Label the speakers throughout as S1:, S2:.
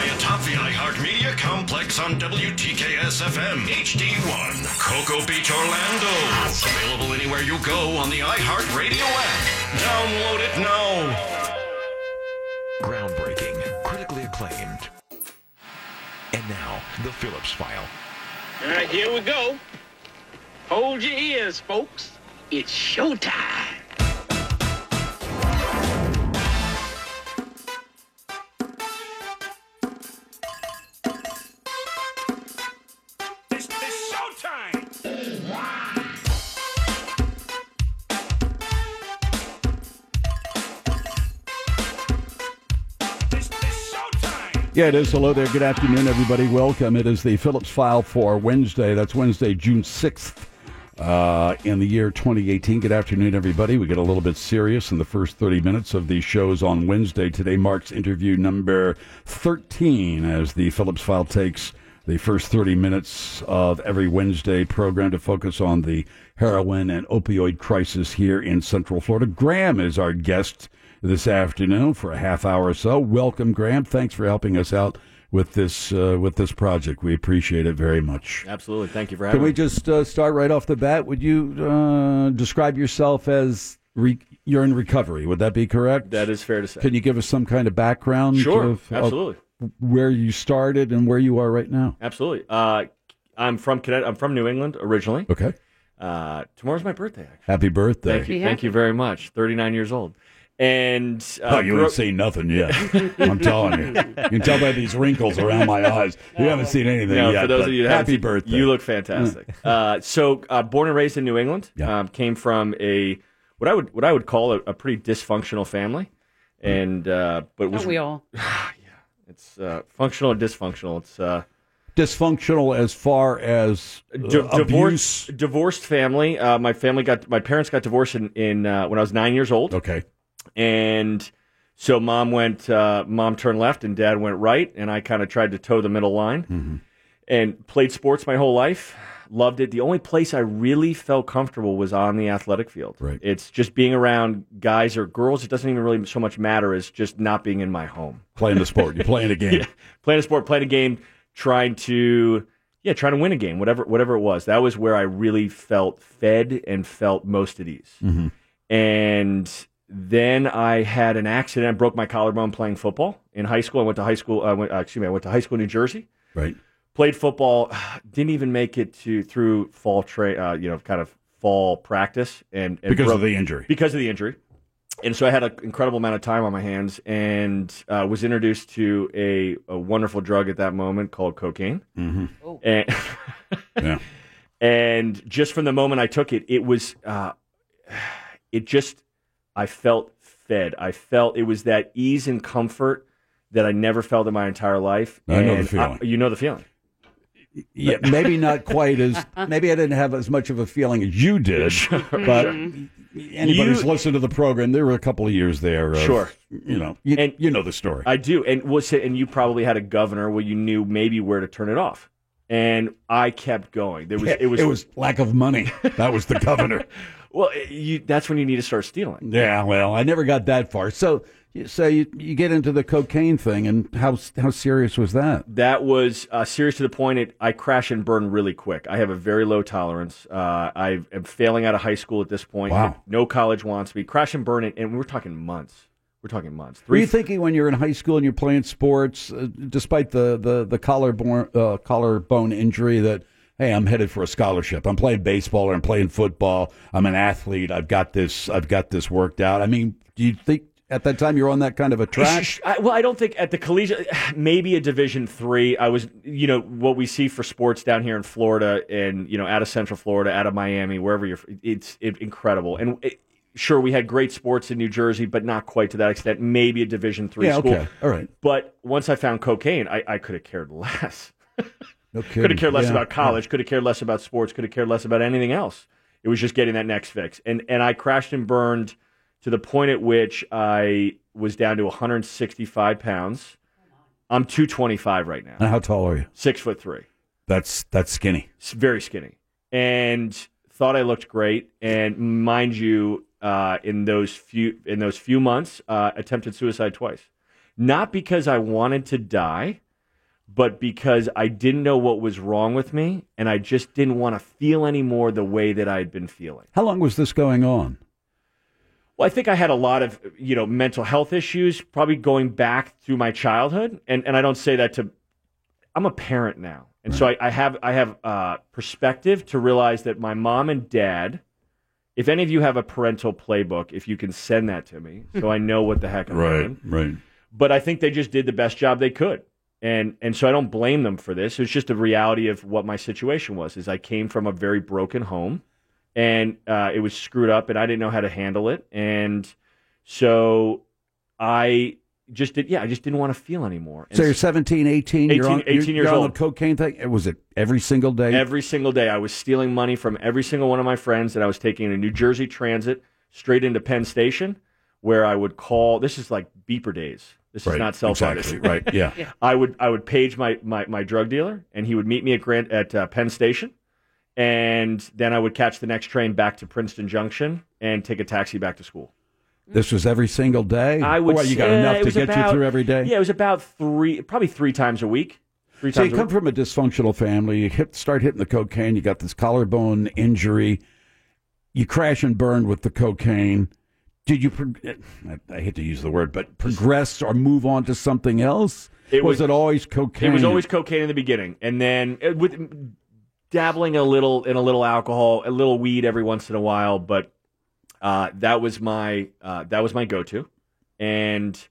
S1: atop the iHeartMedia complex on WTKS FM HD1, Cocoa Beach, Orlando. Available anywhere you go on the iHeartRadio app. Download it now.
S2: Groundbreaking, critically acclaimed. And now, the Phillips File.
S3: All right, here we go. Hold your ears, folks. It's showtime.
S4: It's, it's showtime! It's, it's showtime!
S5: Yeah, it is. Hello there. Good afternoon, everybody. Welcome. It is the Phillips File for Wednesday. That's Wednesday, June 6th uh, in the year 2018. Good afternoon, everybody. We get a little bit serious in the first 30 minutes of the shows on Wednesday. Today marks interview number 13 as the Phillips File takes the first 30 minutes of every Wednesday program to focus on the heroin and opioid crisis here in Central Florida. Graham is our guest this afternoon for a half hour or so. Welcome, Graham. Thanks for helping us out with this uh, with this project. We appreciate it very much.
S6: Absolutely. Thank you for having
S5: Can we
S6: me.
S5: just uh, start right off the bat? Would you uh, describe yourself as re- you're in recovery? Would that be correct?
S6: that is fair to say.
S5: Can you give us some kind of background?
S6: Sure,
S5: of, of
S6: absolutely.
S5: where you started and where you are right now.
S6: Absolutely. Uh, I'm from Connecticut. I'm from New England originally.
S5: Okay.
S6: Uh, tomorrow's my birthday. Actually.
S5: Happy birthday.
S6: Thank you. Thank you very much. 39 years old. And uh,
S5: Oh, you
S6: grew
S5: ain't
S6: up-
S5: seen nothing yet. I'm telling you. You can tell by these wrinkles around my eyes. You haven't seen anything
S6: No,
S5: yet.
S6: for those
S5: but
S6: of you that haven't
S5: happy
S6: seen-
S5: birthday.
S6: You look fantastic. uh, so, uh, born and raised in New England,
S5: Yeah.
S6: um, came from a what I would what I would call a, a pretty dysfunctional family,
S5: Hmm.
S6: and uh, but was
S7: Aren't we all?
S6: it's uh, functional and dysfunctional. It's uh,
S5: dysfunctional as far as uh,
S6: Di- divorce,
S5: abuse.
S6: divorced family. Uh, my family got my parents got divorced in, in uh, when I was nine years old,
S5: Okay.
S6: and so mom went uh, mom turned left and dad went right, and I kind of tried to toe the middle line,
S5: Mm-hmm.
S6: and played sports my whole life. Loved it. The only place I really felt comfortable was on the athletic field.
S5: Right.
S6: It's just being around guys or girls. It doesn't even really so much matter as just not being in my home
S5: Playing the sport. You're playing a game.
S6: playing a sport, playing a game, trying to yeah, trying to win a game, whatever whatever it was. That was where I really felt fed and felt most at ease.
S5: Mm-hmm.
S6: And then I had an accident. I broke my collarbone playing football in high school. I went to high school. I went, uh, excuse me. I went to high school in New Jersey.
S5: Right.
S6: Played football. Didn't even make it to through fall tra- uh, You know, kind of fall practice and, and
S5: Because
S6: broke-
S5: of the injury.
S6: because of the injury. And so I had an incredible amount of time on my hands and uh, was introduced to a, a wonderful drug at that moment called cocaine.
S7: Oh.
S6: And,
S5: Mm-hmm. Yeah.
S6: and just from the moment I took it, it was, uh, it just, I felt fed. I felt it was that ease and comfort that I never felt in my entire life.
S5: I know the
S6: And
S5: feeling.
S6: you know the feeling.
S5: Yeah, maybe not quite as. Maybe I didn't have as much of a feeling as you did. but anybody who's
S6: You-
S5: listened to the program, there were a couple of years there. Of,
S6: Sure.
S5: You know. You,
S6: And-
S5: you know the story.
S6: I do, and was it, and you probably had a governor where you knew maybe where to turn it off, and I kept going. There was
S5: Yeah,
S6: it was,
S5: lack of money. That was the governor.
S6: well, eh, you that's when you need to start stealing.
S5: yeah. Well, I never got that far. So, so you, you get into the cocaine thing, and how how serious was that?
S6: That was uh, serious to the point it I crash and burn really quick. I have a very low tolerance. Uh, I am failing out of high school at this point.
S5: Wow.
S6: No college wants me. Crash and burn it, and we're talking months. We're talking months.
S5: Were
S6: Three,
S5: you thinking when you're in high school and you're playing sports, uh, despite the the the collarbone uh, collarbone injury, that hey, I'm headed for a scholarship. I'm playing baseball or I'm playing football. I'm an athlete. I've got this. I've got this worked out. I mean, do you think at that time you're on that kind of a track?
S6: I, well, I don't think at the collegiate, maybe a Division three. I was, you know, what we see for sports down here in Florida, and you know, out of Central Florida, out of Miami, wherever you're, it's it, incredible. And it, sure, we had great sports in New Jersey, but not quite to that extent. Maybe a Division three
S5: Yeah.
S6: school.
S5: Okay. All right.
S6: But once I found cocaine, I, I could have cared less.
S5: No
S6: could have cared less
S5: Yeah.
S6: about college. Could have cared less about sports. Could have cared less about anything else. It was just getting that next fix. And and I crashed and burned to the point at which I was down to 165 pounds. I'm 225 right now,
S5: And how tall are you?
S6: six foot three,
S5: That's that's skinny.
S6: S- very skinny, and thought I looked great. And mind you, uh, in those few in those few months, uh, attempted suicide twice, not because I wanted to die, but because I didn't know what was wrong with me and I just didn't want to feel anymore the way that I'd been feeling.
S5: How long was this going on?
S6: Well, I think I had a lot of you know mental health issues, probably going back through my childhood, and and I don't say that to. I'm a parent now, and so I, I have I have uh, perspective to realize that my mom and dad. If any of you have a parental playbook, if you can send that to me, so I know what the heck I'm doing.
S5: right.
S6: But I think they just did the best job they could, and and so I don't blame them for this. It's just the reality of what my situation was. Is I came from a very broken home and uh, it was screwed up, and I didn't know how to handle it, and so I just did. Yeah, I just didn't want to feel anymore. And
S5: So you're 17, 18, you're
S6: 18
S5: on, you're,
S6: 18
S5: you're
S6: years
S5: on
S6: old.
S5: the cocaine thing. Was it every single day?
S6: every single day, I was stealing money from every single one of my friends, and I was taking a New Jersey Transit straight into Penn Station, where I would call. This is like beeper days. This is not cell phone.
S5: Exactly, right. Yeah.
S6: I would I would page my, my, my drug dealer, and he would meet me at Grant at uh, Penn Station, and then I would catch the next train back to Princeton Junction and take a taxi back to school.
S5: This was every single day.
S6: I would.
S5: Well, you got
S6: say
S5: enough
S6: it
S5: to
S6: was
S5: get
S6: about-
S5: you through every day.
S6: Yeah, it was about three, probably three times a week. Three
S5: So you
S6: times. a
S5: come
S6: week.
S5: from a dysfunctional family. You hit, start hitting the cocaine. You got this collarbone injury. You crash and burn with the cocaine. Did you? Prog- eh, I, I hate to use the word, but progress or move on to something else?
S6: It
S5: was,
S6: was-
S5: it always cocaine?
S6: It was always cocaine in the beginning, and then uh, with dabbling a little in a little alcohol, a little weed every once in a while. But uh, that was my uh, that was my go to, and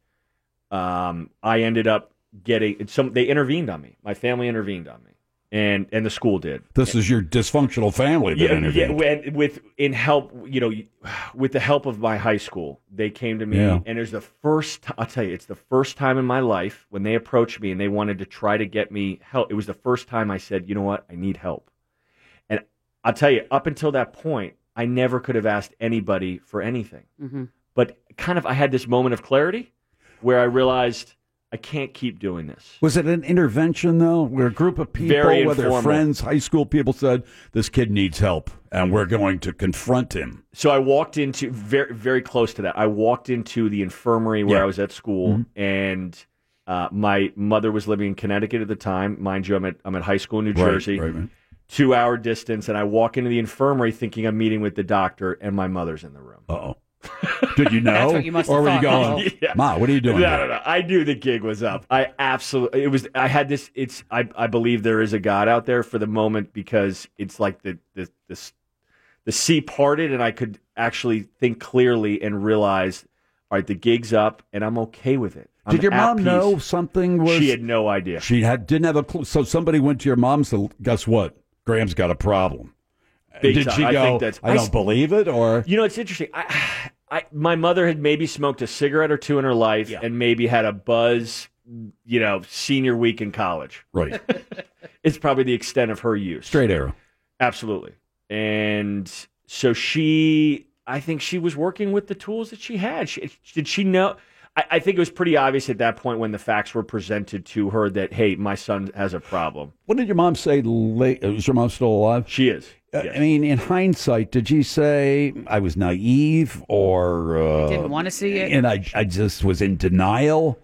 S6: um, I ended up getting it's some. They intervened on me. My family intervened on me, and and the school did.
S5: This is your dysfunctional family that interviewed.
S6: Yeah, when- with in help, you know, with the help of my high school, they came to me,
S5: Yeah.
S6: and there's the first. T- I'll tell you, it's the first time in my life when they approached me and they wanted to try to get me help. It was the first time I said, you know what, I need help. And I'll tell you, up until that point, I never could have asked anybody for anything. But kind of, I had this moment of clarity where I realized I can't keep doing this.
S5: Was it an intervention though, where a group of people,
S6: Very
S5: whether
S6: informal.
S5: friends, high school people, said this kid needs help, and we're going to confront him?
S6: so I walked into very very close to that. I walked into the infirmary where
S5: Yeah. Mm-hmm.
S6: I was at school, and uh, my mother was living in Connecticut at the time. Mind you, I'm at I'm at high school in New Jersey,
S5: Right, right, right.
S6: two hour distance, and I walk into the infirmary thinking I'm meeting with the doctor, and my mother's in the room.
S5: Uh oh. Did you know?
S7: That's what you must
S5: or
S7: have
S5: were you
S7: thought,
S5: going,
S6: oh. Yeah.
S5: Ma, what are you doing?
S6: No,
S5: here?"
S6: no, no. I knew the gig was up. I absolutely. It was. I had this. It's. I. I believe there is a God out there for the moment because it's like the the this the sea parted and I could actually think clearly and realize. All right, the gig's up and I'm okay with it. I'm
S5: Did your
S6: at
S5: mom
S6: peace.
S5: know something was?
S6: She had no uh, idea.
S5: She had didn't have a clue. So somebody went to your mom. and said, guess what? Graham's got a problem.
S6: Big
S5: Did
S6: time.
S5: she go?
S6: I think that's.
S5: I don't believe it, or
S6: You know, it's interesting. I, I, my mother had maybe smoked a cigarette or two in her life and maybe had a buzz. You know, senior week in college.
S5: right?
S6: It's probably the extent of her use.
S5: Straight arrow.
S6: Absolutely. And so she, I think she was working with the tools that she had. She, did she know? I, I think it was pretty obvious at that point when the facts were presented to her that, hey, my son has a problem.
S5: What did your mom say? Late? Is your mom still alive?
S6: She is.
S5: Uh,
S6: Yes.
S5: I mean, in hindsight, did she say I was naive or uh,
S7: Didn't want to see it.
S5: and I, I just was in denial?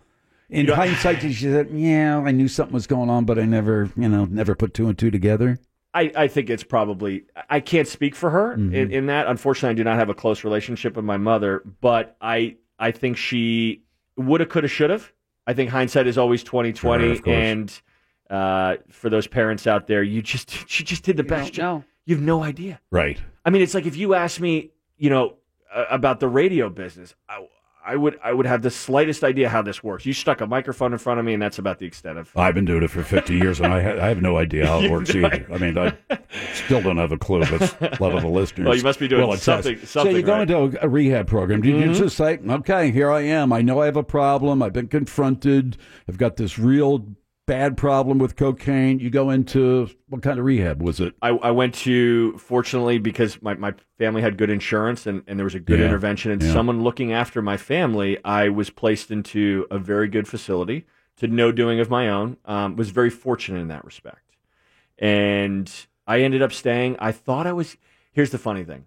S5: In
S6: know-
S5: hindsight, did she say, "Yeah, I knew something was going on, but I never, you know, never put two and two together"?
S6: I, I think it's probably I can't speak for her
S5: Mm-hmm.
S6: in, in that. Unfortunately, I do not have a close relationship with my mother, but I I think she would have, could have, should have. I think hindsight is always twenty
S5: Sure,
S6: twenty,
S5: of course.
S6: and uh, for those parents out there, you just she just did the best.
S7: don't know.
S6: You have no idea.
S5: Right.
S6: I mean, it's like if you asked me, you know, uh, about the radio business, I, I would I would have the slightest idea how this works. You stuck a microphone in front of me, and that's about the extent of
S5: I've been doing it for 50 years, and I, ha- I have no idea how it works either. I mean, I still don't have a clue, but a lot of the listeners.
S6: Well, you must be doing
S5: attest.
S6: something-
S5: So
S6: something
S5: you go
S6: right. Mm-hmm.
S5: into a rehab program. Did you just say, okay, here I am. I know I have a problem. I've been confronted. I've got this real bad problem with cocaine. You go into what kind of rehab was it?
S6: I, I went to fortunately because my, my family had good insurance and, and there was a good
S5: Yeah.
S6: intervention and
S5: Yeah.
S6: someone looking after my family i was placed into a very good facility to no doing of my own um, was very fortunate in that respect and i ended up staying i thought i was here's the funny thing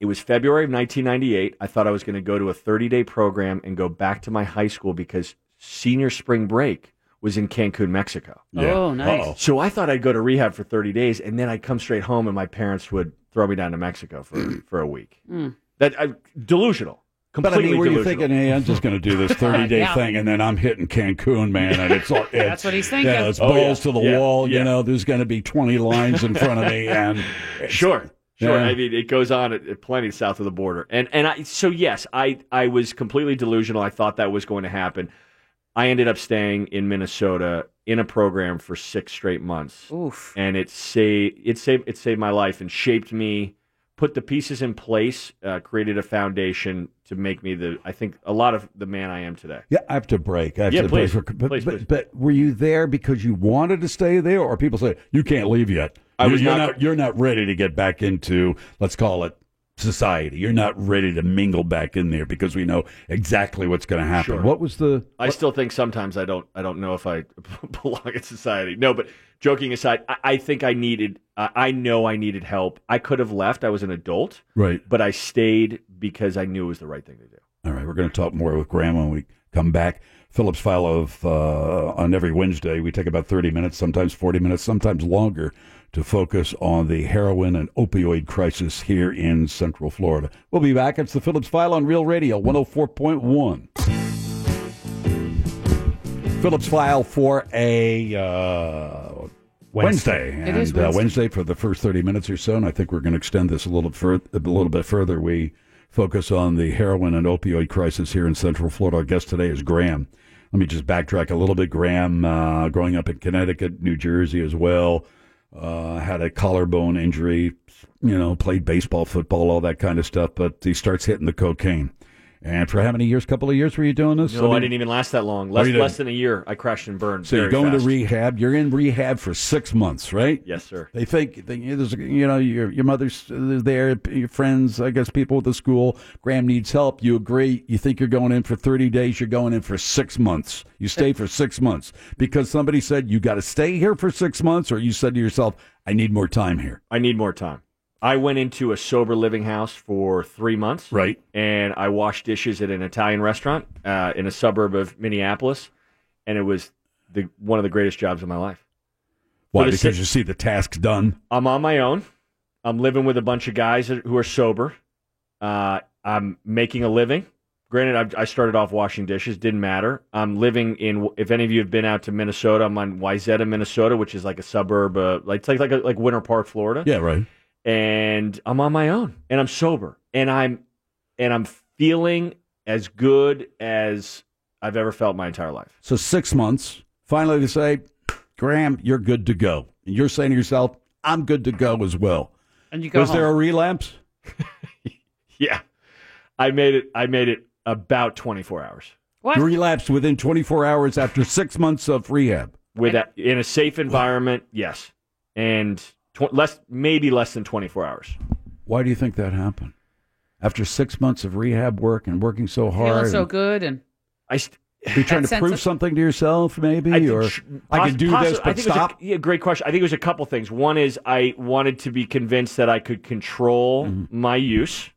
S6: it was february of 1998 i thought i was going to go to a 30-day program and go back to my high school because senior spring break was in Cancun, Mexico.
S7: Oh, nice.
S6: So I thought I'd go to rehab for 30 days and then I'd come straight home and my parents would throw me down to Mexico for, for a week.
S7: Mm.
S6: That I, delusional.
S5: Mm. But I
S6: Completely
S5: mean, were you
S6: delusional.
S5: thinking, hey, I'm just going to do this 30 day
S7: Yeah.
S5: thing, and then I'm hitting Cancun, man, and it's all it's,
S7: That's what he's thinking.
S5: Yeah, it's
S6: Oh, yeah.
S5: balls to the
S6: Yeah.
S5: wall. You
S6: Yeah.
S5: know, there's going to be 20 lines in front of me, and
S6: Sure. Sure.
S5: Yeah.
S6: I mean, it goes on at, at plenty south of the border. And and I so yes, I I was completely delusional. I thought that was going to happen. I ended up staying in Minnesota in a program for 6 straight months.
S7: Oof.
S6: And it saved it saved it saved my life and shaped me, put the pieces in place, uh, created a foundation to make me the I think a lot of the man I am today.
S5: yeah, I have to break. I have
S6: Yeah,
S5: to
S6: please.
S5: break. For, but,
S6: Please,
S5: but,
S6: please.
S5: but were you there because you wanted to stay there, or people say you can't leave yet?
S6: I
S5: You-
S6: was
S5: you're
S6: not-
S5: You're not ready to get back into let's call it society. You're not ready to mingle back in there because we know exactly what's going to happen.
S6: Sure.
S5: What was the
S6: I still think sometimes I don't I don't know if I belong in society. No, but joking aside, I, I think I needed I I know I needed help. I could have left. I was an adult,
S5: right?
S6: but I stayed because I knew it was the right thing to do.
S5: All right, we're going to talk more with Graham when we come back. Phillips File of uh, on every Wednesday, we take about thirty minutes, sometimes forty minutes, sometimes longer, to focus on the heroin and opioid crisis here in Central Florida. We'll be back. It's the Phillips File on Real Radio, one hundred four point one. Phillips File for a uh, Wednesday, and
S7: It is
S5: Uh,
S7: Wednesday.
S5: Wednesday for the first thirty minutes or so, and I think we're going to extend this a little fur- a little bit further. We focus on the heroin and opioid crisis here in Central Florida. Our guest today is Graham. Let me just backtrack a little bit. Graham, uh, growing up in Connecticut, New Jersey as well, uh, had a collarbone injury. You know, played baseball, football, all that kind of stuff. But he starts hitting the cocaine. And for how many years? Couple of years were you doing this?
S6: No,
S5: Let me-
S6: I didn't even last that long. Less,
S5: you didn't.
S6: less than a year, I crashed and burned.
S5: so you're
S6: very
S5: going
S6: fast.
S5: to rehab. You're in rehab for six months, right?
S6: Yes, sir.
S5: They think, they, there's, you know, your your mother's there, your friends, I guess, people at the school. Graham needs help. You agree. You think you're going in for 30 days. You're going in for six months. You stay for six months because somebody said you got to stay here for six months, or you said to yourself, "I need more time here."
S6: I need more time. I went into a sober living house for three months.
S5: Right.
S6: and I washed dishes at an Italian restaurant uh, in a suburb of Minneapolis, and it was the one of the greatest jobs of my life.
S5: Why?
S6: the
S5: Because
S6: six-
S5: you see the task done.
S6: I'm on my own. I'm living with a bunch of guys that- who are sober. Uh, I'm making a living. Granted, I, I started off washing dishes. Didn't matter. I'm living in. If any of you have been out to Minnesota, I'm on Wyzetta, Minnesota, which is like a suburb, uh, like it's like like, like Winter Park, Florida
S5: Yeah, right.
S6: and I'm on my own and I'm sober and I'm and I'm feeling as good as I've ever felt my entire life.
S5: So six months. Finally, they say, "Graham, you're good to go." And you're saying to yourself, "I'm good to go as well."
S7: And you go
S5: Was
S7: home.
S5: there a relapse?
S6: Yeah. I made it I made it about 24 hours
S7: what?
S5: You relapsed within 24 hours after six months of rehab.
S6: with that in a safe environment. Yes. And tw- less maybe less than 24 hours.
S5: Why do you think that happened? After six months of rehab work and working so hard,
S7: Feeling so good and
S6: I st-
S5: and- you trying to
S7: That sense
S5: prove
S7: of-
S5: something to yourself, maybe,
S6: think
S5: or
S6: sh-
S5: I can
S6: poss-
S5: do
S6: possi-
S5: this,
S6: I
S5: but
S6: think it was a-
S5: stop.
S6: yeah, great question. I think it was a couple things. One is I wanted to be convinced that I could control
S5: Mm-hmm.
S6: my use,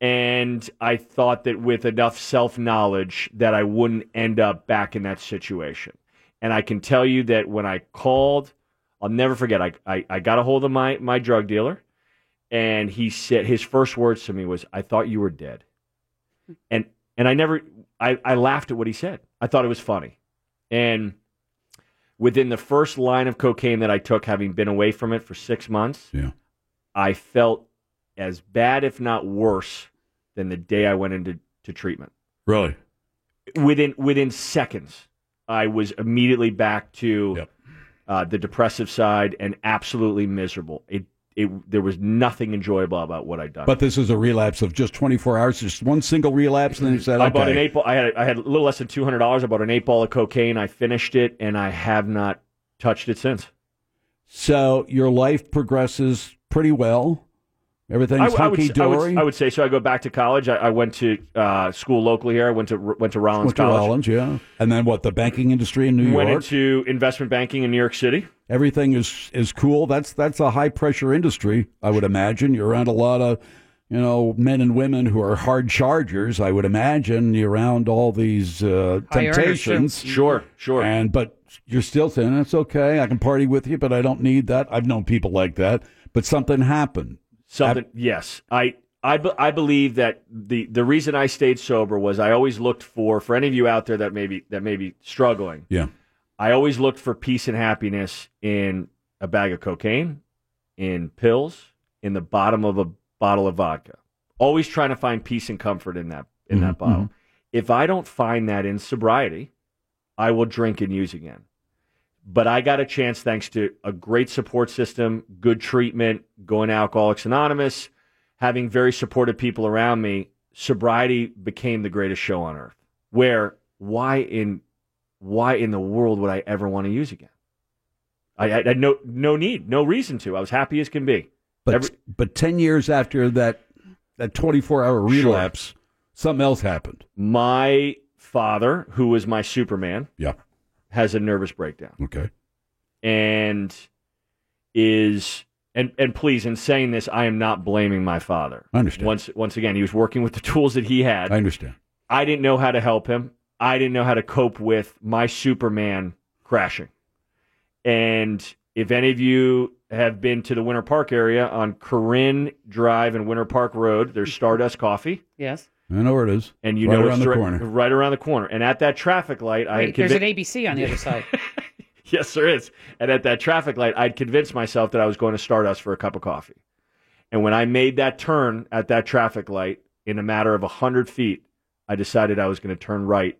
S6: and I thought that with enough self knowledge that I wouldn't end up back in that situation. And I can tell you that when I called, I'll never forget. I I, I got a hold of my my drug dealer, and he said his first words to me was, "I thought you were dead," and and I never. I, I laughed at what he said. I thought it was funny. And within the first line of cocaine that I took, having been away from it for six months,
S5: Yeah.
S6: I felt as bad, if not worse, than the day I went into to treatment.
S5: really,
S6: Within within seconds, I was immediately back to
S5: Yep.
S6: uh, the depressive side and absolutely miserable. It it there was nothing enjoyable about what I'd done.
S5: but this is a relapse of just 24 hours, just one single relapse, and then you said,
S6: I bought an
S5: "Okay."
S6: eight ball. I had I had a little less than two hundred dollars. I bought an eight ball of cocaine. I finished it, and I have not touched it since.
S5: So your life progresses pretty well.
S6: I,
S5: Everything's
S6: I would,
S5: hunky
S6: s- I, would,
S5: dory.
S6: s- I would say so. I go back to college. I, I went to uh, school locally here. I went to went to Rollins
S5: Went to
S6: College.
S5: Rollins, yeah, and then what? The banking industry in New
S6: Went
S5: York.
S6: into investment banking in New York City.
S5: everything is is cool. That's that's a high pressure industry, I would imagine. You're around a lot of you know men and women who are hard chargers. I would imagine you're around all these uh,
S7: High earners,
S5: temptations.
S6: Mm-hmm. Sure, sure.
S5: And but you're still saying it's okay. I can party with you, but I don't need that. I've known people like that, but something happened.
S6: Something. yes, I, I, be- I believe that the the reason I stayed sober was I always looked for for any of you out there that maybe that may be struggling.
S5: Yeah.
S6: I always looked for peace and happiness in a bag of cocaine, in pills, in the bottom of a bottle of vodka. Always trying to find peace and comfort in that in that
S5: Mm-hmm.
S6: bottle. If I don't find that in sobriety, I will drink and use again. But I got a chance thanks to a great support system, good treatment, going to Alcoholics Anonymous, having very supportive people around me. Sobriety became the greatest show on earth. Where why in why in the world would I ever want to use again? I, I had no no need, no reason to. I was happy as can be.
S5: But
S6: Every-
S5: but ten years after that that twenty four hour relapse, something else happened.
S6: My father, who was my Superman,
S5: Yeah.
S6: has a nervous breakdown
S5: Okay.
S6: and is and and please, in saying this, I am not blaming my father.
S5: I understand.
S6: Once once again, he was working with the tools that he had.
S5: I understand.
S6: I didn't know how to help him. I didn't know how to cope with my Superman crashing. And if any of you have been to the Winter Park area on Corinne Drive and Winter Park Road, there's Stardust Coffee,
S7: Yes.
S5: I know where it is.
S6: and you
S5: Right
S6: know
S5: around
S6: it's
S5: the
S6: right-
S5: corner.
S6: right around the corner. And at that traffic light, I had
S7: Wait, there's
S6: convi-
S7: an ABC on the other side.
S6: Yes, there is. And at that traffic light, I'd convinced myself that I was going to Stardust for a cup of coffee. And when I made that turn at that traffic light in a matter of 100 feet, I decided I was going to turn right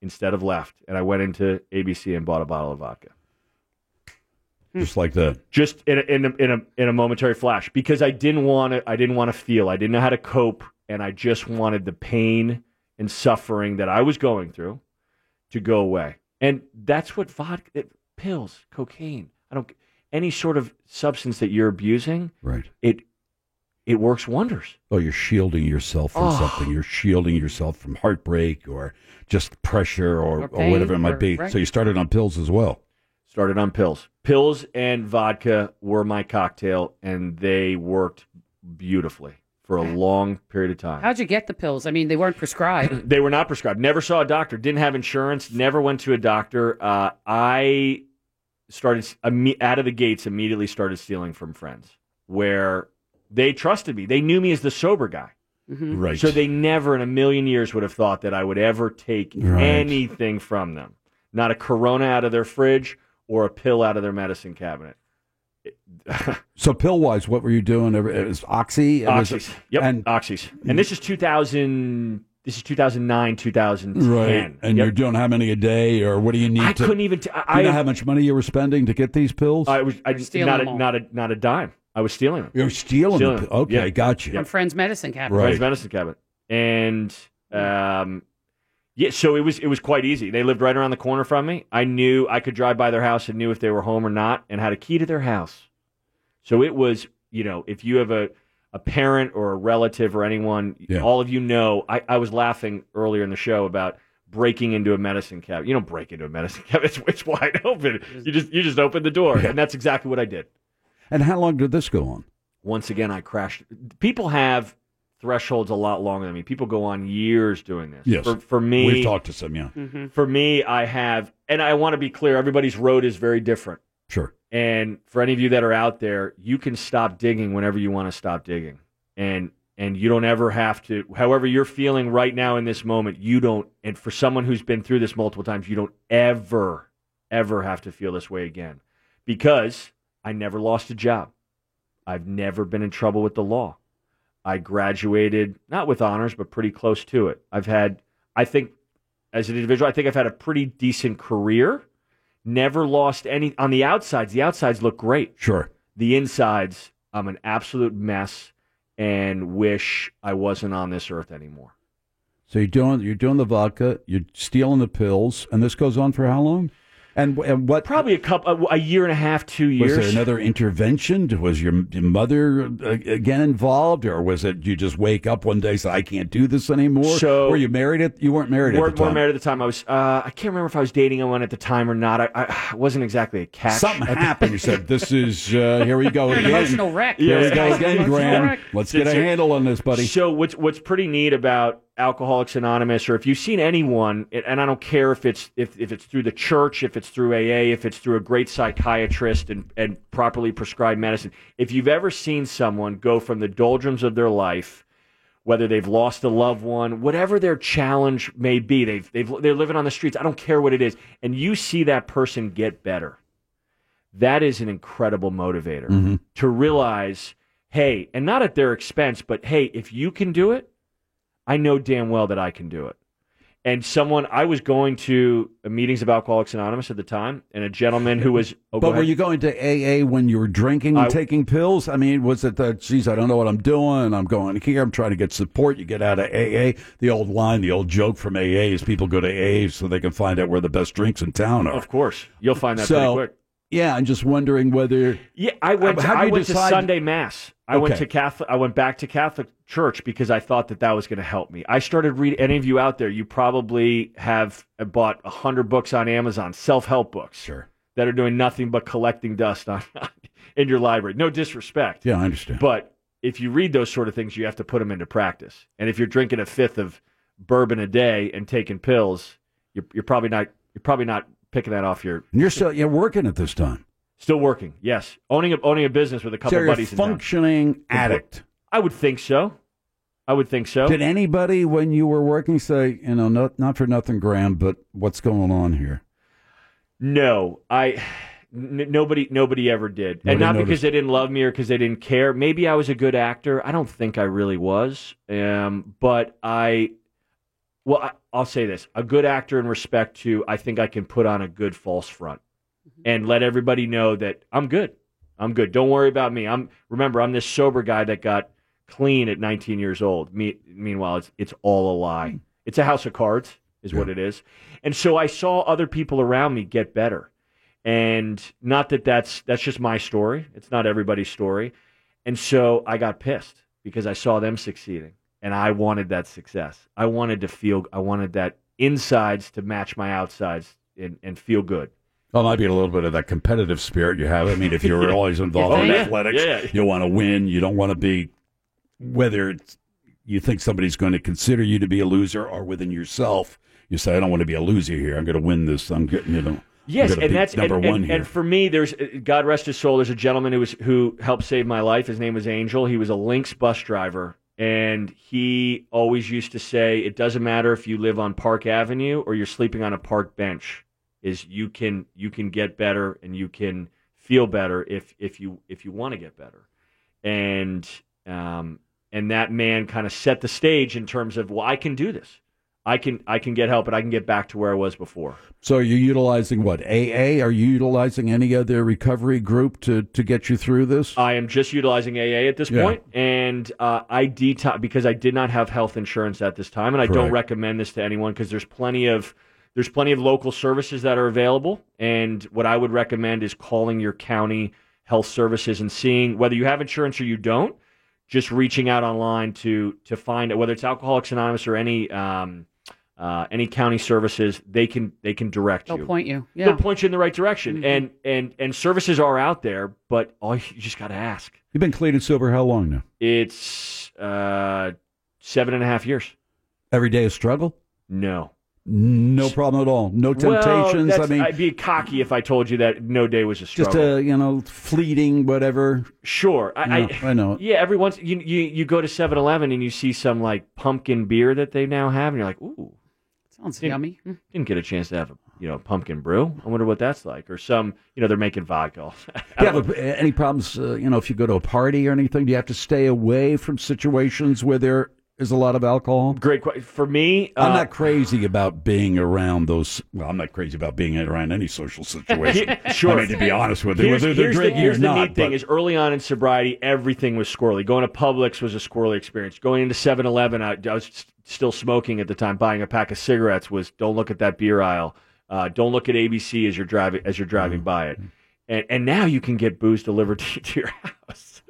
S6: instead of left. And I went into ABC and bought a bottle of vodka. Hmm.
S5: Just like that.
S6: Just in a, in a, in a, in a momentary flash because I didn't want to I didn't want to feel. I didn't know how to cope and I just wanted the pain and suffering that I was going through to go away. And that's what vodka, it- pills, cocaine, I don't any sort of substance that you're abusing,
S5: Right.
S6: it it works wonders.
S5: Oh, you're shielding yourself from
S6: Oh.
S5: something. You're shielding yourself from heartbreak or just pressure or,
S7: Or
S5: or,
S7: pain
S5: whatever it might
S7: or-
S5: be.
S7: right.
S5: So you started on pills as well.
S6: Started on pills. Pills and vodka were my cocktail and they worked beautifully for a long period of time.
S7: How'd you get the pills? I mean, they weren't prescribed.
S6: they were not prescribed. Never saw a doctor. Didn't have insurance. Never went to a doctor. Uh, I started imme- out of the gates. Immediately started stealing from friends where they trusted me. They knew me as the sober guy,
S4: Mm-hmm.
S7: Mhm.
S5: Right.
S6: so they never in a million years would have thought that I would ever take
S5: Right.
S6: anything from them. Not a Corona out of their fridge or a pill out of their medicine cabinet.
S5: so pill wise, what were you doing? It was oxy. It was-
S6: Oxys. Yep.
S5: And
S6: Oxys. And this is 2000. This is 2009, 2010.
S5: right. And
S6: Yep.
S5: you're doing how many a day, or what do you need?
S6: I
S5: to,
S6: couldn't even. T-
S5: Do you
S6: I,
S5: know
S6: I
S5: how much money you were spending to get these pills?
S6: I was I just
S7: stealing
S6: not a,
S7: them all.
S6: not a not a dime. I was stealing them.
S5: you're stealing.
S6: Stealing.
S5: The, pi- okay,
S6: Yeah.
S5: gotcha.
S7: From Friends Medicine Cabinet.
S5: Right.
S6: Friends medicine cabinet. And um yeah, so it was it was quite easy. They lived right around the corner from me. I knew I could drive by their house and knew if they were home or not and had a key to their house. So it was, you know, if you have a a parent or a relative or anyone,
S5: Yeah.
S6: all of you know. I, I was laughing earlier in the show about breaking into a medicine cabinet. You don't break into a medicine cabinet; it's, it's wide open. You just you just open the door, and that's exactly what I did.
S5: And how long did this go on?
S6: once again I crashed. People have thresholds a lot longer than me. People go on years doing this.
S5: Yes.
S6: For, for me,
S5: We've talked to some, yeah.
S6: for me, I have, and I want to be clear. Everybody's road is very different.
S5: Sure.
S6: And for any of you that are out there, you can stop digging whenever you want to stop digging, and and you don't ever have to. However, you're feeling right now in this moment, you don't. And for someone who's been through this multiple times, you don't ever, ever have to feel this way again, because I never lost a job. I've never been in trouble with the law. I graduated not with honors, but pretty close to it. I've had, I think, as an individual, I think I've had a pretty decent career. Never lost any on the outsides. The outsides look great.
S5: Sure.
S6: The insides, I'm an absolute mess and wish I wasn't on this earth anymore.
S5: So you're doing you're doing the vodka, you're stealing the pills, and this goes on for how long? And and what
S6: Probably a couple, a, a year and a half, two
S5: was
S6: years.
S5: there another intervention? Was your, your mother uh, again involved, or was it you just wake up one day and say I can't do this anymore?
S6: So-
S5: were you married? At you weren't married
S6: We're,
S5: at the time.
S6: we're married at the time. I was. Uh, I can't remember if I was dating anyone at the time or not. I, I, I wasn't exactly a catch.
S5: Something happened. You said this is uh, here we go
S7: You're an
S5: again.
S7: emotional wreck.
S5: Here we
S6: Yeah.
S5: go again,
S7: Emotional
S5: Graham.
S7: wreck.
S5: Let's get a handle on this, buddy.
S6: So what's what's pretty neat about Alcoholics Anonymous, or if you've seen anyone, and and I don't care if it's if, if it's through the church, if it's through AA, if it's through a great psychiatrist and, and properly prescribed medicine, if you've ever seen someone go from the doldrums of their life, whether they've lost a loved one, whatever their challenge may be, they've, they've they're living on the streets. I don't care what it is, and you see that person get better. That is an incredible motivator
S5: Mm-hmm.
S6: to realize, hey, and not at their expense, but hey, if you can do it, I know damn well that I can do it. And someone, I was going to meetings of Alcoholics Anonymous at the time, and a gentleman who was. Oh, go
S5: But were
S6: ahead.
S5: you going to AA when you were drinking and
S6: I-
S5: taking pills? I mean, was it the, geez, I don't know what I'm doing. I'm going here. I'm trying to get support. You get out of AA. The old line, the old joke from AA is people go to AA so they can find out where the best drinks in town are.
S6: Of course, you'll find that
S5: So-
S6: pretty quick.
S5: Yeah, I'm just wondering whether.
S6: Yeah, I went. To,
S5: how do
S6: I
S5: you
S6: went
S5: decide-
S6: to Sunday Mass. I went
S5: Okay.
S6: to Catholic. I went back to Catholic Church because I thought that that was going to help me. I started reading. Any of you out there, you probably have bought a hundred books on Amazon, self help books,
S5: Sure.
S6: that are doing nothing but collecting dust on in your library. No disrespect,
S5: Yeah, I understand.
S6: but if you read those sort of things, you have to put them into practice. And if you're drinking a fifth of bourbon a day and taking pills, you're, you're probably not. You're probably not picking that off your.
S5: and you're still you're working at this time.
S6: Still working, yes. Owning a owning a business with a couple
S5: so you're a
S6: buddies. in town.
S5: functioning addict.
S6: I would think so. I would think so.
S5: Did anybody when you were working say, you know, not not for nothing, Graham, but what's going on here?
S6: no, I n- nobody nobody ever did,
S5: Nobody
S6: and not
S5: noticed.
S6: because they didn't love me or because they didn't care. Maybe I was a good actor. I don't think I really was. Um, but I, well, I, I'll say this: a good actor in respect to, I think I can put on a good false front and let everybody know that I'm good. I'm good. Don't worry about me. I'm remember I'm this sober guy that got clean at 19 years old. Me, meanwhile, it's it's all a lie. It's a house of cards, is what it is. And so I saw other people around me get better, and not that that's that's just my story. It's not everybody's story. And so I got pissed because I saw them succeeding, and I wanted that success. I wanted to feel. I wanted that insides to match my outsides and, and feel good.
S5: Well, it might be a little bit of that competitive spirit you have. I mean, if you were always involved
S6: Oh,
S5: in
S6: yeah.
S5: athletics,
S6: Yeah, yeah.
S5: you want to win. You don't want to be whether it's, you think somebody's going to consider you to be a loser or within yourself. You say, I don't want to be a loser here. I'm going to win this. I'm getting you know. I'm
S6: Yes,
S5: gonna be
S6: and that's and-
S5: number
S6: and,
S5: one
S6: and,
S5: here.
S6: for me, there's uh, God rest his soul. There's a gentleman who was who helped save my life. His name was Angel. He was a Lynx bus driver, and he always used to say, "It doesn't matter if you live on Park Avenue or you're sleeping on a park bench. Is you can you can get better and you can feel better if if you if you want to get better." and um, and that man kind of set the stage in terms of well I can do this I can I can get help and I can get back to where I was before
S5: so, are you utilizing what AA? Are you utilizing any other recovery group to to get you through this?
S6: I am just utilizing AA at this
S5: Yeah.
S6: point, and uh, I detox because I did not have health insurance at this time, and I
S5: Correct.
S6: don't recommend this to anyone because there's plenty of there's plenty of local services that are available, and what I would recommend is calling your county health services and seeing whether you have insurance or you don't. Just reaching out online to to find out whether it's Alcoholics Anonymous or any um, uh, any county services, they can they can direct
S7: They'll
S6: you
S7: point you. Yeah. Mm-hmm.
S6: they'll point you in the right direction. And and and services are out there, but all you you just got to ask.
S5: You've been clean and sober how long now?
S6: It's uh, seven and a half years.
S5: Every day a struggle.
S6: No
S5: No problem at all. No temptations.
S6: Well,
S5: I
S6: that's-
S5: mean,
S6: I'd be cocky if I told you that no day was a struggle.
S5: just a you know fleeting whatever.
S6: sure, I,
S5: Yeah, I know.
S6: Yeah, every once you you, you go to 7-Eleven and you see some like pumpkin beer that they now have, and you're like, ooh,
S7: Sounds
S6: Yeah.
S7: yummy. Mm.
S6: didn't get a chance to have a you know pumpkin brew. I wonder what that's like, or some you know they're making vodka.
S5: Do
S6: I
S5: you
S6: don't know.
S5: have a, any problems, uh, you know, if you go to a party or anything? Do you have to stay away from situations where there is a lot of alcohol?
S6: Great question for me.
S5: I'm
S6: uh,
S5: not crazy about being around those. Well, I'm not crazy about being around any social situation.
S6: sure.
S5: I mean, to be honest with you, whether they're
S6: here's
S5: drinking
S6: the, here's
S5: or
S6: the
S5: not.
S6: neat thing
S5: but-
S6: is early on in sobriety, everything was squirrely. Going to Publix was a squirrely experience. Going into 7-Eleven, I, I was s- still smoking at the time. Buying a pack of cigarettes was don't look at that beer aisle. Uh, don't look at ABC as you're driving as you're driving
S5: Mm-hmm.
S6: by it. And and now you can get booze delivered to, to your house.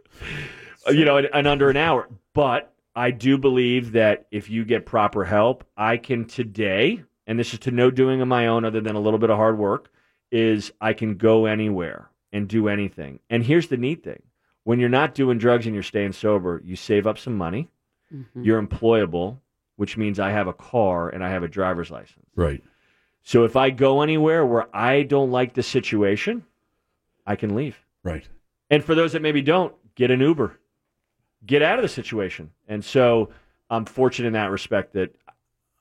S6: Uh, you know, in, in under an hour. But I do believe that if you get proper help, I can today, and this is to no doing of my own other than a little bit of hard work, is I can go anywhere and do anything. And here's the neat thing
S5: Mm-hmm.
S6: when you're not doing drugs and you're staying sober, you save up some money, you're employable, which means I have a car and I have a driver's license.
S5: Right.
S6: So if I go anywhere where I don't like the situation, I can leave.
S5: Right.
S6: And for those that maybe don't, get an Uber, get out of the situation. And so I'm fortunate in that respect that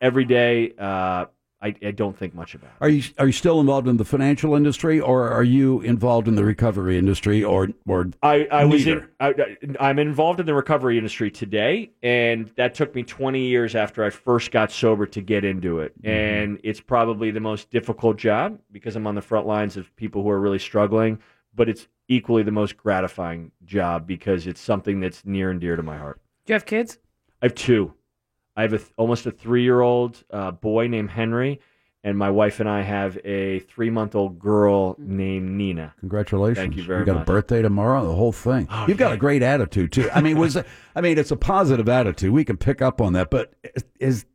S6: every day uh, I, I don't think much about. it.
S5: Are you are you still involved in the financial industry, or are you involved in the recovery industry, or or
S6: I, I was in,
S5: Neither.
S6: I, I- I'm involved in the recovery industry today, and that took me 20 years after I first got sober to get into it. And it's probably the most difficult job because I'm on the front lines of people who are really struggling, but it's equally the most gratifying job because it's something that's near and dear to my heart.
S7: Do you have kids?
S6: I have two. I have a th- almost a three year old uh, boy named Henry, and my wife and I have a three month old girl
S7: Mm-hmm.
S6: named Nina.
S5: Congratulations!
S6: Thank you very
S5: got a
S6: much. Oh,
S5: birthday tomorrow. The whole thing. You've got a great attitude too. I mean, was I mean, it's a positive attitude. We can pick up on that. But is, is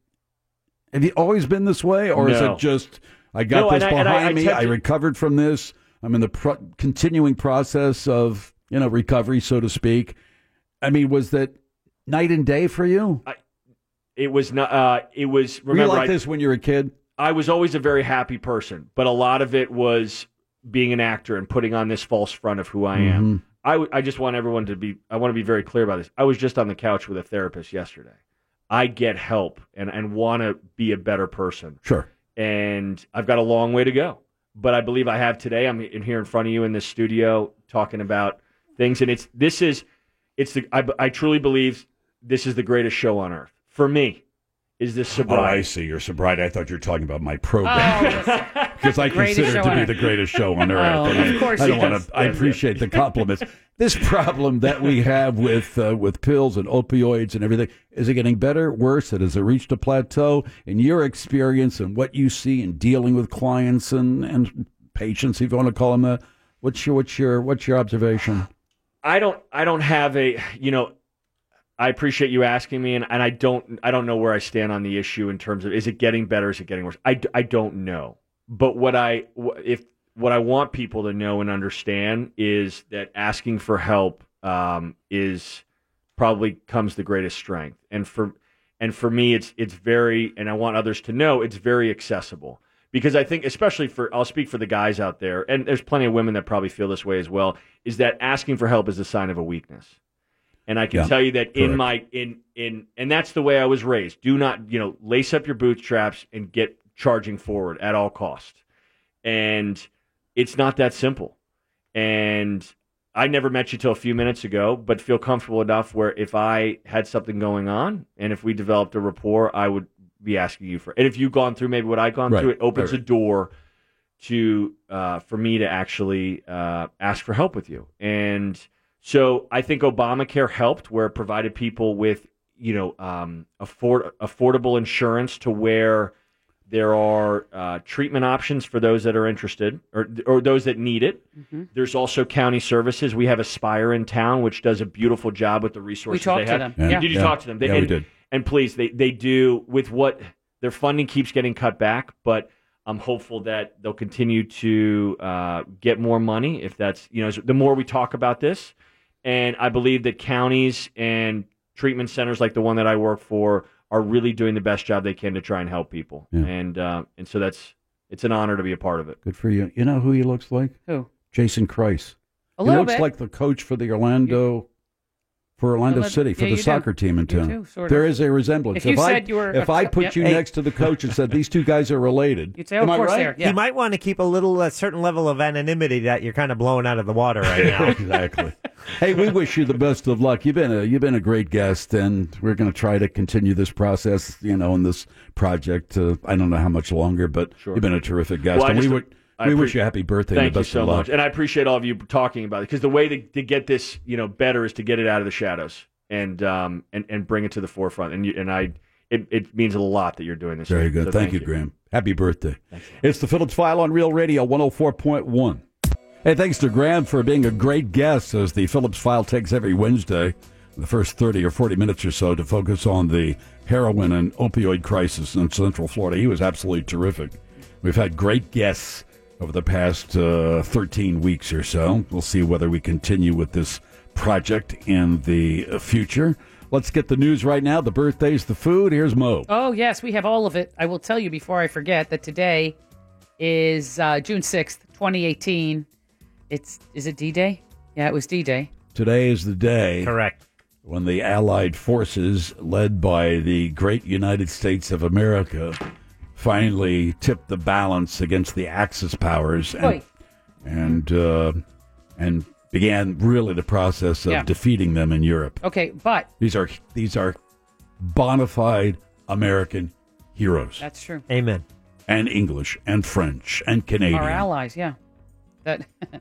S5: have you always been this way, or is
S6: No.
S5: it just I got
S6: No,
S5: this
S6: and I-
S5: behind
S6: and I- I
S5: me?
S6: tend
S5: I
S6: to-
S5: recovered from this. I'm in the pro- continuing process of you know recovery, so to speak. I mean, was that night and day for you?
S6: It was not. Uh, it was. Remember,
S5: Were you like
S6: I,
S5: this when you were a kid?
S6: I was always a very happy person, but a lot of it was being an actor and putting on this false front of who I
S5: Mm-hmm.
S6: am. I, w- I just want everyone to be, I want to be very clear about this. I was just on the couch with a therapist yesterday. I get help and, and want to be a better person.
S5: Sure.
S6: And I've got a long way to go, but I believe I have today. I'm in here in front of you in this studio talking about things. And it's, this is, it's the, I, I truly believe this is the greatest show on earth for me is this
S5: Oh, I
S6: sobriety.
S5: see. Your sobriety. I thought you were talking about my program
S7: Oh,
S5: because I
S7: Greatest
S5: consider it
S7: show
S5: to
S7: on
S5: be
S7: earth.
S5: the greatest show on earth.
S7: Oh,
S5: And
S7: of course
S5: I don't
S7: it
S5: want
S7: is.
S5: to. I appreciate the compliments. this problem that we have with uh, with pills and opioids and everything is it getting better, worse? And has it reached a plateau? In your experience and what you see in dealing with clients and and patients, if you want to call them that, what's your what's your what's your observation?
S6: I don't I don't have a you know I appreciate you asking me and, and I don't I don't know where I stand on the issue in terms of is it getting better is it getting worse I, d- I don't know but what I wh- if what I want people to know and understand is that asking for help um, is probably comes the greatest strength and for and for me it's it's very and I want others to know it's very accessible because I think especially for I'll speak for the guys out there and there's plenty of women that probably feel this way as well is that asking for help is a sign of a weakness. And I can
S5: Yeah,
S6: tell you that
S5: correct.
S6: in my in in and that's the way I was raised. Do not, you know, lace up your bootstraps and get charging forward at all cost. And it's not that simple. And I never met you till a few minutes ago, but feel comfortable enough where if I had something going on and if we developed a rapport, I would be asking you for. And if you've gone through maybe what I've gone
S5: Right.
S6: through, it opens
S5: Right, right.
S6: a door to uh, for me to actually uh, ask for help with you. And so I think Obamacare helped, where it provided people with you know um, afford affordable insurance to where there are uh, treatment options for those that are interested or, or those that need it.
S7: Mm-hmm.
S6: There's also county services. We have Aspire in town, which does a beautiful job with the
S7: we
S6: resources
S7: talked
S6: they
S7: to
S6: have.
S7: them.
S5: Yeah.
S7: Yeah.
S6: Did you
S5: Yeah.
S6: talk to them?
S5: Yeah, we
S6: and,
S5: did.
S6: And please, they, they do with what their funding keeps getting cut back, but I'm hopeful that they'll continue to uh, get more money if that's, you know, the more we talk about this. And I believe that counties and treatment centers like the one that I work for are really doing the best job they can to try and help people.
S5: Yeah.
S6: And, uh, and so that's, it's an honor to be a part of it.
S5: Good for you. You know who he looks like?
S7: Who?
S5: Jason Christ.
S7: A
S5: he
S7: little
S5: looks
S7: bit.
S5: like the coach for the Orlando, for Orlando
S7: Orla-
S5: City, for
S7: yeah,
S5: the
S7: you do.
S5: soccer team in
S7: You
S5: town.
S7: do, sort
S5: There
S7: of.
S5: is a resemblance.
S7: If you
S5: I,
S7: said you were
S5: if
S7: a
S5: I
S7: co-
S5: put
S7: yeah.
S5: you
S8: Hey.
S5: next to the coach and said these two guys are related,
S7: You'd say, oh, of
S5: am I
S7: course
S5: right?
S7: they are. Yeah.
S8: You might want to keep a little a certain level of anonymity that you're kind of blowing out of the water right now.
S5: exactly. Hey, we wish you the best of luck. You've been a you've been a great guest, and we're going to try to continue this process, you know, in this project. Uh, I don't know how much longer, but you've been a terrific guest,
S6: Well, I
S5: and we
S6: just-
S5: would
S6: I
S5: we wish
S6: appre-
S5: you a happy birthday.
S6: Thank
S5: and the
S6: you
S5: best
S6: so
S5: of luck.
S6: much, and I appreciate all of you talking about it because the way to, to get this, you know, better is to get it out of the shadows and um and, and bring it to the forefront. And you and I, it, it means a lot that you're doing this.
S5: Very
S6: thing.
S5: good.
S6: So
S5: thank, you, Graham. Happy birthday. It's the Phillips File on Real Radio 104.1. Hey, thanks to Graham for being a great guest as the Phillips File takes every Wednesday, the first 30 or 40 minutes or so, to focus on the heroin and opioid crisis in Central Florida. He was absolutely terrific. We've had great guests over the past uh, 13 weeks or so. We'll see whether we continue with this project in the future Let's get the news right now. The birthdays, the food. Here's Mo.
S7: Oh, yes, we have all of it. I will tell you before I forget that today is uh, June 6th, 2018. It's Is it D Day? Yeah, it was D Day.
S5: Today is the day
S8: Correct.
S5: when the Allied forces, led by the great United States of America, finally tipped the balance against the Axis powers and
S7: Right.
S5: and uh, and began really the process of
S7: Yeah.
S5: defeating them in Europe.
S7: Okay, but
S5: These are these are bona fide American heroes
S7: that's true.
S8: Amen.
S5: and English and French and Canadian.
S7: Our allies, yeah. That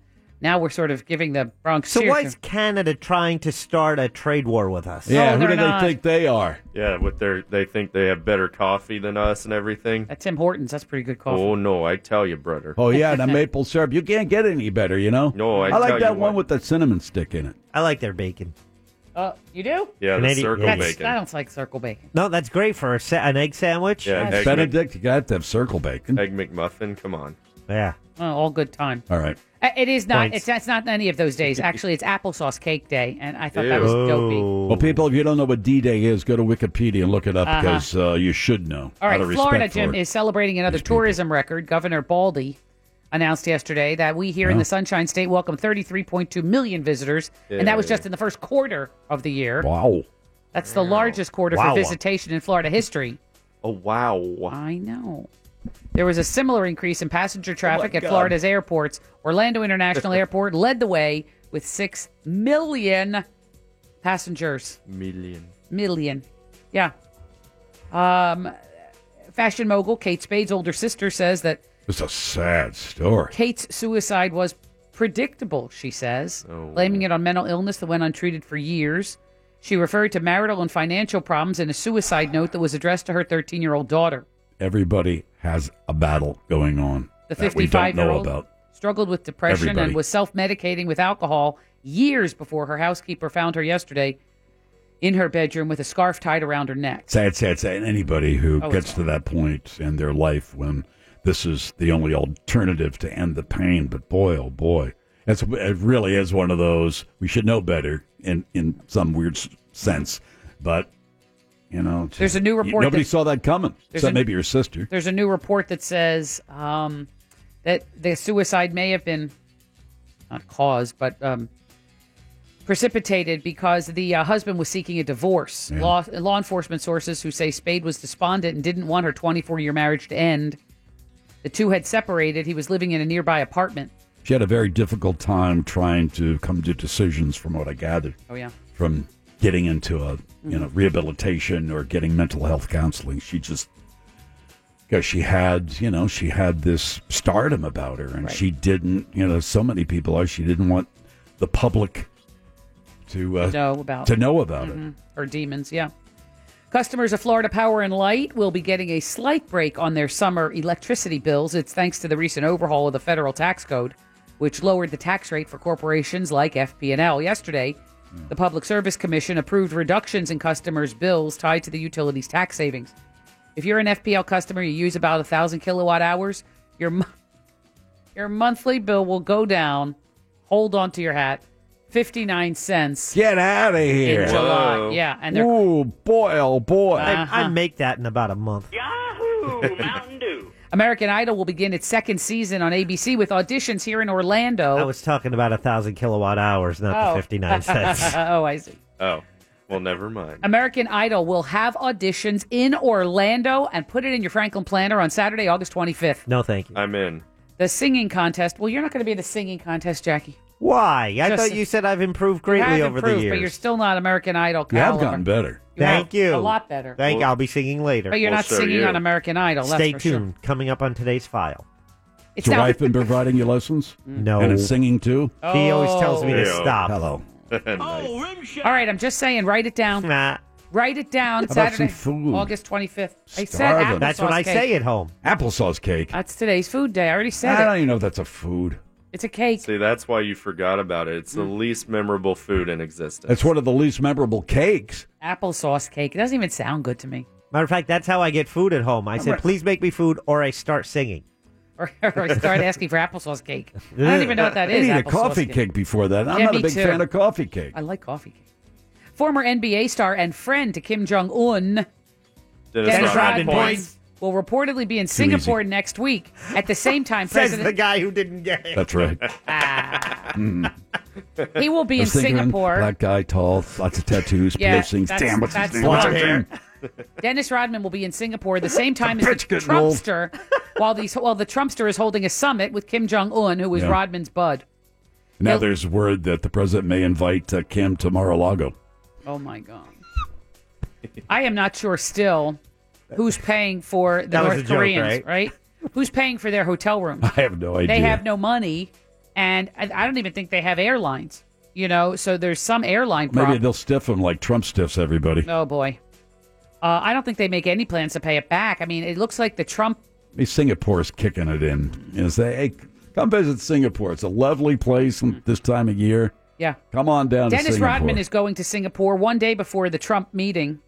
S7: Now we're sort of giving the Bronx.
S8: So
S7: cheer
S8: why
S7: to-
S8: is Canada trying to start a trade war with us?
S5: Yeah, who
S7: No, they're
S5: do
S7: not.
S5: they think they are?
S9: Yeah, with their they think they have better coffee than us and everything.
S7: That Tim Hortons, that's pretty good coffee.
S9: Oh no, I tell you, brother.
S5: Oh yeah, and a maple syrup. You can't get any better, you know.
S9: No, I
S5: like
S9: tell
S5: that
S9: you
S5: one
S9: what.
S5: with the cinnamon stick in it.
S8: I like their bacon.
S7: Uh, you do?
S9: Yeah, the
S8: Canadian-
S9: circle
S7: That's,
S9: bacon.
S7: I don't like circle bacon.
S8: No, that's great for a sa- an egg sandwich.
S9: yeah, egg, Mc-
S5: Benedict, you got to have circle bacon.
S9: egg McMuffin. Come on.
S8: Yeah.
S7: Oh, all good time.
S5: All right.
S7: Uh, It is not. It's,
S8: Points.
S7: it's not any of those days. Actually, it's applesauce cake day, and I thought that
S9: Ew.
S7: was dopey. Uh-huh.
S5: Well, people, if you don't know what D Day is, go to Wikipedia and look it up because uh, you should know.
S7: All
S5: out
S7: right,
S5: of
S7: Florida,
S5: respect for
S7: Jim,
S5: it.
S7: is celebrating another tourism record. Governor Baldy announced yesterday that we here in the Sunshine State welcome 33.2 million visitors, and that was just in the first quarter of the year.
S5: Wow.
S7: That's the largest quarter
S8: Wow.
S7: for visitation in Florida history.
S9: Oh wow.
S7: I know. There was a similar increase in passenger traffic at Florida's airports. Orlando International Airport led the way with 6 million passengers.
S9: Million.
S7: Million. Yeah. Um, fashion mogul Kate Spade's older sister says that
S5: It's a sad story.
S7: Kate's suicide was predictable, she says,
S5: Oh.
S7: blaming it on mental illness that went untreated for years. She referred to marital and financial problems in a suicide note that was addressed to her 13 year old daughter.
S5: Everybody has a battle going on
S7: The
S5: that we don't
S7: 55 year
S5: know
S7: old
S5: about.
S7: struggled with depression
S5: Everybody.
S7: and was self medicating with alcohol years before her housekeeper found her yesterday in her bedroom with a scarf tied around her neck.
S5: Sad, sad, sad. And Anybody who
S7: Oh, it's
S5: gets to that point in their life when this is the only alternative to end the pain, but boy, oh boy, that's it. Really is one of those we should know better in in some weird s- sense, but you know, it's-
S7: There's a new report
S5: Nobody
S7: that-
S5: saw that coming.
S7: There's
S5: Except
S7: a-
S5: maybe your sister.
S7: There's a new report that says um, that the suicide may have been not caused, but um, precipitated because the uh, husband was seeking a divorce. Law, law enforcement sources who say Spade was despondent and didn't want her 24 year marriage to end. The two had separated. He was living in a nearby apartment.
S5: She had a very difficult time trying to come to decisions, from what I gathered,
S7: Oh, yeah. Mm-hmm.
S5: from getting into a you know rehabilitation or getting mental health counseling. She just because she had you know she had this stardom about her, and she didn't you know so many people are she didn't want the public to uh,
S7: Know about Mm-hmm.
S5: to know about it.
S7: or demons, yeah. Customers of Florida Power and Light will be getting a slight break on their summer electricity bills. It's thanks to the recent overhaul of the federal tax code, which lowered the tax rate for corporations like FP&L. Yesterday, the Public Service Commission approved reductions in customers' bills tied to the utilities tax savings. If you're an FPL customer, you use about a thousand kilowatt hours. Your mo- your monthly bill will go down. Hold on to your hat. Fifty nine cents
S5: Get out of
S7: in
S5: here!
S7: July.
S9: Whoa.
S7: Yeah, and they're Uh-huh.
S5: Ooh, boy, oh boy!
S8: I, I make that in about a month.
S4: Yahoo! Mountain Dew.
S7: American Idol will begin its second season on ABC with auditions here in Orlando.
S8: I was talking about a thousand kilowatt hours, not
S7: Oh.
S8: the fifty-nine cents.
S7: oh, I see.
S9: Oh. Well, never mind.
S7: American Idol will have auditions in Orlando and put it in your Franklin planner on Saturday, August 25th.
S8: No, thank you.
S9: I'm in.
S7: The singing contest. Well, you're not going to be in the singing contest, Jackie.
S8: Why? I
S7: Just-
S8: thought you said I've improved
S7: You
S8: greatly
S7: have
S8: over
S7: improved,
S8: the years.
S7: but you're still not American Idol
S5: you have
S7: caliber.
S5: gotten better.
S7: You have
S8: Thank you.
S7: A lot better.
S8: Thank. I'll be singing later.
S7: but you're
S9: Well,
S7: not
S9: so
S7: singing
S9: you.
S7: on American Idol. That's
S8: Stay
S7: for
S8: tuned.
S7: Sure.
S8: Coming up on today's file.
S7: It's
S5: Your
S7: now-
S5: wife been providing you lessons
S7: Mm.
S8: No,
S5: and it's singing too.
S8: he always tells me to
S9: Oh.
S8: stop.
S5: Hello.
S4: Oh, rim shot.
S7: All right, I'm just saying, write it down.
S8: Nah,
S7: Write it down
S5: about
S7: Saturday,
S5: some food?
S7: August 25th. I said
S5: Starving.
S7: applesauce
S8: that's what I
S7: cake.
S8: say at home.
S5: Applesauce cake.
S7: That's today's food day. I already said
S5: I
S7: it.
S8: Ah.
S5: don't even know if that's a food.
S7: It's a cake.
S9: See, that's why you forgot about it. It's the
S7: Mm.
S9: least memorable food in existence.
S5: It's one of the least memorable cakes.
S7: Applesauce cake. It doesn't even sound good to me.
S8: Matter of fact, that's how I get food at home. I said, "Please make me food," or I start singing.
S7: Or, or I start asking for applesauce cake. I don't even know what that
S5: I
S7: is.
S5: need a
S7: applesauce
S5: coffee cake before that. I'm
S7: Yeah,
S5: not a
S7: me
S5: big
S7: too.
S5: fan of coffee cake.
S7: I like coffee cake. Former NBA star and friend to Kim Jong Un,
S9: Dennis, Rodman points.
S7: will reportedly be in Singapore next week. At the same time, President
S8: guy who didn't get it.
S5: That's right. Mm.
S7: he will be in
S5: I was thinking,
S7: Singapore.
S5: Black guy, tall, lots of tattoos,
S7: Yeah,
S5: piercings.
S7: that's-
S5: Damn, what's his
S7: that's
S5: name? What's his
S7: why.
S5: name?
S7: Dennis Rodman will be in Singapore at the same time as the
S5: Bitch getting old.
S7: Trumpster, while these while the Trumpster is holding a summit with Kim Jong Un, who is
S5: Yeah.
S7: Rodman's bud.
S5: Now
S7: He'll-
S5: there's word that the president may invite uh, Kim to Mar-a-Lago.
S7: Oh my god! I am not sure still who's paying for the
S5: That was
S7: North
S5: a joke,
S7: Koreans,
S5: right?
S7: right? Who's paying for their hotel rooms?
S5: I have no idea.
S7: They have no money, and I, I don't even think they have airlines. You know, so there's some airline
S5: Maybe
S7: problem.
S5: they'll stiff him like Trump stiffs everybody.
S7: Oh boy, uh, I don't think they make any plans to pay it back. I mean, it looks like the Trump
S5: Hey, Singapore's kicking it in. And say, hey, come visit Singapore. It's a lovely place in- this time of year.
S7: Yeah.
S5: Come on down to
S7: Mm. Dennis
S5: Singapore.
S7: Rodman is going to Singapore one day before the Trump meeting.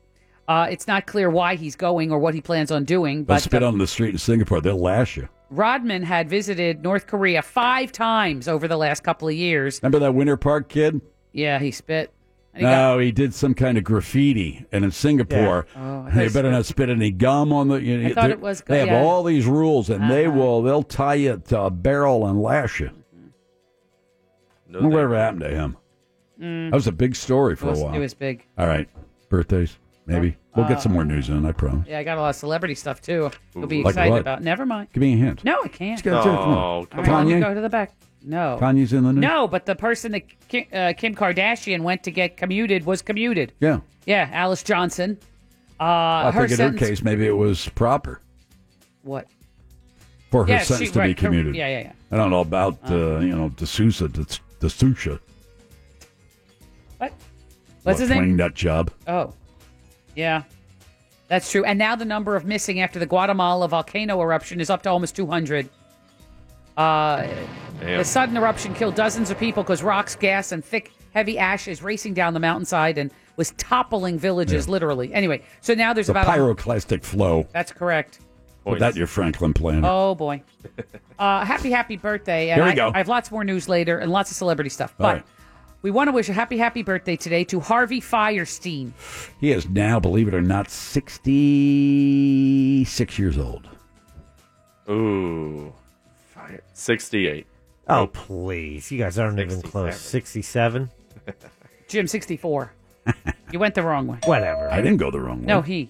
S7: Uh, it's not clear why he's going or what he plans on doing,
S5: They'll
S7: but uh,
S5: spit on the street in Singapore. They'll lash you.
S7: Rodman had visited North Korea five times over the last couple of years.
S5: Remember that Winter Park kid?
S7: Yeah, he spit. And he got-
S5: No, he did some kind of graffiti, and in Singapore,
S7: Yeah. Oh, I
S5: they
S7: thought-
S5: better not spit any gum on the. You
S7: I thought
S5: they-
S7: it was
S5: They
S7: gum,
S5: have
S7: yeah. Uh-huh.
S5: all these rules, and they will they'll tie you to a barrel and lash you. Whatever happened to him?
S7: Mm.
S5: That was a big story for
S7: It was-
S5: a while.
S7: it was big.
S5: All right, birthdays maybe we'll
S7: Uh,
S5: get some more news in. I promise.
S7: yeah, I got a lot of celebrity stuff too. You'll be
S5: Like
S7: excited
S5: what?
S7: about. Never mind.
S5: Give me a hint.
S7: No, I can't.
S5: Just gotta do it. Oh, Come on.
S7: All right, let me
S5: Kanye?
S7: go to the back. No.
S5: Kanye's in the news.
S7: No, but the person that Kim, uh, Kim Kardashian went to get commuted was commuted.
S5: Yeah,
S7: Yeah, Alice Johnson. Uh,
S5: I
S7: her
S5: think in her
S7: sentence-
S5: case maybe it was proper
S7: What?
S5: for her
S7: Yeah, she-
S5: sentence to be
S7: right, her-
S5: commuted.
S7: yeah, yeah, yeah. Oh.
S5: I don't know about uh, you know D'Souza, D'S- D'Souza.
S7: What? What's his
S5: Left-wing
S7: name?
S5: nut job.
S7: Oh, yeah, that's true. And now the number of missing after the Guatemala volcano eruption is up to almost 200. Uh,
S9: Damn.
S7: the sudden eruption killed dozens of people because rocks, gas, and thick, heavy ash is racing down the mountainside and was toppling villages, literally. Anyway, so now there's
S5: The
S7: about a-
S5: pyroclastic flow.
S7: that's correct.
S5: Put that in your Franklin planet.
S7: Oh boy. Uh, happy, happy birthday. And
S5: Here we
S7: I,
S5: go.
S7: I have lots more news later and lots of celebrity stuff.
S5: All
S7: But
S5: right.
S7: we want to wish a happy, happy birthday today to Harvey Firestein.
S5: He is now, believe it or not, 66 years old.
S9: Ooh, Fire. sixty-eight.
S8: Oh, please. You guys aren't even close. 67?
S7: Jim, 64. you went the wrong way.
S8: Whatever.
S5: I didn't go the wrong
S7: No, he.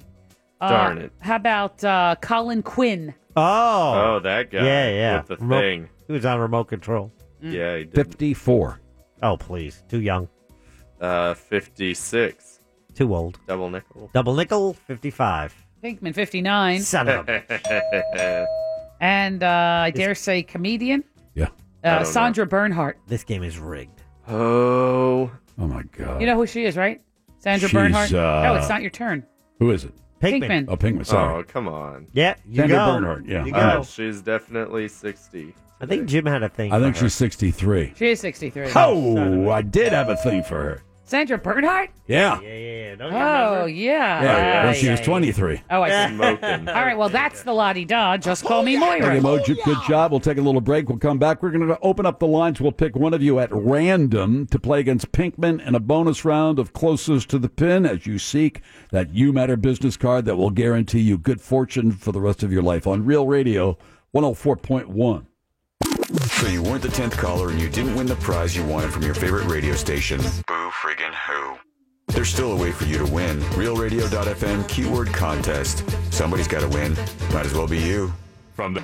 S7: Uh,
S9: Darn it.
S7: How about uh, Colin Quinn?
S8: Oh.
S9: Oh, that guy.
S8: Yeah, yeah.
S9: With the
S8: Remote-
S9: thing.
S8: He was on remote control.
S7: Mm.
S9: Yeah, he did.
S5: 54.
S8: Oh, please. Too young.
S9: Uh, fifty-six.
S8: Too old.
S9: Double nickel.
S8: Double nickel, 55.
S7: Pinkman, 59.
S8: Son of a.
S7: And uh, I dare say comedian.
S5: Yeah.
S9: I
S7: Uh,
S9: don't
S7: Sandra Bernhardt.
S8: This game is rigged.
S9: oh,
S5: Oh, my God.
S7: You know who she is, right? Sandra
S5: She's,
S7: Bernhardt.
S5: uh,
S7: no, it's not your turn.
S5: Who is it?
S7: Pinkman.
S5: Oh, Pinkman. Sorry.
S9: oh, come on.
S8: Yeah, you
S5: Sandra
S8: go.
S5: Bernhardt, yeah.
S8: You
S5: All
S9: Uh,
S8: go.
S9: she's definitely sixty.
S8: I think Jim had a thing.
S5: I think
S8: for her.
S5: she's 63.
S7: She is 63.
S5: Oh, I did have a thing for her.
S7: Sandra Bernhardt?
S5: Yeah.
S8: Yeah, yeah, yeah. Don't you
S7: Oh,
S8: remember?
S7: yeah.
S5: yeah.
S7: Uh,
S5: When she was 23.
S7: Oh, I see.
S9: Smoking.
S7: All right, well, that's the Lottie Da. Just call me
S5: Okay,
S7: Moira.
S5: Mojo, good job. We'll take a little break. We'll come back. We're going to open up the lines. We'll pick one of you at random to play against Pinkman in a bonus round of closest to the pin as you seek that You Matter business card that will guarantee you good fortune for the rest of your life on Real Radio 104.1.
S10: So you weren't the 10th caller and you didn't win the prize you wanted from your favorite radio station. Boo friggin' who? There's still a way for you to win. RealRadio.fm keyword contest. Somebody's got to win. Might as well be you. From the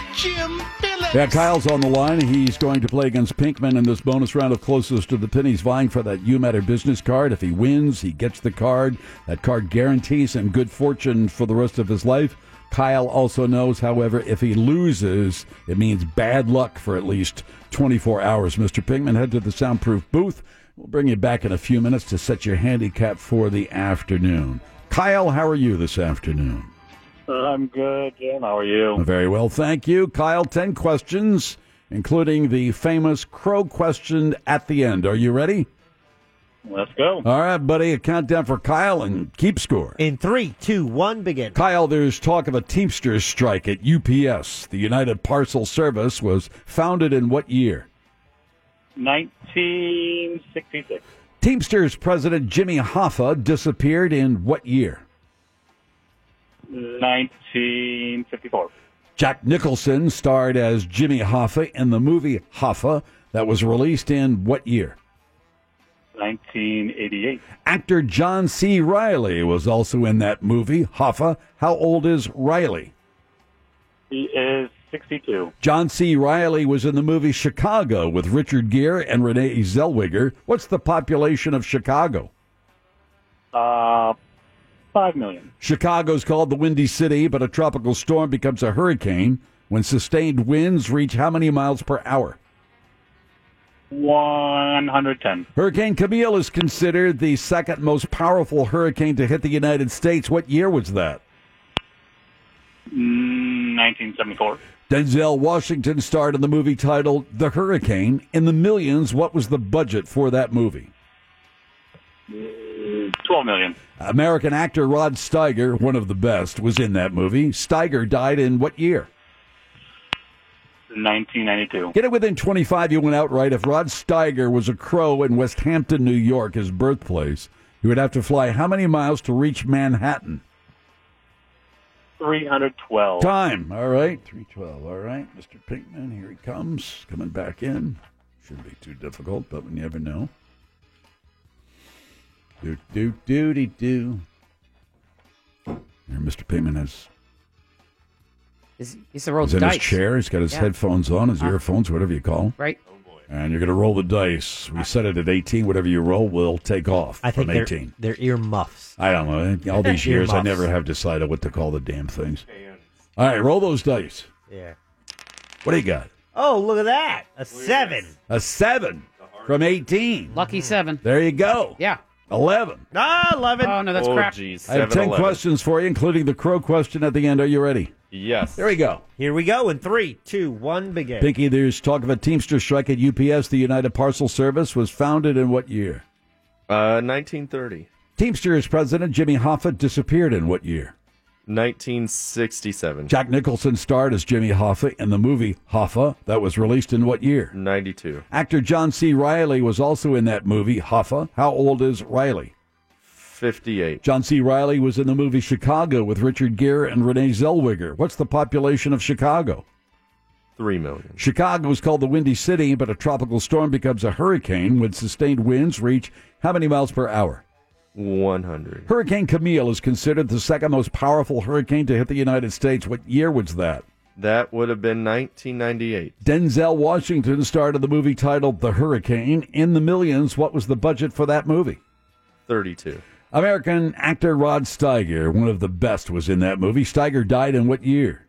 S11: Jim Phillips.
S5: Yeah, Kyle's on the line. He's going to play against Pinkman in this bonus round of closest to the pin. He's vying for that You Matter business card. If he wins, he gets the card. That card guarantees him good fortune for the rest of his life. Kyle also knows, however, if he loses, it means bad luck for at least 24 hours. Mr. Pinkman, head to the soundproof booth. We'll bring you back in a few minutes to set your handicap for the afternoon. Kyle, how are you this afternoon?
S12: I'm good, Jim. How are you?
S5: Very well, thank you. Kyle, 10 questions, including the famous crow question at the end. Are you ready?
S12: Let's go.
S5: All right, buddy, a countdown for Kyle and keep score.
S8: In three, two, one, begin.
S5: Kyle, there's talk of a Teamsters strike at UPS. The United Parcel Service was founded in what year?
S12: 1966,
S5: Teamsters president Jimmy Hoffa disappeared in what year?
S12: 1954,
S5: Jack Nicholson starred as Jimmy Hoffa in the movie Hoffa that was released in what year?
S12: 1988,
S5: Actor John C. Riley was also in that movie, Hoffa. How old is Riley?
S12: He is 62.
S5: John C. Riley was in the movie Chicago with Richard Gere and Renee Zellweger. What's the population of Chicago?
S12: Uh, 5 million.
S5: Chicago's called the Windy City, but a tropical storm becomes a hurricane when sustained winds reach how many miles per hour?
S12: 110.
S5: Hurricane Camille is considered the second most powerful hurricane to hit the United States. What year was that?
S12: Mm, 1974.
S5: Denzel Washington starred in the movie titled The Hurricane. In the millions, what was the budget for that movie?
S12: Mm, 12 million.
S5: American actor Rod Steiger, one of the best, was in that movie. Steiger died in what year?
S12: 1992.
S5: Get it within 25, you went outright. If Rod Steiger was a crow in West Hampton, New York, his birthplace, he would have to fly how many miles to reach Manhattan?
S12: 312.
S5: Time. All right. 312. All right. Mr. Pinkman, here he comes. Coming back in. Shouldn't be too difficult, but we never know. Do, do, do, de, do. And Mr. Pinkman has
S7: Is, is the roll
S5: He's
S7: the
S5: in
S7: dice.
S5: his chair. He's got his
S7: Yeah.
S5: headphones on, his
S7: Uh,
S5: earphones, whatever you call them.
S7: Right. Uh-huh.
S5: And you're going to roll the dice. We set it at 18. Whatever you roll, will take off
S8: I think
S5: from
S8: they're,
S5: 18.
S8: they're ear muffs.
S5: I don't know. All these years, I
S8: Earmuffs.
S5: never have decided what to call the damn things. All right, roll those dice.
S8: Yeah.
S5: What do you got?
S8: Oh, look at that. A seven.
S5: A seven from 18.
S7: Lucky seven.
S5: There you go.
S7: Yeah.
S5: 11.
S8: Ah, 11.
S7: Oh, no, that's
S9: Oh,
S7: crap.
S9: geez.
S5: I have 10
S9: 7-Eleven.
S5: questions for you, including the crow question at the end. Are you ready?
S9: Yes.
S5: There we go.
S8: Here we go in three, two, one, begin.
S5: Pinky, there's talk of a Teamster strike at UPS. The United Parcel Service was founded in what year?
S9: Uh, 1930.
S5: Teamsters president Jimmy Hoffa disappeared in what year?
S9: 1967.
S5: Jack Nicholson starred as Jimmy Hoffa in the movie Hoffa that was released in what year?
S9: 92.
S5: Actor John C. Riley was also in that movie Hoffa. How old is Riley?
S9: 58.
S5: John C. Riley was in the movie Chicago with Richard Gere and Renee Zellweger. What's the population of Chicago?
S9: 3 million.
S5: Chicago is called the Windy City, but a tropical storm becomes a hurricane when sustained winds reach how many miles per hour?
S9: 100.
S5: Hurricane Camille is considered the second most powerful hurricane to hit the United States. What year was that?
S9: That would have been 1998.
S5: Denzel Washington starred in the movie titled The Hurricane. In the millions, what was the budget for that movie?
S9: 32.
S5: American actor Rod Steiger, one of the best, was in that movie. Steiger died in what year?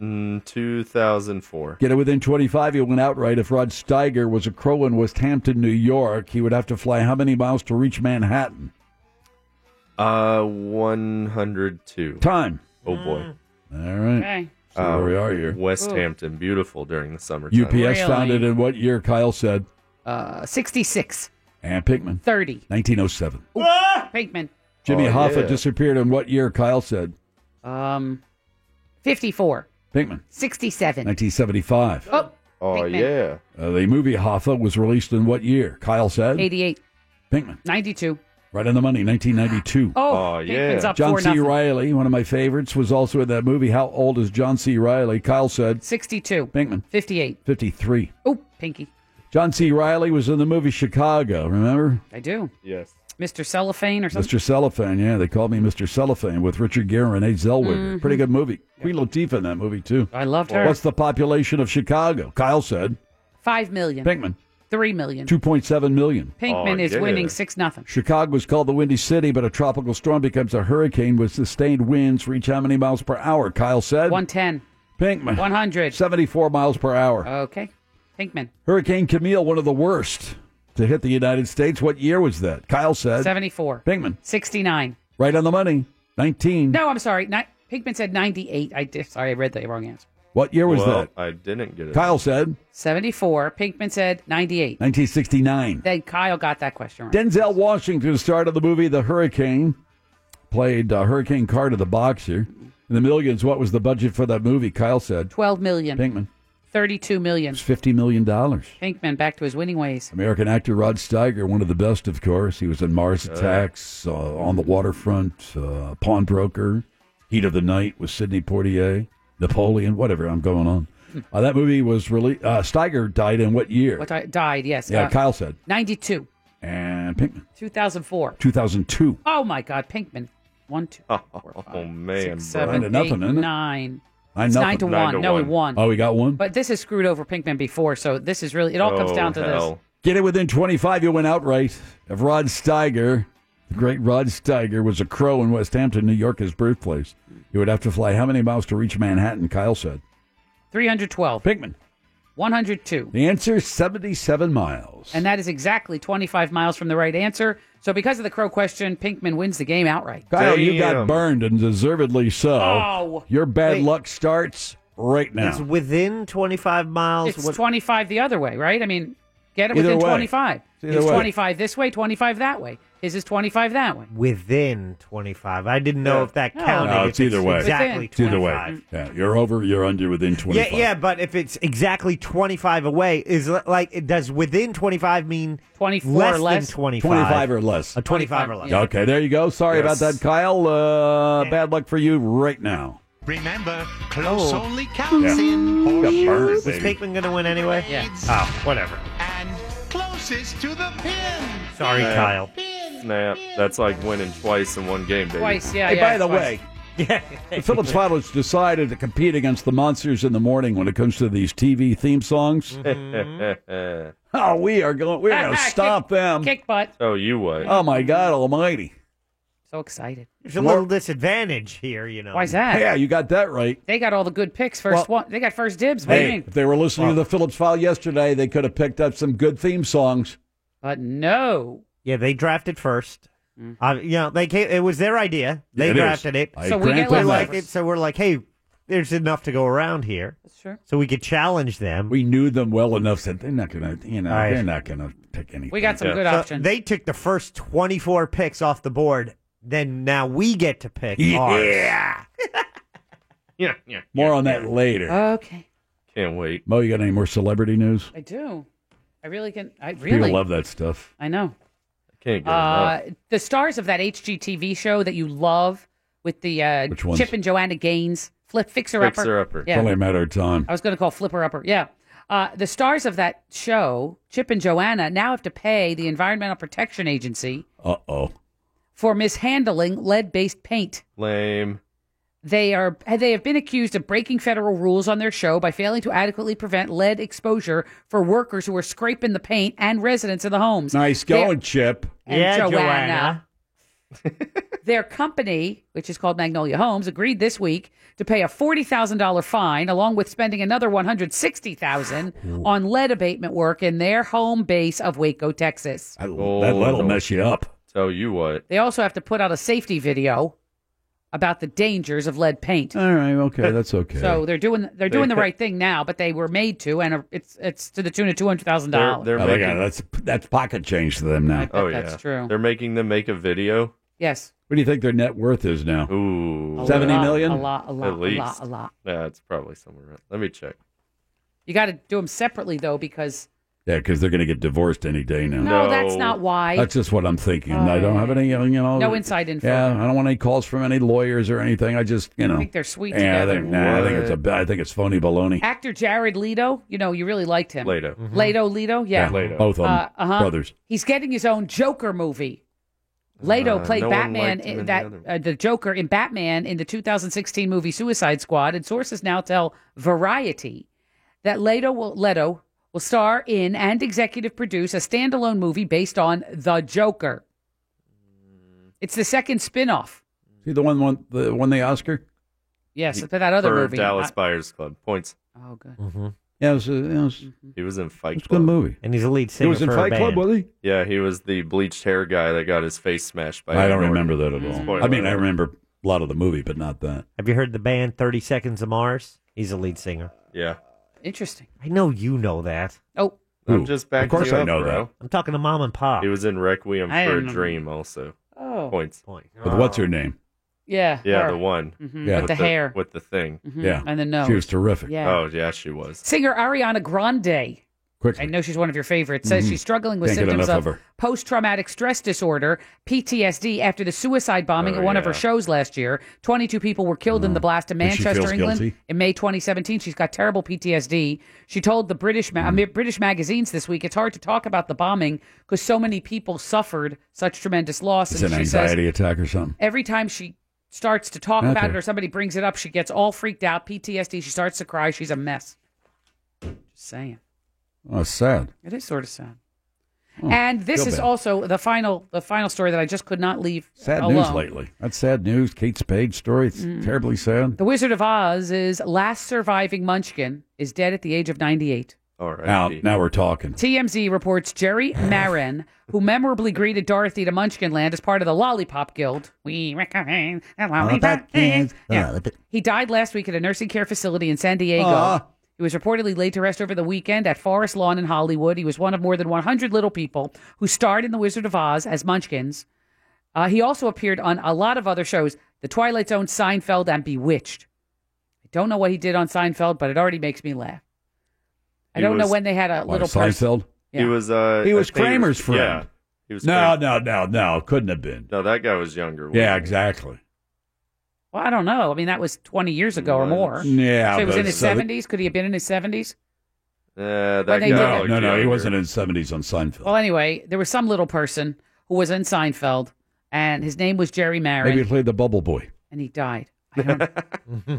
S9: Mm, 2004.
S5: Get it within 25, you went outright. If Rod Steiger was a crow in West Hampton, New York, he would have to fly how many miles to reach Manhattan?
S9: Uh, 102.
S5: Time.
S9: Oh boy.
S8: Mm.
S5: All right.
S7: Okay.
S5: So where we are here.
S9: West
S7: Ooh.
S9: Hampton, beautiful during the summertime.
S5: UPS founded in what year, Kyle said?
S7: Uh, 66.
S5: And Pinkman.
S7: 30.
S5: 1907.
S7: Pinkman.
S5: Jimmy
S9: Oh,
S5: Hoffa
S9: yeah.
S5: disappeared in what year, Kyle said?
S7: Um, 54.
S5: Pinkman.
S7: 67.
S5: 1975.
S7: Oh,
S9: Oh
S7: Pinkman.
S9: yeah.
S5: Uh, the movie Hoffa was released in what year? Kyle said.
S7: 88.
S5: Pinkman.
S7: 92.
S5: Right on the money, 1992.
S7: Oh,
S9: Oh, yeah.
S7: Pinkman's up
S5: John
S7: 4
S5: C.
S7: nothing.
S5: Riley, one of my favorites, was also in that movie. How old is John C. Riley? Kyle said.
S7: 62.
S5: Pinkman.
S7: 58.
S5: 53.
S7: Oh, Pinky.
S5: John C. Riley was in the movie Chicago, remember?
S7: I do.
S9: Yes.
S7: Mr. Cellophane or something.
S5: Mr. Cellophane, yeah. They called me Mr. Cellophane with Richard Gere and Renee Zellweger. Pretty good movie. Queen Latifah in that movie, too.
S7: Mm-hmm. I loved her.
S5: What's the population of Chicago? Kyle said.
S7: 5 million.
S5: Pinkman,
S7: 3 million.
S5: 2.7 million.
S7: Pinkman
S9: Oh,
S7: is
S9: yeah.
S7: winning 6 nothing.
S5: Chicago is called the Windy City, but a tropical storm becomes a hurricane with sustained winds reach how many miles per hour? Kyle said.
S7: 110.
S5: Pinkman.
S7: 100.
S5: 74 miles per hour.
S7: Okay. Pinkman.
S5: Hurricane Camille, one of the worst to hit the United States. What year was that? Kyle said.
S7: 74.
S5: Pinkman.
S7: 69.
S5: Right on the money. 19.
S7: No, I'm sorry. Not, Pigman said 98. I did, sorry, I read the wrong answer.
S5: What year was
S9: Well,
S5: that?
S9: I didn't get it.
S5: Kyle said
S7: 74. Pinkman said 98.
S5: 1969.
S7: Then Kyle got that question right.
S5: Denzel Washington, starred in the movie The Hurricane, played uh, Hurricane Carter, the boxer. In the millions, what was the budget for that movie? Kyle said
S7: 12 million.
S5: Pinkman.
S7: 32 million.
S5: It's $50 million.
S7: Pinkman back to his winning ways.
S5: American actor Rod Steiger, one of the best, of course. He was in Mars
S9: Uh-huh.
S5: Attacks, uh, On the Waterfront, uh, Pawnbroker, Heat of the Night with Sidney Portier, Napoleon, whatever. I'm going on. Uh, that movie was really. Uh, Steiger died in what year?
S7: Hmm. What I, died, yes.
S5: yeah,
S7: uh,
S5: Kyle said.
S7: 92.
S5: And Pinkman,
S7: 2004.
S5: 2002.
S7: Oh, my God. Pinkman. One, two,
S9: Oh, man,
S7: six,
S9: bro.
S7: seven, eight, nine.
S5: Nine
S7: It's
S5: nothing.
S7: nine to
S5: Nine
S7: one.
S5: to
S7: no,
S5: one.
S7: he won.
S5: Oh, he got one?
S7: But this has screwed over Pinkman before, so this is really, it all
S5: Oh,
S7: comes down to this.
S5: Get it within 25, you win outright of Rod Steiger. The great Rod Steiger was a crow in West Hampton, New York, his birthplace. He would have to fly how many miles to reach Manhattan, Kyle said.
S7: 312.
S5: Pinkman.
S7: 102.
S5: The answer 77 miles.
S7: And that is exactly 25 miles from the right answer. So because of the crow question, Pinkman wins the game outright.
S5: Kyle, you got burned and deservedly so.
S7: Oh.
S5: Your bad
S7: Wait.
S5: luck starts right now.
S7: It's
S8: within 25 miles.
S7: It's 25 the other way, right? I mean, get it
S5: Either
S7: within
S5: way.
S7: 25.
S8: It's either
S7: It's
S8: way.
S7: 25 this way, 25 that way. His is 25 that way.
S8: Within 25. I didn't know if that
S7: No.
S8: counted.
S5: No,
S8: if
S5: it's either way.
S8: Exactly
S5: It's either
S8: 25.
S5: way. Yeah, you're over, you're under within 25.
S8: Yeah, yeah, but if it's exactly 25 away, is li- like it does within 25 mean
S7: 24
S8: less,
S7: or less?
S8: than 25?
S5: 25 or less.
S8: A 25 or less.
S5: Okay, there you go. Sorry
S8: Yes.
S5: about that, Kyle. Uh, bad luck for you right now.
S11: Remember, close
S8: Oh.
S11: only counts
S5: Yeah.
S11: in
S5: Got
S11: horseshoes.
S5: burned, baby.
S8: Is Pinkman going to win anyway?
S7: Yeah.
S8: Oh, whatever.
S11: And closest to the pin.
S8: Sorry,
S9: Nah.
S8: Kyle.
S9: Nah, that's like winning twice in one game, baby.
S7: Twice, yeah.
S5: Hey,
S7: yeah,
S5: by the
S7: twice.
S5: way, the Phillips Phillips decided to compete against the monsters in the morning when it comes to these TV theme songs.
S8: Mm-hmm.
S5: oh, we are going. We're going to stop them.
S7: Kick butt.
S9: oh, you what?
S5: Oh my God Almighty!
S7: So excited.
S8: There's a little disadvantage here, you know.
S7: Why is that?
S5: Yeah, you got that right.
S7: They got all the good picks. First one. They got first dibs. What do you
S5: Hey,
S7: mean?
S5: if they were listening to the Phillips File yesterday, they could have picked up some good theme songs.
S7: But no.
S8: Yeah, they drafted first. Uh, you know, they came, it was their idea. They
S5: It is.
S8: drafted it.
S5: I So we grant get
S8: They
S5: them
S8: liked
S5: that.
S8: it, so we're like, hey, there's enough to go around here.
S7: Sure.
S8: So we could challenge them.
S5: We knew them well enough that they're not going to, you know,
S8: Right.
S5: they're not going to pick anything.
S7: We got some good
S8: So
S7: options.
S8: They took the first 24 picks off the board. Then now we get to pick ours.
S5: Yeah.
S9: yeah, yeah.
S5: More on that later.
S7: Okay.
S9: Can't wait.
S5: Mo, you got any more celebrity news?
S7: I do. I really can. I
S5: People
S7: really.
S5: love that stuff.
S7: I know.
S9: Can't get
S7: Uh,
S9: enough.
S7: the stars of that HGTV show that you love with the uh,
S5: Which ones?
S7: Chip and Joanna Gaines, Flip Fixer Upper.
S9: Fixer-upper.
S7: Yeah.
S5: It's only a matter of time.
S7: I was going to call Flipper Upper. Yeah. Uh, the stars of that show, Chip and Joanna, now have to pay the Environmental Protection Agency
S5: Uh oh.
S7: for mishandling lead based paint.
S9: Lame.
S7: They are they have been accused of breaking federal rules on their show by failing to adequately prevent lead exposure for workers who are scraping the paint and residents of the homes.
S5: Nice
S7: They're-
S5: going, Chip.
S7: and Joanna. Their company, which is called Magnolia Homes, agreed this week to pay a forty thousand dollar fine, along with spending another one hundred sixty thousand on lead abatement work in their home base of Waco, Texas.
S5: I,
S9: Oh,
S5: that lead'll mess you up.
S9: Tell you what.
S7: They also have to put out a safety video about the dangers of lead paint.
S5: All right, okay, that's okay.
S7: So they're doing they're doing the
S9: They-
S7: right thing now, but they were made to, and it's it's to the tune of two hundred thousand
S9: They're,
S7: dollars.
S9: they're
S5: Oh, they
S9: making,
S5: got- that's that's pocket change to them now.
S9: oh, yeah.
S7: that's true.
S9: They're making them make a video.
S7: Yes,
S5: What do you think their net worth is now?
S9: Ooh.
S7: A
S5: Seventy
S7: lot,
S5: million.
S7: a lot, a lot,
S9: At least.
S7: a lot, a lot.
S9: Yeah, it's probably somewhere. around- Let me check.
S7: You got to do them separately though, because
S5: Yeah, because they're going to get divorced any day now.
S7: no, that's not why.
S5: That's just what I'm thinking. I don't have any, you know.
S7: No inside info.
S5: Oh, Yeah, I don't want any calls from any lawyers or anything. I just, you know.
S7: think they're sweet
S5: Yeah, I
S7: together.
S5: think, nah, I think it's a, I think it's phony baloney.
S7: Actor Jared Leto, you know, you really liked him.
S9: Leto.
S7: Leto, Leto, yeah.
S9: Leto.
S5: both of them
S7: Mm-hmm. Uh, uh-huh.
S5: brothers.
S7: He's getting his own Joker movie. Leto
S9: Uh,
S7: played
S9: no one
S7: Batman
S9: liked him
S7: in
S9: in
S7: that
S9: the other
S7: uh, the Joker in Batman in the 2016 movie Suicide Squad, and sources now tell Variety that Leto will Leto will star in and executive produce a standalone movie based on the Joker. It's the second spin-off.
S5: See the one won the won the Oscar.
S7: Yes, but that other
S9: For
S7: movie.
S9: Dallas
S7: I-
S9: Buyers Club. Points.
S8: Mm-hmm.
S7: oh, good.
S5: Yeah, it was, a, it was
S7: Mm-hmm.
S9: He was in Fight
S5: a good
S9: Club.
S5: movie.
S8: And he's a lead
S5: He was in Fight Club, was he?
S9: Yeah, he was the bleached hair guy that got his face smashed by.
S5: I don't
S9: Edward.
S5: remember that at all.
S9: Spoiler
S5: I mean, I
S9: alert.
S5: remember a lot of the movie, but not that.
S8: Have you heard the band Thirty Seconds of Mars? He's a lead singer.
S9: Yeah.
S7: Interesting.
S8: I know you know that.
S7: Oh,
S9: I'm just backing
S8: Of course
S9: you
S8: I
S9: up,
S8: know
S9: bro.
S8: that. I'm talking to mom and pop.
S9: He was in Requiem
S8: I
S9: for a
S8: didn't-
S9: Dream, also.
S7: Oh.
S9: Points.
S8: Point.
S5: With what's her name?
S7: Yeah,
S9: Yeah,
S7: her.
S9: the one.
S7: Mhm, Yeah. with the
S9: the
S7: hair.
S9: With the thing.
S7: Mhm, Yeah. and the nose. She was terrific. Yeah.
S9: Oh, yeah, she was.
S7: Singer Ariana Grande.
S5: Quickly.
S7: I know she's one of your favorites. Says
S9: Mhm.
S7: she's struggling with
S9: Can't get
S7: symptoms
S9: enough
S7: of,
S9: of her.
S7: post traumatic stress disorder, PTSD, after the suicide bombing
S13: Oh,
S7: at one of her
S13: yeah.
S7: shows last year. 22 people were killed in the blast in
S13: But she
S7: Manchester,
S13: feels
S7: England
S13: guilty.
S7: in May 2017. She's got terrible PTSD. She told the British, ma- uh, British magazines this week it's hard to talk about the bombing because so many people suffered such tremendous loss.
S5: It's
S7: and
S5: an
S7: she says
S5: anxiety attack or something.
S7: every time she starts to talk about
S5: Okay.
S7: it or somebody brings it up, she gets all freaked out, PTSD. She starts to cry. She's a mess. Just saying.
S5: Oh, that's sad.
S7: It is sort of sad.
S5: Oh,
S7: and this
S5: feel
S7: is
S5: bad.
S7: also the final the final story that I just could not leave
S5: Sad
S7: alone.
S5: news lately. That's sad news. Kate Spade story. It's
S7: Oh, Mm.
S5: terribly sad.
S7: The Wizard of Oz is last surviving Munchkin is dead at the age of 98.
S9: All right.
S5: Now, now we're talking.
S7: TMZ reports Jerry Marin, who memorably greeted Dorothy to Munchkinland as part of the Lollipop Guild. We recommend the Lollipop Guild.
S5: Ah,
S7: Yeah. He died last week at a nursing care facility in San Diego.
S13: Aw.
S7: He was reportedly laid to rest over the weekend at Forest Lawn in Hollywood. He was one of more than 100 little people who starred in The Wizard of Oz as Munchkins. Uh, he also appeared on a lot of other shows The Twilight Zone, Seinfeld, and Bewitched. I don't know what he did on Seinfeld, but it already makes me laugh. I
S9: He
S7: don't know
S9: was-
S7: when they had a
S5: Why,
S7: little person.
S5: Seinfeld.
S9: He was. Uh,
S5: he
S9: I
S5: was
S9: think
S5: Kramer's friend.
S9: Yeah. He was.
S5: no, no, no, no. Couldn't have been.
S9: No, that guy was younger. wasn't
S5: Yeah,
S9: he?
S5: exactly.
S7: Well, I don't know. I mean, that was 20 years ago or more.
S5: Yeah,
S7: So he was
S5: but
S7: in his
S5: so-
S7: 70s. Could he have been in his 70s?
S9: Uh,
S7: When
S9: that
S7: they
S9: guy.
S7: did
S5: No,
S9: looked
S5: no, no. He
S9: younger.
S5: wasn't in seventies on Seinfeld.
S7: Well, anyway, there was some little person who was in Seinfeld, and his name was Jerry Marin,
S5: Maybe he played the Bubble Boy.
S7: and he died. I don't,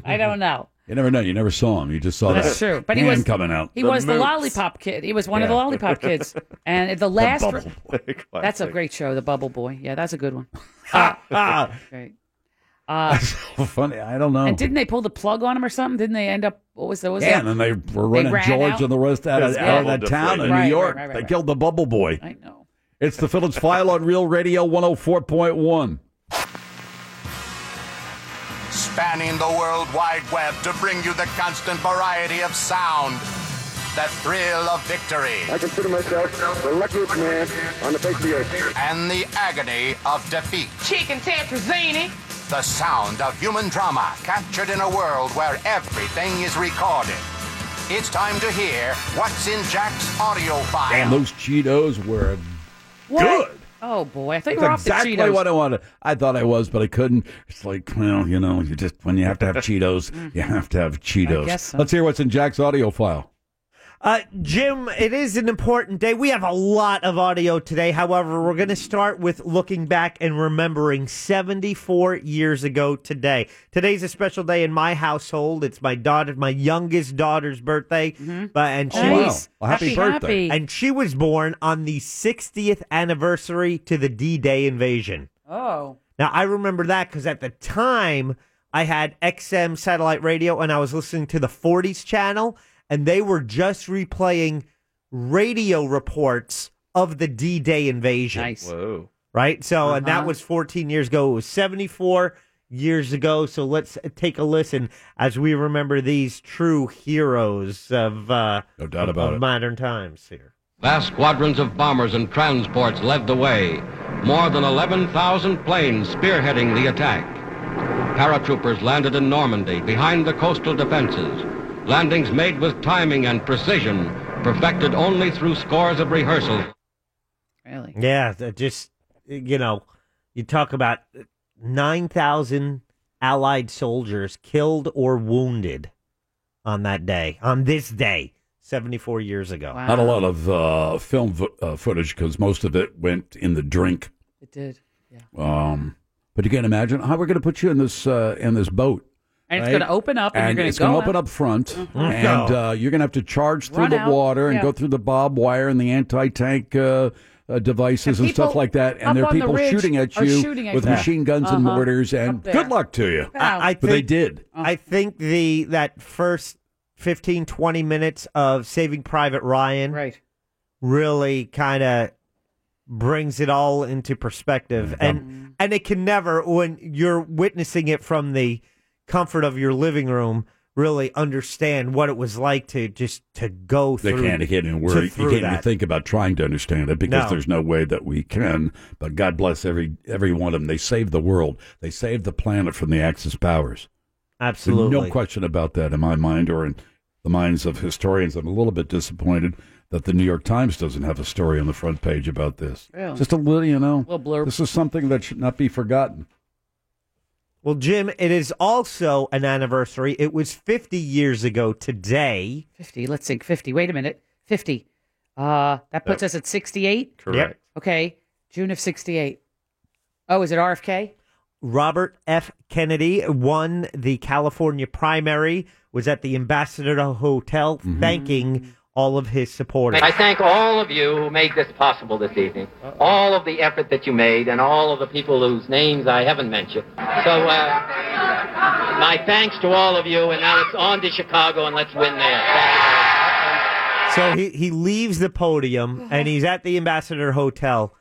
S7: I don't know.
S5: You never know. You never saw him. You just saw
S7: That's
S5: that
S7: true. But he
S5: hand
S7: was
S5: coming out.
S7: He was the lollipop kid. He was one of the
S5: Yeah.
S7: lollipop kids. And the last.
S5: Bubble
S7: that's a great show, The Bubble Boy. Yeah, that's a good one.
S5: ah.
S7: Great. Uh,
S5: Oh, Funny. I don't know.
S7: And didn't they pull the plug on him or something? Didn't they end up? What was the? what Was
S5: yeah, and
S7: the-
S5: then they were running
S7: ran
S5: George
S7: out?
S5: and the rest out of,
S7: His
S5: out
S7: bubble
S5: of that town in
S7: deflated. Right,
S5: New York.
S7: right, right,
S5: they
S7: right,
S5: killed the Bubble Boy.
S7: I know.
S5: It's the Phillips File on Real Radio 104.1.
S14: spanning the World Wide Web to bring you the constant variety of sound, the thrill of victory,
S15: I consider myself the luckiest man on the face of the earth.
S14: and the agony of defeat. Chicken tetrazini. The sound of human drama captured in a world where everything is recorded. It's time to hear what's in Jack's audio file.
S5: Damn, those Cheetos were good.
S7: Oh boy, I thought you
S5: That's
S7: were
S5: exactly
S7: off the Cheetos.
S5: what I wanted. I thought I was, but I couldn't. It's like, well, you know, you just when you have to have Cheetos,
S7: Mm-hmm.
S5: you have to have Cheetos.
S8: guess so.
S5: Let's hear what's in Jack's audio file.
S8: Uh, Jim, it is an important day. We have a lot of audio today. However, we're going to start with looking back and remembering 74 years ago today. Today's a special day in my household. It's my daughter, my youngest daughter's birthday. But and she
S5: Oh, wow. Well, happy Happy, birthday. happy.
S8: And she was born on the 60th anniversary to the D-Day invasion.
S7: Oh.
S8: Now I remember that because at the time I had XM satellite radio and I was listening to the 40s channel and they were just replaying radio reports of the D-Day invasion. Nice.
S9: Whoa.
S8: Right? So and that
S9: Uh-huh.
S8: was 14 years ago. It was 74 years ago. So let's take a listen as we remember these true heroes of uh no doubt
S16: about
S8: of
S16: it.
S8: modern times here.
S16: Vast squadrons of bombers and transports led the way. More than 11,000 planes spearheading the attack. Paratroopers landed in Normandy behind the coastal defenses. Landings made with timing and precision, perfected only through scores of rehearsals.
S7: Really?
S8: Yeah, that just you know, you talk about nine thousand Allied soldiers killed or wounded on that day, on this day, seventy-four years ago.
S5: Not a lot of uh, film vo- uh, footage because most of it went in the drink.
S7: It did.
S5: Um, but you can't imagine how we're going to put you in this uh, in this boat.
S7: And it's gonna open up and you're gonna
S5: it's gonna
S7: go
S5: open
S7: out.
S5: up front,
S8: Mm-hmm.
S7: Mhm.
S5: and
S7: No.
S5: uh, you're going to have to charge through
S7: Run
S5: the
S7: out.
S5: water and
S7: Yeah.
S5: go through the bob wire and the anti tank uh, uh, devices and, stuff
S7: people
S5: like that.
S7: up
S5: And there are
S7: on the
S5: people
S7: ridge
S5: shooting at
S7: are
S5: you
S7: shooting at
S5: with
S7: you.
S5: machine guns and
S7: Uh-huh.
S5: mortars.
S7: Up
S5: And
S7: there.
S5: good luck to you.
S8: I, I
S5: but they did.
S8: I think the that first 15, 20 minutes of Saving Private Ryan
S7: right.
S8: really kind of brings it all into perspective. And and it can never, when you're witnessing it from the comfort of your living room, really understand what it was like to just to go
S5: They
S8: through.
S5: can't, they can't even
S8: to-
S5: worry. You
S8: through
S5: can't even
S8: that.
S5: think about trying to understand it because
S8: No.
S5: there's no way that we can. But God bless every every one of them. They saved the world. They saved the planet from the Axis powers.
S8: Absolutely.
S5: no question about that in my mind or in the minds of historians. I'm a little bit disappointed that the New York Times doesn't have a story on the front page about this.
S7: Yeah.
S5: Just a little, you know.
S7: Little blurb.
S5: This is something that should not be forgotten.
S8: Well, Jim, it is also an anniversary. It was 50 years ago today.
S7: 50. Let's think 50. Wait a minute. 50. Uh, that puts
S8: Yep.
S7: us at 68?
S8: Correct.
S7: Okay. June of 68. Oh, is it RFK?
S8: Robert F. Kennedy won the California primary, was at the Ambassador Hotel thanking all of his supporters.
S13: I thank all of you who made this possible this evening. All of the effort that you made and all of the people whose names I haven't mentioned. So, uh, my thanks to all of you, and now it's on to Chicago and let's win there.
S8: So he, he leaves the podium and he's at the Ambassador Hotel.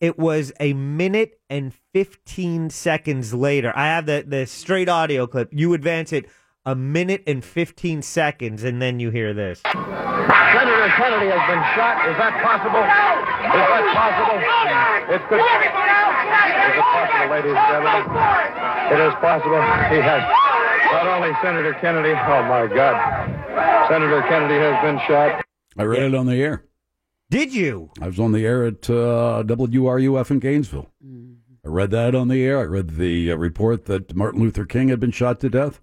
S8: It was a minute and 15 seconds later. I have the, the straight audio clip. You advance it a minute and 15 seconds, and then you hear this.
S15: Senator Kennedy has been shot. Is that possible? Is that possible? It could. Is it possible, ladies and gentlemen? It is possible. He has. Not only Senator Kennedy. Oh my God. Senator Kennedy has been shot.
S5: I read it on the air.
S8: Did you?
S5: I was on the air at uh, WRUF in Gainesville.
S7: Mm-hmm.
S5: I read that on the air. I read the uh, report that Martin Luther King had been shot to death.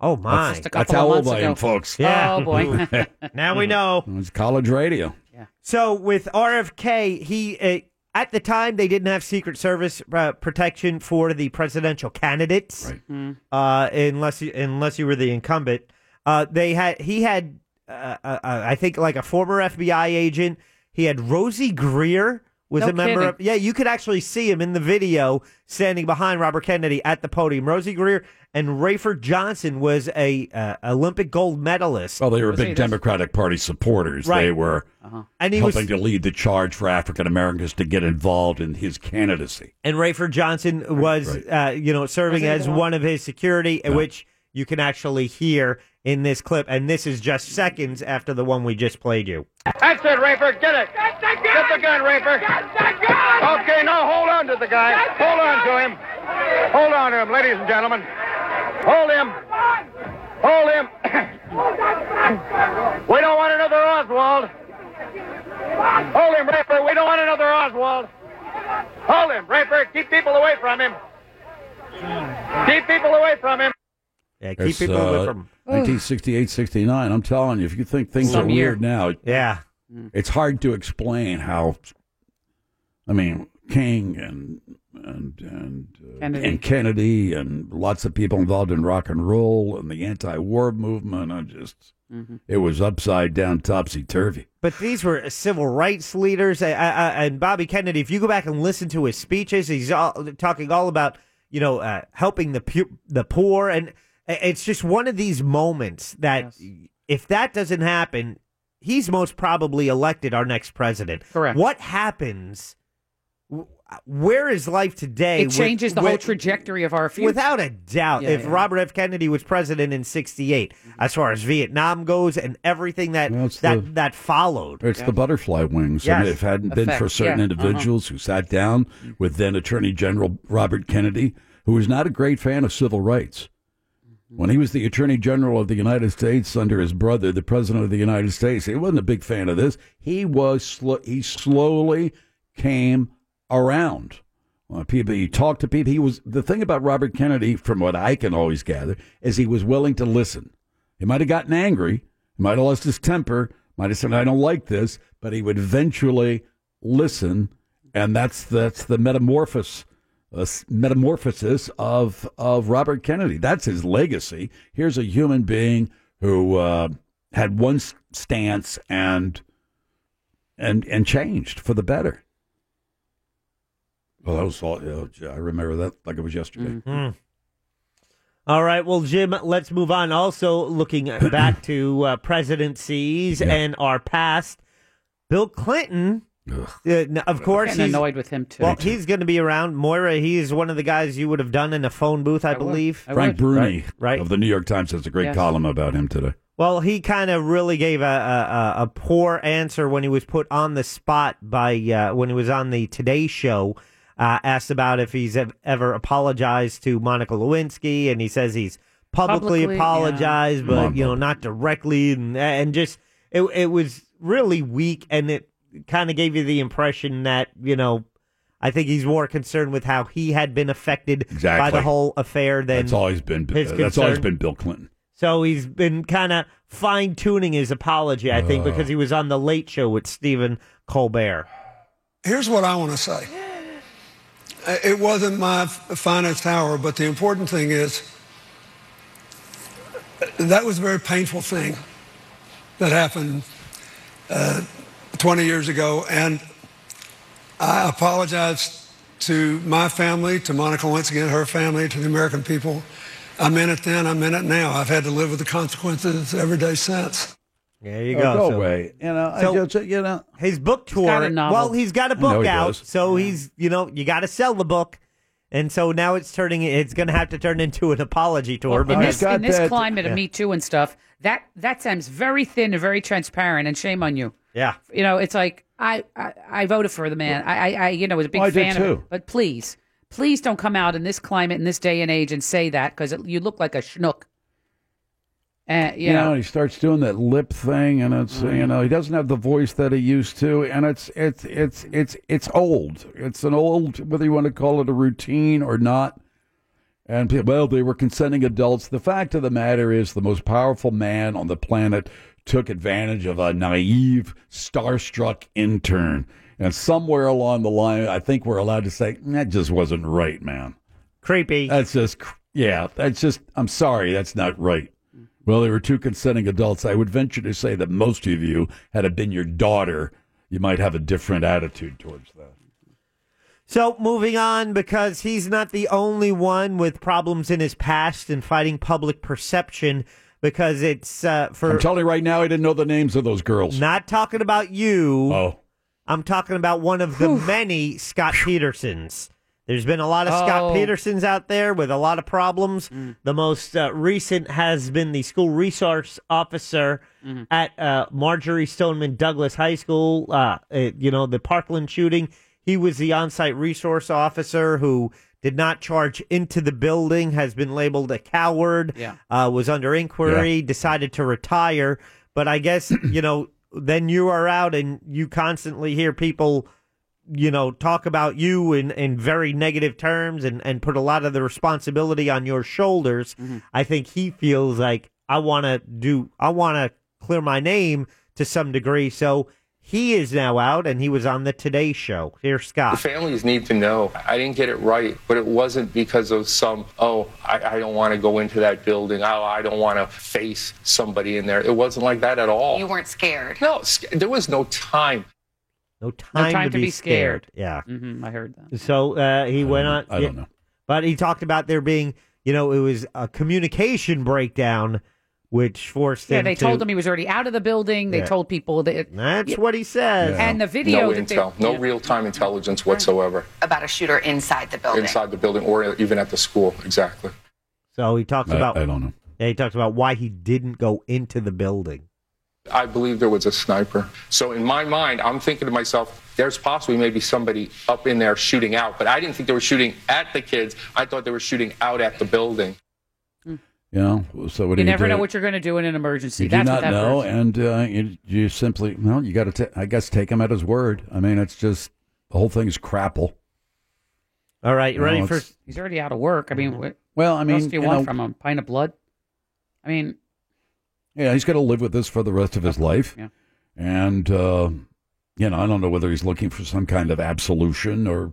S8: Oh my!
S5: That's, that's how old I am, folks.
S8: Yeah.
S7: Oh,
S8: now we know.
S5: It's college radio.
S8: So with RFK, he uh, at the time they didn't have Secret Service uh, protection for the presidential candidates,
S7: Mm.
S8: uh, unless you, unless you were the incumbent. Uh, they had he had uh, uh, uh, I think like a former FBI agent. He had Rosie Greer was
S7: No
S8: a member of
S7: kidding.
S8: yeah, you could actually see him in the video standing behind Robert Kennedy at the podium. Rosie Greer and Rayford Johnson was a uh, Olympic gold medalist.
S5: Well, Oh, they were big Democratic Party supporters.
S8: Right. Uh-huh.
S5: They were
S8: And he was-
S5: helping to lead the charge for African Americans to get involved in his candidacy.
S8: And Rayford Johnson was, uh, you know, serving as one of his security, which you can actually hear in this clip. And this is just seconds after the one we just played you.
S4: That's it, Rafer. Get it. Get the gun, Rafer. Okay, now hold on to the guy. Hold on to him. Hold on to him, ladies and gentlemen. Hold him. Hold him. we don't want another Oswald. Hold him, Rafer. We don't want another Oswald. Hold him, Rafer. Keep people away from him. Keep people away from him.
S8: Yeah,
S5: It's,
S8: people away
S5: uh,
S8: from- Ugh.
S5: 1968, 69. I'm telling you, if you think things
S8: Some
S5: are
S8: year.
S5: weird now,
S8: yeah,
S5: it's hard to explain how. I mean, King and and and uh,
S7: Kennedy.
S5: and Kennedy and lots of people involved in rock and roll and the anti-war movement. I just,
S8: Mm-hmm.
S5: it was upside down, topsy turvy.
S8: But these were civil rights leaders, uh, uh, uh, and Bobby Kennedy. If you go back and listen to his speeches, he's all, talking all about you know uh, helping the pu- the poor, and it's just one of these moments that if that doesn't happen, he's most probably elected our next president. Correct. What happens? Wh- Where is life today?
S7: It
S8: with-
S7: changes the whole
S8: with-
S7: trajectory of our future.
S8: Without a doubt,
S7: Yeah,
S8: if
S7: yeah.
S8: Robert F. Kennedy was president in '68, as far as Vietnam goes and everything that that
S5: the-
S8: that followed,
S5: It's the butterfly wings. and
S8: Yes.
S5: if it hadn't been for
S8: Effect,
S5: certain
S8: yeah. Uh-huh.
S5: individuals who sat down with then Attorney General Robert Kennedy, who was not a great fan of civil rights. When he was the Attorney General of the United States under his brother, the President of the United States, he wasn't a big fan of this. He was sl- he slowly came around. Uh, people, he talked to people. He was the thing about Robert Kennedy, from what I can always gather, is he was willing to listen. He might have gotten angry, he might have lost his temper, might have said, "I don't like this," but he would eventually listen, and that's that's the metamorphosis. uh, metamorphosis of of Robert Kennedy. That's his legacy. Here's a human being who uh, had one s- stance and and and changed for the better.
S7: Mm-hmm.
S5: Well, that was all. yeah, I remember that like it was yesterday.
S8: Mm. Hmm. All right, well, Jim, let's move on. Also, looking back to uh, presidencies and our past, Bill Clinton. uh, n- of course,
S7: getting
S8: he's-
S7: annoyed with him, too.
S8: Well,
S7: Me too.
S8: he's going to be around. Moira, he is one of the guys you would have done in a phone booth, I, believe.
S5: Frank Bruni
S8: Right, right.
S5: of the New York Times has a great
S8: Yes.
S5: column about him today.
S8: Well, he kind of really gave a, a a- a poor answer when he was put on the spot by uh, when he was on the Today Show. Uh, asked about if he's ev- ever apologized to Monica Lewinsky, and he says he's publicly,
S17: Publicly, yeah.
S8: apologized, but
S17: Mumble.
S8: you know not directly, and, and just it it was really weak, and it kind of gave you the impression that you know. I think he's more concerned with how he had been affected by
S5: Exactly.
S8: the whole affair than
S5: That's always been
S8: his
S5: that's always
S8: concern.
S5: been Bill Clinton.
S8: So he's been kind of fine tuning his apology, I think,
S5: Oh.
S8: because he was on the Late Show with Stephen Colbert.
S18: Here's what I want to say. Uh, It wasn't my f- finest hour, but the important thing is uh, that was a very painful thing that happened uh, 20 years ago, and I apologize to my family, to Monica Lewinsky and her family, to the American people. I meant it then. I meant it now. I've had to live with the consequences every day since.
S8: There you
S5: Oh,
S8: go.
S5: go
S8: So-
S5: away. You know, I you know,
S8: his book tour.
S5: got a novel.
S8: Well, he's got a
S5: I know
S8: book
S5: he
S8: out,
S5: does.
S8: so he's you know you got to sell the book, and so now it's turning. It's going to have to turn into an apology tour.
S7: in
S8: because-
S7: this, in this climate of Me Too and stuff, that that sounds very thin and very transparent. And shame on you.
S8: Yeah.
S7: You know, it's like I I, I voted for the man. I, I I you know was a big
S5: Well, I did
S7: fan of
S5: too.
S7: it. But please, please don't come out in this climate in this day and age and say that because you look like a schnook. And you,
S5: you
S7: know,
S5: know, he starts doing that lip thing, and it's you know he doesn't have the voice that he used to, and it's it's it's it's it's old. It's an old whether you want to call it a routine or not. And people, well, they were consenting adults. The fact of the matter is, the most powerful man on the planet took advantage of a naive, starstruck intern, and somewhere along the line, I think we're allowed to say that just wasn't right, man.
S8: Creepy.
S5: That's just cr- yeah. That's just. I'm sorry. That's not right. Well, they were two consenting adults. I would venture to say that most of you, had it been your daughter, you might have a different attitude towards that.
S8: So moving on, because he's not the only one with problems in his past and fighting public perception. Because it's uh, for
S5: I'm telling you right now, I didn't know the names of those girls.
S8: Not talking about you.
S5: Oh.
S8: I'm talking about one of the many Scott Petersons. There's been a lot of Scott
S17: Oh. Mm.
S8: Petersons out there with a lot of problems. The most uh, recent has been the school resource officer
S17: Mm-hmm.
S8: at uh, Marjorie Stoneman Douglas High School. Uh, it- you know, the Parkland shooting. He was the on site resource officer who did not charge into the building, has been labeled a coward,
S17: Yeah.
S8: uh, was under inquiry, decided to retire. But I guess, you know, then you are out and you constantly hear people, you know, talk about you in, in very negative terms and, and put a lot of the responsibility on your shoulders. I think he feels like I want to do, I want to clear my name to some degree. So he is now out and he was on the Today Show. Here's Scott.
S19: Families need to know. I didn't get it right, but it wasn't because of some, oh, I, I don't want to go into that building. Oh, I don't want to face somebody in there. It wasn't like that at all.
S20: You weren't scared.
S19: no, sc- there was no time.
S8: No time,
S7: time
S8: to, be, scared. Yeah.
S7: Mm-hmm, I heard that.
S8: So uh, he went on.
S5: I don't know.
S8: But he talked about there being, you know, it was a communication breakdown, which forced
S7: Yeah,
S8: him.
S7: they
S8: to-
S7: told him he was already out of the building. They
S8: Yeah.
S7: told people that
S8: That's what he says.
S7: And the video
S19: no
S7: that they-
S19: intel, no real time intelligence whatsoever
S20: About a shooter inside the building.
S19: inside the building or even at the school. Exactly.
S8: So he talks
S19: I-
S8: about.
S19: I
S5: don't know.
S8: Yeah, he talks about why he didn't go into the building.
S19: I believe there was a sniper. So in my mind, I'm thinking to myself, there's possibly maybe somebody up in there shooting out, but I didn't think they were shooting at the kids. I thought they were shooting out at the building.
S5: You know, so what do
S7: you never
S5: do?
S7: know what you're going to do in an emergency.
S5: you do
S7: That's
S5: not
S7: what that
S5: know,
S7: version-
S5: and uh, you, you simply well, you got to, I guess, take him at his word. I mean, it's just the whole thing's crapple.
S8: All right,
S5: you ready No, for- it's-
S7: He's already out of work. I mean, what,
S5: Well, I
S7: what
S5: mean,
S7: else do you,
S5: you
S7: want
S5: know-
S7: from him? Pint of blood. I mean,
S5: Yeah, he's going to live with this for the rest of his life.
S7: Yeah.
S5: And, uh, you know, I don't know whether he's looking for some kind of absolution or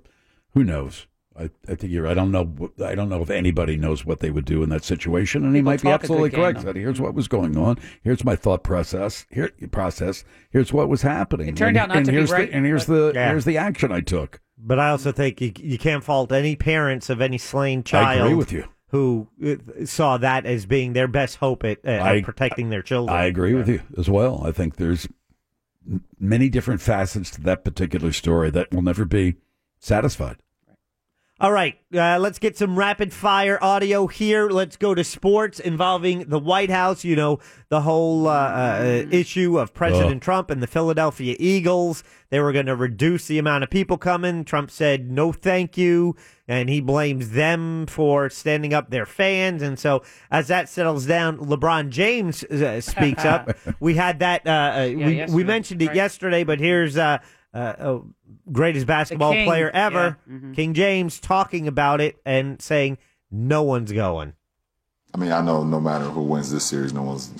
S5: who knows. I, I think you're right. I don't know. wh- I don't know if anybody knows what they would do in that situation, and he
S10: People
S5: might be
S10: talk a good
S5: absolutely
S10: game,
S5: correct.
S10: though.
S5: That here's what was going on. Here's my thought process. Here process. Here's what was happening.
S7: It
S5: and,
S7: turned out not
S5: and
S7: to be
S5: here's
S7: right,
S5: The, and here's the
S8: Yeah.
S5: here's the action I took.
S8: But I also think you, you can't fault any parents of any slain child.
S5: I agree with you.
S8: who uh, saw that as being their best hope at, at
S5: I-
S8: protecting their children.
S5: I agree with you as well. I think there's m- many different facets to that particular story that will never be satisfied.
S8: All right, uh, let's get some rapid fire audio here. Let's go to sports involving the White House. You know, the whole uh, uh, issue of President Trump and the Philadelphia Eagles. They were going to reduce the amount of people coming. Trump said, no, thank you. And he blames them for standing up their fans. And so, as that settles down, LeBron James uh, speaks up. We had that, uh, uh, we, we
S17: yesterday,
S8: mentioned it
S17: right.
S8: yesterday, but here's. Uh, uh, uh, greatest basketball
S17: king,
S8: player ever,
S17: yeah, mhm.
S8: King James talking about it and saying no one's going.
S21: I mean, I know no matter who wins this series, no one's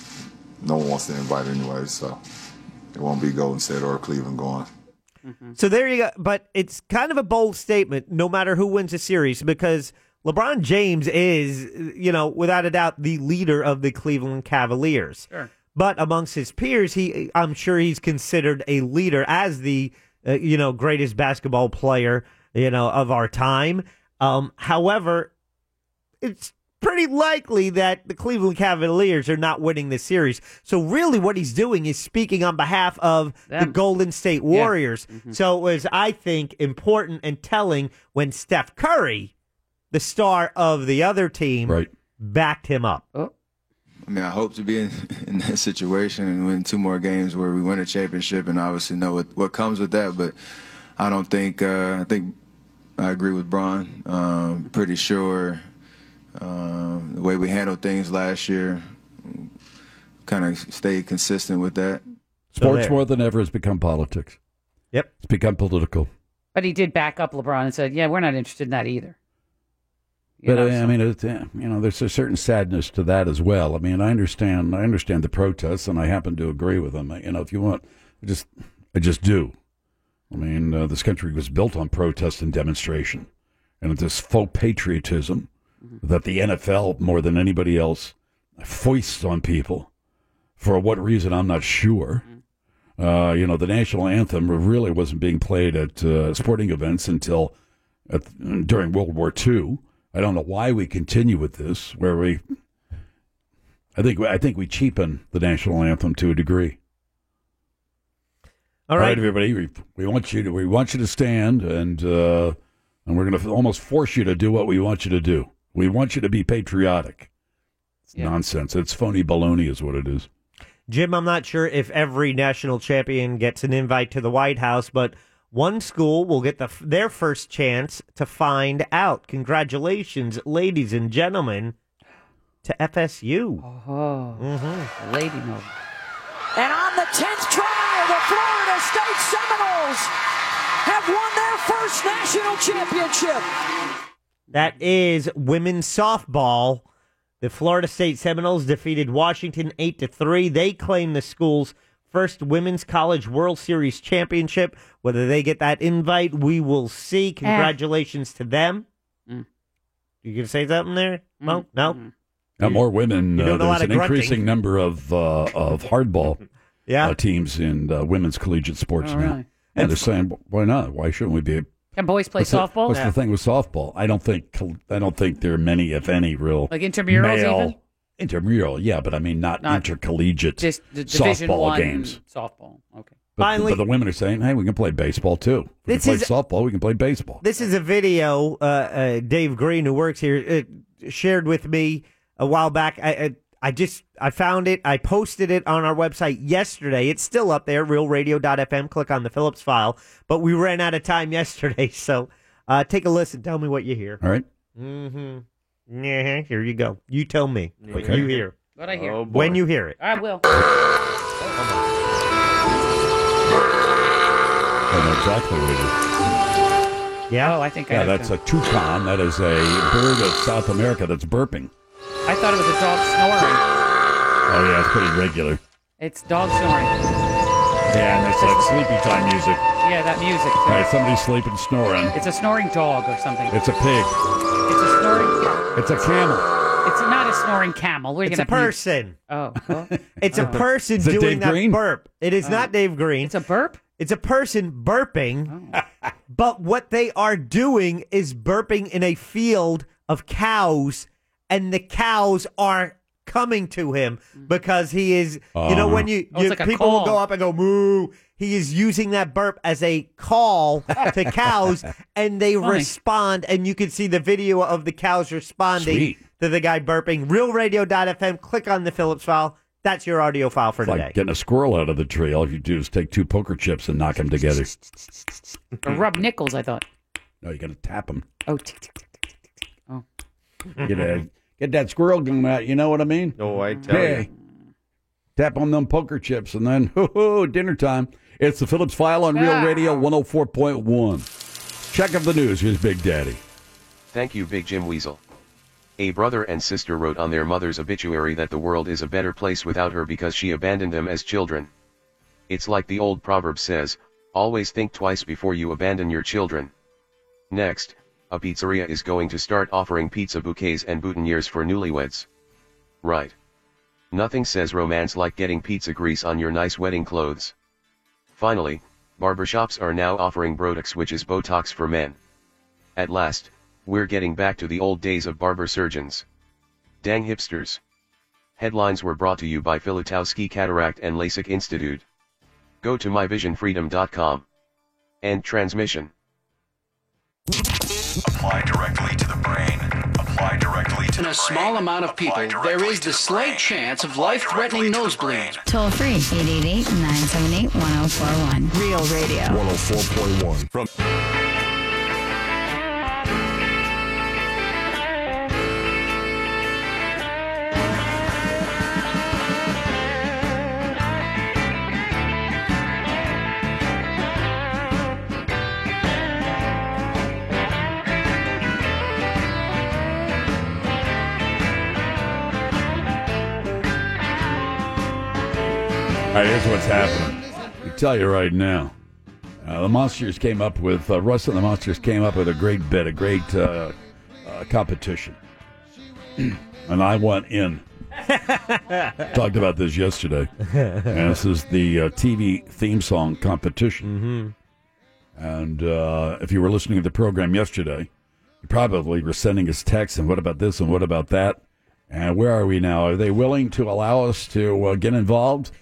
S21: no one wants to invite anyway, so it won't be Golden State or Cleveland going.
S17: Mm-hmm.
S8: So there you go. But it's kind of a bold statement, no matter who wins the series, because LeBron James is, you know, without a doubt, the leader of the Cleveland Cavaliers.
S17: Sure.
S8: But amongst his peers, he, I'm sure he's considered a leader as the, uh, you know, greatest basketball player, you know, of our time. Um, however, it's pretty likely that the Cleveland Cavaliers are not winning this series. So really what he's doing is speaking on behalf of the Golden State Warriors. So it was, I think, important and telling when Steph Curry, the star of the other team, backed him up.
S22: I mean, I hope to be in, in that situation and win two more games where we win a championship, and obviously know what, what comes with that. But I don't think uh, I think I agree with Braun. Um, pretty sure um, the way we handled things last year kind of stayed consistent with that.
S5: Sports more than ever has become politics.
S8: Yep.
S5: It's become political.
S7: But he did back up LeBron and said, "Yeah, we're not interested in that either."
S5: But I mean, it, uh, you know, there's a certain sadness to that as well. I mean, I understand, I understand the protests, and I happen to agree with them. You know, if you want, I just, I just do. I mean, uh, this country was built on protest and demonstration, and this faux patriotism that the NFL more than anybody else foists on people. For what reason, I'm not sure. Uh, you know, the national anthem really wasn't being played at uh, sporting events until at, during World War II. I don't know why we continue with this, where we, I think, I think we cheapen the national anthem to a degree.
S8: All right.
S5: everybody, we, we want you to we want you to stand, and uh, and we're going to almost force you to do what we want you to do. We want you to be patriotic. It's nonsense. It's phony baloney, is what it is.
S8: Jim, I'm not sure if every national champion gets an invite to the White House, but one school will get the, their first chance to find out. Congratulations, ladies and gentlemen, to FSU.
S7: Oh,
S8: Mm-hmm.
S7: lady mode.
S23: And on the 10th try, the Florida State Seminoles have won their first national championship.
S8: That is women's softball. The Florida State Seminoles defeated Washington 8 to 3. They claim the school's first women's college World Series championship. Whether they get that invite, we will see. Congratulations to them. You gonna say something there? Mo? No.
S5: Now, more women.
S8: You're
S5: Uh,
S8: doing a lot
S5: there's an
S8: of grunting.
S5: increasing number of uh, of hardball
S8: Yeah.
S5: uh, teams in uh, women's collegiate sports
S7: All
S5: now.
S7: right.
S5: And they're saying, why not? Why shouldn't we be?
S7: Can boys Oh, play
S5: what's The,
S7: softball?
S5: what's the thing with softball? I don't think col- I don't think there are many, if any, real
S7: Like intramurals
S5: male-
S7: even?
S5: Intramural, yeah, but I mean not,
S7: Not-
S5: intercollegiate
S7: Just the Division
S5: softball
S7: One
S5: games.
S7: Softball. Okay.
S5: But,
S8: Finally-
S5: but the women are saying, hey, we can play baseball too. If We
S8: This
S5: can play
S8: is-
S5: softball. We can play baseball.
S8: This is a video uh, uh, Dave Green, who works here, uh, shared with me a while back. I, I I just I found it. I posted it on our website yesterday. It's still up there, realradio.fm. Click on the Phillips file. But we ran out of time yesterday, so uh, take a listen. Tell me what you hear.
S5: All right.
S8: Mm-hmm. Yeah, here you go. You tell me what
S5: Okay.
S8: you hear. Oh,
S7: What I
S4: Oh,
S7: hear.
S8: when you hear it.
S7: I will.
S5: I know exactly what it
S8: Yeah.
S7: Oh, I think
S5: is. Yeah,
S7: I.
S5: that's a toucan. That is a bird of South America that's burping.
S7: I thought it was a dog snoring.
S5: Oh yeah, it's pretty regular.
S7: It's dog snoring.
S5: Yeah, and it's like sleepy time music.
S7: Yeah, that music.
S5: All right, somebody's sleeping, snoring.
S7: It's a snoring dog or something.
S5: It's a pig.
S7: It's a snoring.
S5: It's a camel.
S7: It's not a snoring camel. We're
S8: It's
S7: gonna
S8: a person.
S7: Oh, well,
S8: It's a
S7: Oh.
S8: person
S7: Is it
S8: doing
S7: Dave
S8: that
S7: Green?
S8: burp. It is
S7: Oh.
S8: not Dave Green. It's
S7: a burp.
S8: It's a person burping, but what they are doing is burping in a field of cows and the cows are coming to him because he is you know when you,
S7: Oh, it's
S8: you-
S7: like a
S8: people will
S7: call.
S8: go up and go moo he is using that burp as a call to cows and they
S7: Funny.
S8: respond and you can see the video of the cows responding
S5: Sweet.
S8: to the guy burping realradio.fm click on the phillips file that's your audio file for
S5: It's like
S8: today
S5: getting a squirrel out of the tree. All you do is take two poker chips and knock them together.
S7: Or rub nickels, I thought.
S5: No, you got to tap them.
S7: Oh, tick, tick, tick, tick, tick, tick. Oh.
S5: Get, a, get that squirrel gum out. You know what I mean?
S9: Oh, I tell you.
S5: Tap on them poker chips and then, hoo hoo, dinner time. It's the Phillips File on Real
S1: Ah.
S5: Radio 104.1. Check of the news. Here's Big Daddy.
S1: Thank you, Big Jim Weasel. A brother and sister wrote on their mother's obituary that the world is a better place without her because she abandoned them as children. It's like the old proverb says always think twice before you abandon your children. Next, a pizzeria is going to start offering pizza bouquets and boutonnieres for newlyweds. Right. Nothing says romance like getting pizza grease on your nice wedding clothes. Finally, barbershops are now offering Botox, which is Botox for men. At last, we're getting back to the old days of barber surgeons. Dang hipsters. Headlines were brought to you by Filatowski Cataract and LASIK Institute. Go to myvisionfreedom.com. End transmission.
S10: Apply directly to the brain. Apply directly
S2: In a small amount of people, there is the slight chance of life threatening nosebleeds.
S17: Toll free 888 978 1041. Real radio.
S10: 104.1 from
S5: All right, here's what's happening. I tell you right now, uh, the monsters came up with uh, Russ and the monsters came up with a great bid, a great uh, uh, competition, and I went in. Talked about this yesterday. and this is the uh, TV theme song competition. Mm-hmm. And uh, if you were listening to the program yesterday, you probably were sending us texts and what about this and what about that. And where are we now? Are they willing to allow us to uh, get involved?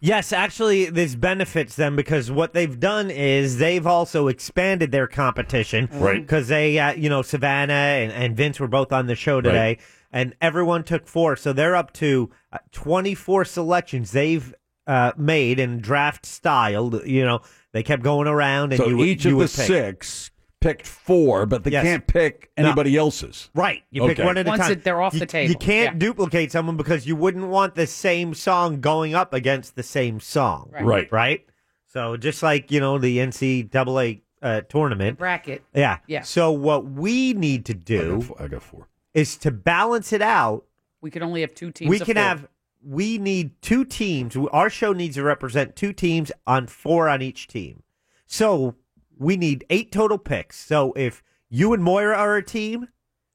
S8: Yes, actually, this benefits them because what they've done is they've also expanded their competition.
S5: Oh. Right.
S8: Because they, uh, you know, Savannah and, and Vince were both on the show today,
S5: Right.
S8: and everyone took four. So they're up to uh, 24 selections they've uh, made in draft style. You know, they kept going around. and
S5: so
S8: you would-
S5: each
S8: you
S5: of the
S8: would pick.
S5: six picked four, but they
S8: Yes.
S5: can't pick
S8: No.
S5: anybody else's.
S8: Right. You pick
S5: Okay.
S8: one at a
S7: Once
S8: time.
S7: it- they're off
S8: You-
S7: the table.
S8: You can't duplicate someone because you wouldn't want the same song going up against the same song.
S7: Right. Right.
S8: Right. So just like you know the NCAA uh, tournament
S7: Bracket.
S8: Yeah.
S7: Yeah.
S8: So what we need to do, I got
S5: four,
S8: is to balance it out.
S7: We can only have two teams.
S8: we
S7: of
S8: can
S7: four.
S8: have. We need two teams. Our show needs to represent two teams on four on each team. So we need eight total picks. So if you and Moira are a team,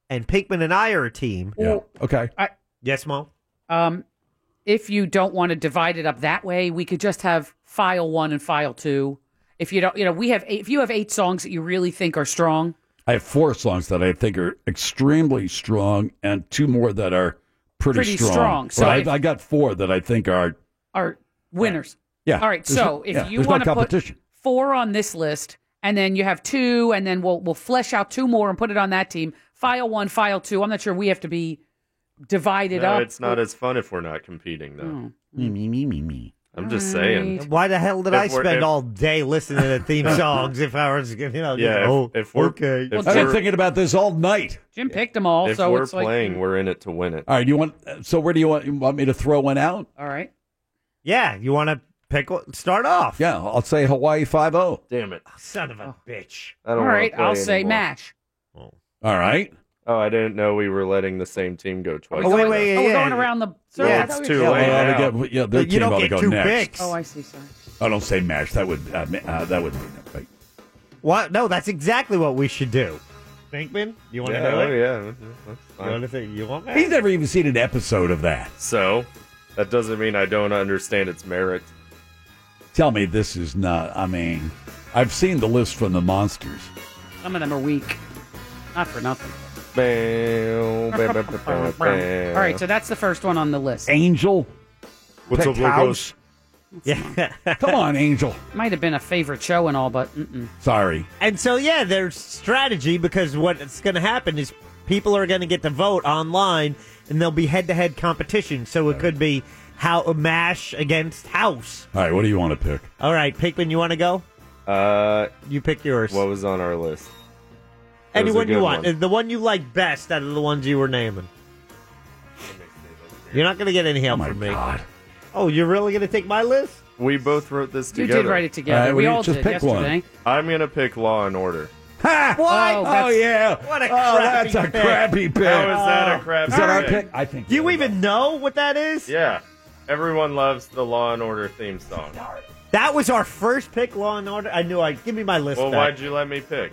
S8: and Pinkman and I are a team.
S7: Yeah.
S5: Okay.
S8: yes, Mo.
S7: Um, if you don't want to divide it up that way, we could just have file one and file two. If you don't, you know, we have eight, if you have eight songs that you really think are strong,
S5: I have four songs that I think are extremely strong, and two more that are pretty,
S7: Pretty strong, so
S5: But
S7: if-
S5: I, I got four that I think are
S7: are winners.
S5: yeah.
S7: All right.
S5: There's
S7: So
S5: no-
S7: if
S5: yeah,
S7: you
S5: there's no
S7: want to put
S5: competition.
S7: four on this list, and then you have two, and then we'll we'll flesh out two more and put it on that team. File one, file two. I'm not sure we have to be divided
S9: no,
S7: up.
S9: it's not as fun if we're not competing, though.
S7: Hmm.
S5: Me, me, me, me, me.
S9: I'm just saying.
S8: Why the hell did I
S9: If we're-
S8: spend
S9: if-
S8: all day listening to theme songs if I was, you know,
S9: Yeah,
S8: just,
S9: if-
S8: oh,
S9: if we're-
S8: okay.
S9: if
S5: I've been
S9: we're-
S5: thinking about this all night.
S7: Jim picked them all,
S9: if
S7: so
S9: we're
S7: it's like
S9: playing, we're in it to win it.
S5: All right, you want? So where do you want, you want me to throw one out?
S7: all right.
S8: Yeah, you want to pick one- start off?
S5: Yeah, I'll say Hawaii Five O.
S9: Damn it!
S8: Son of a bitch.
S9: I don't
S7: All
S9: wanna
S7: right,
S9: play
S7: I'll say
S9: anymore.
S7: match.
S5: All right.
S9: Oh, I didn't know we were letting the same team go twice.
S7: Going- oh, we're going around the. Sorry, I
S9: Yeah,
S7: thought
S9: it's
S7: we were-
S9: too late
S5: well,
S9: now.
S5: they got- yeah, their
S9: You
S5: team
S9: don't
S5: ought to
S9: get
S5: go
S9: two
S5: next.
S9: picks.
S7: Oh, I see. Sorry.
S5: I don't say match. That would uh, ma- uh, that would be right.
S8: What? No, that's exactly what we should do. Pinkman, you want to
S9: Yeah,
S8: do
S9: oh,
S8: it?
S9: yeah, that's
S8: You want
S9: fine.
S8: to say you want that?
S5: He's never even seen an episode of that.
S9: So that doesn't mean I don't understand its merit.
S5: Tell me this is not. I mean, I've seen the list from the monsters.
S7: Some of them are weak. Not for nothing. All right, so that's the first one on the list.
S5: Angel.
S7: What's up,
S5: Penthouse.
S8: Yeah.
S5: Come on, Angel.
S7: Might have been a favorite show and all, but mm-mm.
S5: Sorry.
S8: And so, yeah, there's strategy because what's going to happen is people are going to get to vote online and there'll be head to head competition. So it could be how MASH against House.
S5: All right, what do you want to pick?
S8: All right, Pinkman, you want to go?
S9: Uh,
S8: you pick yours.
S9: What was on our list? That was a
S8: Anyone you
S9: good
S8: want.
S9: one.
S8: The one you like best out of the ones you were naming. You're not going to get any help from me. Oh, you're really going to take my list?
S9: We both wrote this
S8: You did
S9: together.
S8: write it together. All right, We well, all just did pick one. yesterday.
S9: I'm gonna pick Law and Order.
S5: Ha!
S8: What?
S5: Oh, yeah.
S8: What a
S5: Oh,
S8: crappy
S5: that's a
S8: pick.
S5: crappy pick. Oh.
S9: How is that a crappy
S5: Is that our
S9: pick?
S5: pick? I think.
S8: Do you even know what that is?
S9: Yeah, everyone loves the Law and Order theme song.
S8: That was our first pick, Law and Order. I knew I. Give me my list.
S9: Well,
S8: back.
S9: why'd you let me pick?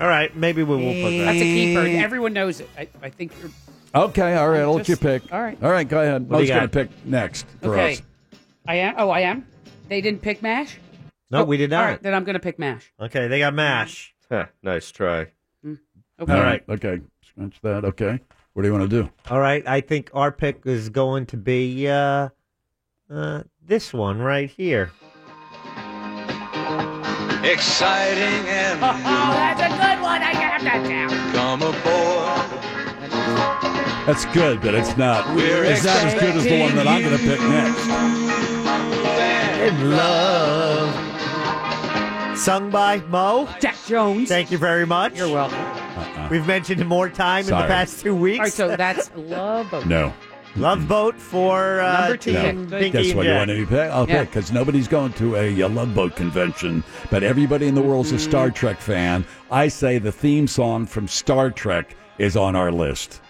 S8: All right, maybe we will put that.
S7: that's a keeper. Everyone knows it. I, I think you're.
S5: Okay, all right, I'll let you
S7: just-
S5: pick.
S7: all right.
S5: All right, go ahead.
S8: What do
S5: Mo's
S8: you
S5: going to
S8: got?
S5: pick next for
S7: Okay.
S5: us.
S7: I am. Oh, I am. They didn't pick MASH?
S8: No, we did
S7: All
S8: not.
S7: right, then I'm going to pick MASH.
S8: Okay, they got Mash.
S9: nice try.
S7: Okay.
S5: All right, okay. Scratch that, okay. What do you want to do?
S8: All right, I think our pick is going to be uh, uh, this one right here.
S3: Exciting and
S7: Oh, that's a good one. I have that down.
S3: come aboard.
S5: That's good, but it's not.
S3: We're
S5: it's not as good as the one that I'm going to pick next.
S8: In love. Sung by Mo.
S7: Jack Jones.
S8: Thank you very much. You're
S7: welcome.
S8: We've mentioned him more time in
S5: Sorry.
S8: the past two weeks.
S7: All right, so that's Love Boat.
S5: No.
S8: Love Boat for uh,
S7: Number two
S8: Team
S7: pick.
S8: Pinky
S5: That's
S8: and
S5: what you
S8: Jack.
S5: want to pick. I'll
S8: Yeah.
S5: pick because nobody's going to a, uh love boat convention, but everybody in the world's a Star
S7: Mm.
S5: Trek fan. I say the theme song from Star Trek is on our list.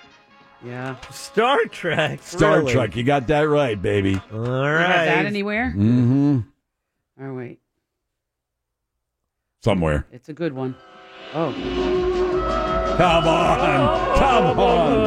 S7: Yeah.
S8: Star Trek.
S5: Star
S8: really?
S5: Trek, you got that right, baby.
S8: All
S7: You have
S8: right.
S7: that anywhere?
S5: Mm-hmm.
S7: Oh, wait.
S5: Somewhere.
S7: It's a good one. Oh.
S5: Come on, come on.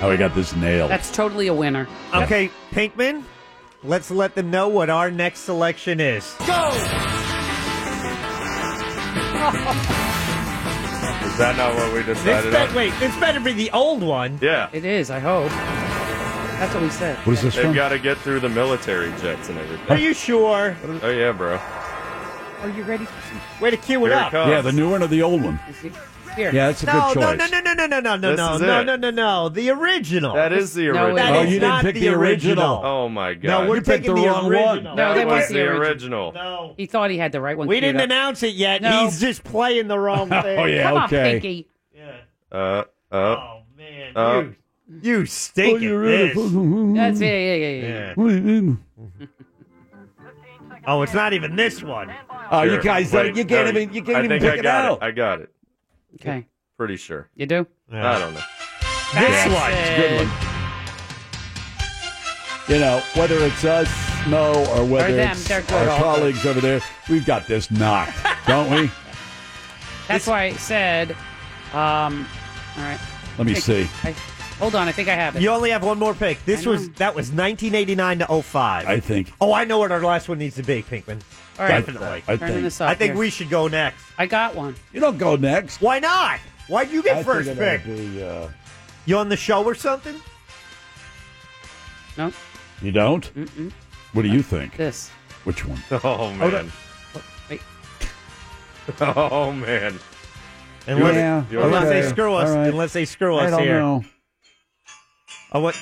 S5: Oh, we got this nailed.
S7: That's totally a winner.
S8: Okay, Pinkman, let's let them know what our next selection is.
S7: Go!
S9: Is that not what we
S8: This
S9: decided?
S8: bet
S9: on?
S8: wait, this better be the old one.
S9: Yeah.
S7: It is, I hope. That's what we said.
S5: What is this
S9: They've
S5: from?
S9: got to get through the military jets and everything.
S8: Are you sure?
S9: Oh yeah, bro.
S7: Are you ready? for some-
S8: Way to cue it
S9: Here it
S8: up.
S9: comes.
S5: Yeah, the new one or the old one?
S7: is it- Here.
S5: Yeah, that's a
S8: no,
S5: good
S8: no,
S5: choice.
S8: no, no, no, no, no, no, no,
S9: This
S8: no,
S9: is
S8: no,
S9: it.
S8: no, no, no. The original.
S9: That is the
S8: No,
S9: original.
S8: that
S5: Oh,
S8: is
S5: you didn't
S8: not
S5: pick the original.
S9: Oh my
S8: No,
S9: god.
S8: we're
S5: You picked
S8: taking
S5: the wrong
S8: original.
S5: one.
S7: No,
S9: that
S7: they
S9: was
S7: want
S9: the original.
S8: No.
S7: He thought he had the right one.
S8: We
S7: queued
S8: didn't
S7: up.
S8: announce it yet.
S7: No.
S8: He's just playing the wrong thing.
S5: Oh, yeah,
S7: Come
S5: okay.
S7: on, Pinky.
S9: Uh, uh,
S8: Oh, man.
S9: Uh,
S8: you, you
S9: Oh,
S8: stink at this.
S7: That's yeah, yeah, yeah, yeah. yeah.
S8: Oh, it's not even this one. uh,
S5: Oh, you
S9: Here,
S5: guys,
S9: wait,
S5: you can't
S9: no,
S5: even, you can't
S9: I
S5: even
S9: think
S5: pick
S9: I
S5: it
S9: got
S5: out.
S9: It. I got it.
S7: Okay,
S9: Pretty sure.
S7: you do.
S9: I don't know.
S8: This one.
S5: Good one. You know, whether it's us, Mo, or whether
S7: Or them,
S5: it's
S7: they're
S5: our
S7: good all.
S5: colleagues over there, we've got this knocked, don't we?
S7: That's why I said. Um, all right.
S5: Let me
S7: Pick-
S5: see.
S7: I, hold on, I think I have it.
S8: You only have one more pick. This was that was 1989 to 05.
S5: I think.
S8: oh, I know what our last one needs to be, Pinkman.
S7: All right.
S8: Definitely.
S5: I
S7: Turning
S5: think
S7: this up
S8: I think
S7: here.
S8: we should go next.
S7: I got one.
S5: you don't go next.
S8: Why not? Why'd you get
S5: I
S8: first
S5: think
S8: pick?
S5: it'll be, uh,
S8: You on the show or something?
S7: No,
S5: you don't.
S7: mm-mm,
S5: What do you think?
S7: this.
S5: Which one?
S9: Oh man.
S7: Wait.
S9: Oh man.
S8: Unless,
S5: Yeah,
S8: unless
S5: okay.
S8: they screw us.
S5: All right.
S8: Unless they screw us
S5: I don't
S8: here.
S5: know.
S8: Oh what?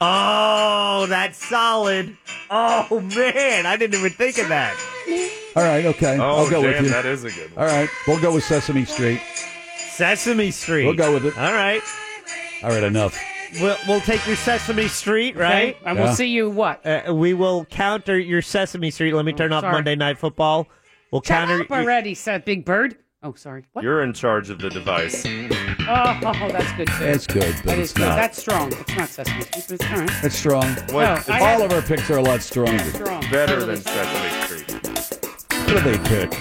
S8: Oh, that's solid. Oh man, I didn't even think of that.
S5: All right, okay,
S9: Oh
S5: I'll go
S9: damn,
S5: with
S9: that
S5: you.
S9: is a good one.
S5: All right, we'll go with Sesame Street.
S8: Sesame Street.
S5: We'll go with it.
S8: All right,
S5: All right, enough.
S8: we'll we'll take your Sesame Street, right?
S7: Okay, and we'll
S5: Yeah.
S7: see you what? Oh,
S8: Uh, we will counter your Sesame Street. Let me turn off
S7: sorry.
S8: Monday Night Football. We'll
S7: Shut
S8: counter.
S7: up already, said Big Bird. Oh, sorry. What?
S9: You're in charge of the device.
S7: Oh, that's good. Too.
S5: That's good, but
S7: That
S5: it's
S7: is good.
S5: not.
S7: That's strong. It's not Sesame Street, but it's all right.
S5: It's strong.
S9: What?
S7: Oh, I
S5: All
S7: had-
S5: of our picks are a lot stronger.
S7: Strong.
S9: Better
S7: Totally.
S9: than Sesame Street.
S5: What do they pick?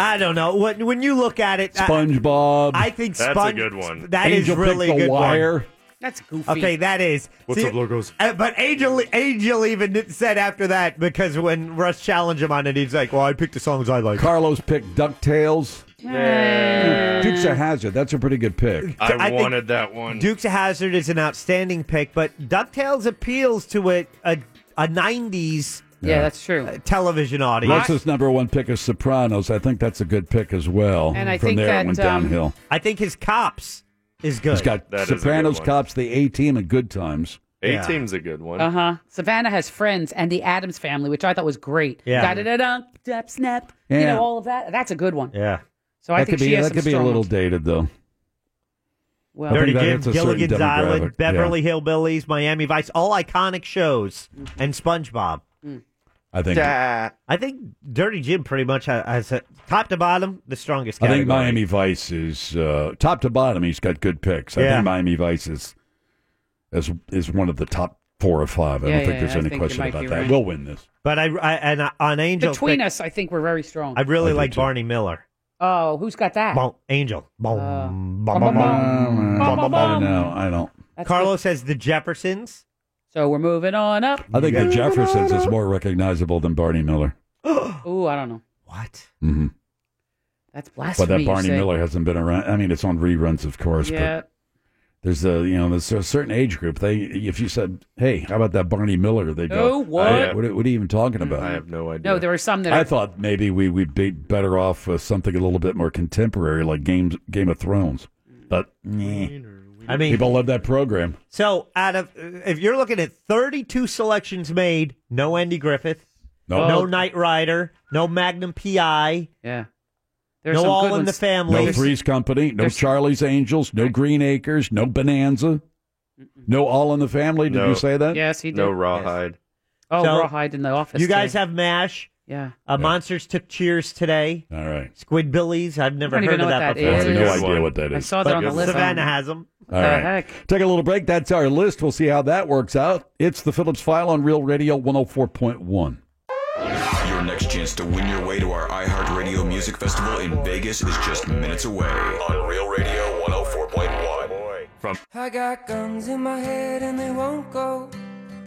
S8: I don't know. When, when you look at it, I-
S5: SpongeBob.
S8: I think
S9: That's a
S8: Sponge-
S9: good one.
S8: That is
S5: Angel
S8: really
S5: picked
S8: a
S5: the
S8: good
S5: wire.
S8: one.
S7: That's goofy.
S8: Okay, that is.
S9: What's up, logos?
S8: uh, but Angel, Angel even said after that because when Russ challenged him on it, he's like, "Well, I picked the songs I like."
S5: Carlos picked DuckTales. Dukes of Hazard. That's a pretty good pick.
S8: I I think- wanted
S9: that one.
S8: Dukes of Hazard is an outstanding pick, but Ducktales appeals to a a, a '90s
S5: Yeah, Yeah.
S7: that's true
S8: television audience.
S5: Russ's number one pick is Sopranos. I think that's a good pick as well.
S8: And I
S5: From
S8: think
S5: there
S8: that,
S5: it went
S8: um,
S5: downhill.
S8: I think his Cops is good.
S5: He's got Sopranos, Cops, the A Team, and Good Times.
S9: A team's a good one.
S7: Uh huh. Savannah has friends and the Adams family, which I thought was great.
S5: Yeah.
S7: Da da da dunk, dap snap. You
S5: Yeah.
S7: know all of that. That's a good one.
S8: Yeah.
S7: So I
S5: that
S7: think
S5: could be
S7: she has
S5: that
S7: some
S5: could be a
S7: strong
S5: little
S7: ones.
S5: dated though.
S7: Well,
S5: I think
S8: Dirty
S5: that
S8: Jim,
S5: hits a certain
S8: Gilligan's Island,
S5: demographic,
S8: Beverly Hillbillies, Miami Vice, all iconic shows, and SpongeBob.
S5: I think.
S8: I think Dirty Jim pretty much ha- has a, top to bottom the strongest.
S5: I
S8: Category.
S5: think Miami Vice is uh, top to bottom. He's got good picks. I
S8: Yeah.
S5: think Miami Vice is is is one of the top four or five. I
S8: Yeah,
S5: don't think
S8: yeah,
S5: there's
S8: I
S5: any
S8: think you
S5: question
S8: might
S5: about
S8: be
S5: that.
S8: right.
S5: We'll win this.
S8: But I, I and uh, on Angel
S7: Between
S8: pick,
S7: us, I think we're very strong.
S8: I really
S5: I do
S8: like
S5: too.
S8: Barney Miller.
S7: Oh, who's got that?
S8: Bon, Angel. Bon, bon,
S7: bum,
S8: bon,
S7: bum,
S8: bon,
S7: bum,
S8: bon,
S7: bum, bum.
S8: bon.
S5: No, I don't.
S8: Carlos has the Jeffersons.
S7: So we're moving on up.
S5: I think the Jeffersons is more recognizable than Barney Miller.
S7: Ooh, I don't know.
S5: hmm
S7: That's blasphemy.
S5: But that
S7: you
S5: Barney
S7: say.
S5: Miller hasn't been around. I mean, it's on reruns, of course.
S7: Yeah.
S5: But there's a you know there's a certain age group. They if you said, hey, how about that Barney Miller? They go,
S7: Oh, what?
S5: What, are- what are you even talking about? I
S9: have no
S7: No, there were some that
S5: I
S7: are-
S5: thought maybe we would be better off with something a little bit more contemporary, like Games Game of Thrones. But meh.
S8: I mean-
S5: people love that program.
S8: So out of if you're looking at 32 selections made, no Andy Griffith,
S5: No.
S8: no Knight Rider, no Magnum PI,
S7: yeah,
S8: no All in the Family,
S5: no Three's Company, no Charlie's Angels, no Green Acres, no Bonanza, no All in the Family. Did
S9: No.
S5: you say that?
S7: Yes, he did.
S9: No rawhide.
S7: Oh,
S8: So,
S7: rawhide in the office.
S8: You guys
S7: today.
S8: have Mash.
S7: Yeah.
S8: Uh, Monsters took Cheers today.
S5: All right.
S8: Squid Billies. I've never
S7: don't
S8: heard
S7: even
S8: of
S7: know
S8: that
S7: what that
S8: before.
S7: is. I have no idea
S5: what that
S8: I
S5: is.
S7: saw that on the list.
S8: Savannah has them.
S5: All right, Take a little break. That's our list. We'll see how that works out. It's the Phillips File on Real Radio 104.1.
S10: Your next chance to win your way to our iHeartRadio Music Festival in Vegas is just minutes away on Real Radio 104.1. From
S6: I got guns in my head and they won't go.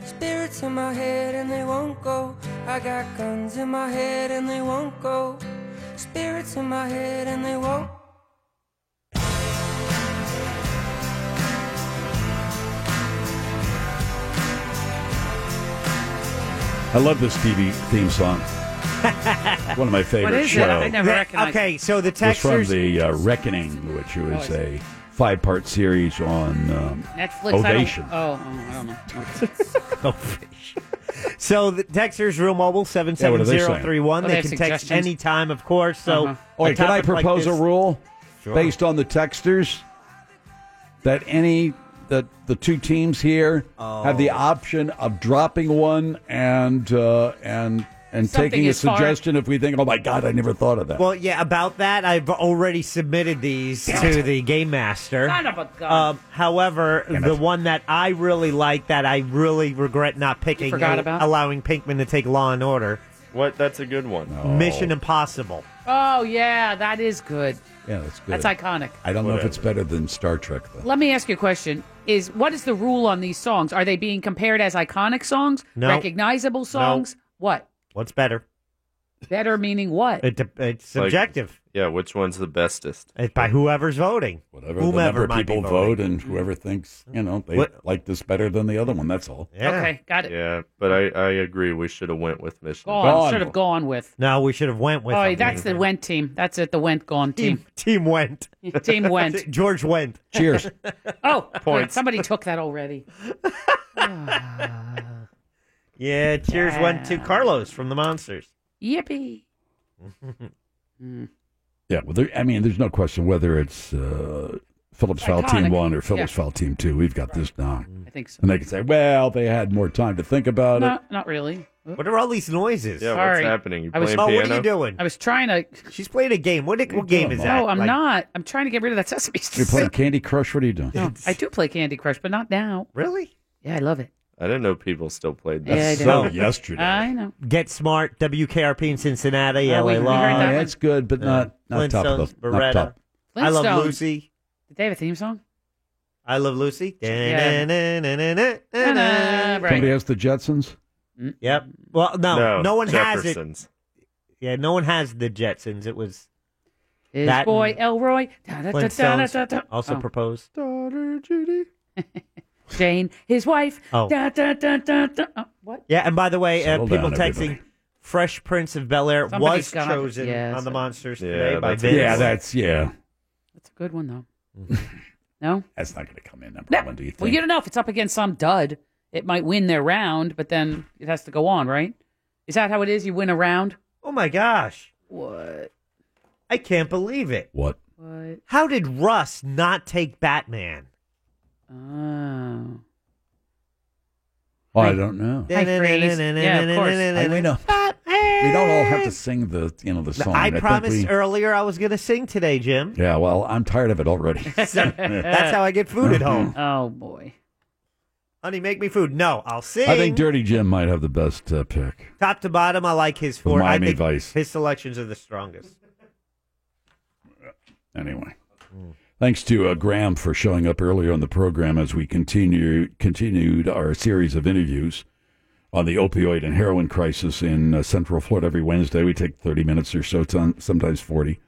S6: Spirits in my head and they won't go. I got guns in my head and they won't go. Spirits in my head and they won't.
S5: I love this TV theme song. One of my favorite shows.
S8: That- Okay, so the
S5: It was from
S8: Texters.
S5: the uh, Reckoning, which was a five-part series on um,
S7: Netflix.
S5: Ovation.
S7: I don't, oh, oh, I don't know.
S8: So the Texters Real Mobile seven
S5: Yeah, what
S8: seven
S5: are they
S8: zero three one.
S5: saying? Oh,
S8: They
S5: they
S8: can
S5: have
S8: text
S5: suggestions?
S8: any time, of course. So
S5: Uh-huh.
S8: a
S5: Wait, can I
S8: topic like
S5: propose
S8: this-
S5: a rule
S8: Sure.
S5: based on the texters that any that the two teams here have
S8: Oh.
S5: the option of dropping one and uh, and and
S8: Something
S5: taking a
S8: as far-
S5: suggestion if we think, oh my God, I never thought of that.
S8: Well, yeah, about that, I've already submitted these to the game master.
S7: Son of a gun.
S8: Um, however, the one that I really like that I really regret not picking,
S9: forgot
S8: and
S9: about?
S8: allowing Pinkman to take Law and Order,
S9: What? That's a good one.
S5: Oh.
S8: Mission Impossible.
S7: oh yeah, that is good.
S5: yeah, that's good.
S7: That's iconic.
S5: I don't know if it's better than Star Trek though.
S7: Let me ask you a question: Is what is the rule on these songs? Are they being compared as iconic songs,
S8: No.
S7: recognizable songs? What
S8: What's better?
S7: better meaning what?
S8: It, de- it's
S9: Like-
S8: subjective.
S9: Yeah, which one's the bestest?
S8: It's by whoever's voting.
S5: Whatever the
S8: Whomever
S5: number of
S8: might
S5: people
S8: be
S5: vote
S8: voting.
S5: and whoever thinks you know they
S9: What-
S5: like this better than the other one. That's all.
S7: Okay, got it.
S9: Yeah, but I, I agree. We should have went with Mission.
S7: Gone. Should have gone with.
S8: No, we should have went with.
S7: oh,
S8: them.
S7: that's the Went team. That's it. The Went gone team.
S8: Team went.
S7: Team went.
S8: George went.
S5: Cheers.
S7: Oh, good.
S8: Points.
S7: Somebody took that already. Ah.
S8: yeah, cheers went to Carlos from the Monsters.
S7: Yippee!
S5: Yeah, well, there, I mean, there's no question whether it's uh, Phillips Foul Team
S7: Iconic.
S5: 1 or Phillips
S7: Yeah.
S5: Foul Team 2. We've got this now.
S7: I think so.
S5: And they can say, well, they had more time to think about
S7: No,
S5: it.
S7: not really.
S8: What are all these noises?
S9: Yeah,
S7: Sorry.
S9: what's happening? You
S7: I was-
S9: playing
S8: Oh,
S9: piano?
S8: what are you doing?
S7: I was trying to.
S8: She's playing a game. What, what game is that?
S7: No, I'm
S8: Like-
S7: not. I'm trying to get rid of that Sesame
S5: You're
S7: Street.
S5: playing Candy Crush? What are you doing?
S7: I do play Candy Crush, but not now.
S8: Really?
S7: Yeah, I love it.
S9: I didn't know people still played
S7: Yeah, I
S9: that.
S7: did. So yesterday. I know.
S8: Get smart. WKRP in Cincinnati.
S7: Oh,
S8: LA
S7: we- we heard
S8: Live.
S7: that one.
S5: That's good, but not- not top of
S8: Flintstones,
S5: the- not
S8: Beretta.
S5: top.
S8: I love
S7: Flintstones.
S8: Lucy.
S7: Did they have a theme song?
S8: I love Lucy.
S7: Yeah.
S8: Da-na-na-na-na-na.
S5: Somebody has the Jetsons.
S8: Yep. Well, no, no,
S5: No,
S8: one has
S5: Jeffersons.
S8: it. Yeah, no one has the Jetsons. It was
S7: His
S8: that
S7: boy
S8: and
S7: Elroy. Da, da, da, da, da,
S8: Flintstones
S7: da.
S8: also
S7: Oh.
S8: proposed.
S7: Daughter Judy. Jane, his wife.
S8: Oh.
S7: Da, da, da, da, da. Oh, what?
S8: Yeah, and by the way, uh,
S7: Settle
S8: people
S7: down,
S8: texting Fresh Prince of Bel Air was
S7: Somebody's got it.
S8: chosen
S7: Yes.
S8: on the Monsters
S7: Yeah,
S8: today by
S7: that's-
S8: Vince.
S5: Yeah, that's yeah.
S7: That's a good one though. no,
S5: that's not going to come in number one. Do you think?
S7: well, you don't know if it's up against some dud. It might win their round, but then it has to go on, right? Is that how it is? You win a round.
S8: Oh my gosh.
S7: What?
S8: I can't believe it.
S5: What?
S7: What?
S8: How did Russ not take Batman?
S7: Oh.
S5: Oh, I don't know.
S7: Hi, Freeze. Yeah, of course.
S5: I, we know. We don't all have to sing the you know the
S8: No,
S5: song.
S8: I
S5: think
S8: promised
S5: we-
S8: earlier I was going to sing today, Jim.
S5: Yeah, well, I'm tired of it already.
S8: So, that's how I get food at home.
S7: Oh boy,
S8: honey, make me food. No, I'll sing.
S5: I think Dirty Jim might have the best uh, pick.
S8: top to bottom, I like his
S5: From
S8: four. I
S5: Miami
S8: think
S5: Vice.
S8: his selections are the strongest.
S5: Anyway, thanks to uh, Graham for showing up earlier on the program as we continue continued our series of interviews on the opioid and heroin crisis in uh, Central Florida. Every Wednesday, we take thirty minutes or so, ton- sometimes forty.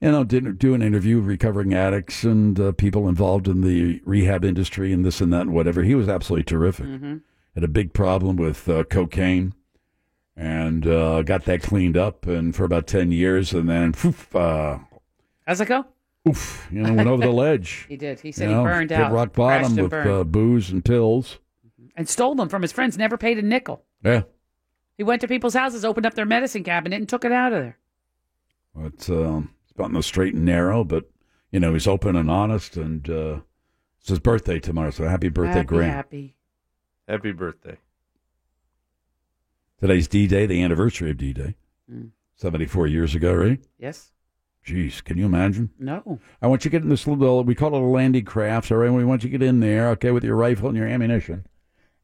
S5: And I'll did- do an interview of recovering addicts and uh, people involved in the rehab industry and this and that and whatever. He was absolutely terrific. Had a big problem with uh, cocaine and uh, got that cleaned up and for about 10 years and then poof, uh,
S7: How's it go?
S5: oof, you know, went over the ledge.
S7: He did. He
S5: You
S7: said he
S5: know,
S7: burned
S5: hit
S7: out,
S5: rock
S7: crashed
S5: bottom
S7: and
S5: with
S7: burned.
S5: uh, booze and pills.
S7: and stole them from his friends. Never paid a nickel.
S5: Yeah,
S7: He went to people's houses, opened up their medicine cabinet, and took it out of there.
S5: it's um, it's about in the straight and narrow, but you know he's open and honest. And uh, it's his birthday tomorrow, so happy birthday,
S7: happy,
S5: Graham!
S7: happy.
S9: Happy birthday.
S5: Today's D Day, the anniversary of D Day,
S7: Mm.
S5: seventy-four years ago, right?
S7: Yes.
S5: Jeez, can you imagine?
S7: No.
S5: I want you to get in this little, uh, we call it a landing craft. All right, we want you to get in there, okay, with your rifle and your ammunition.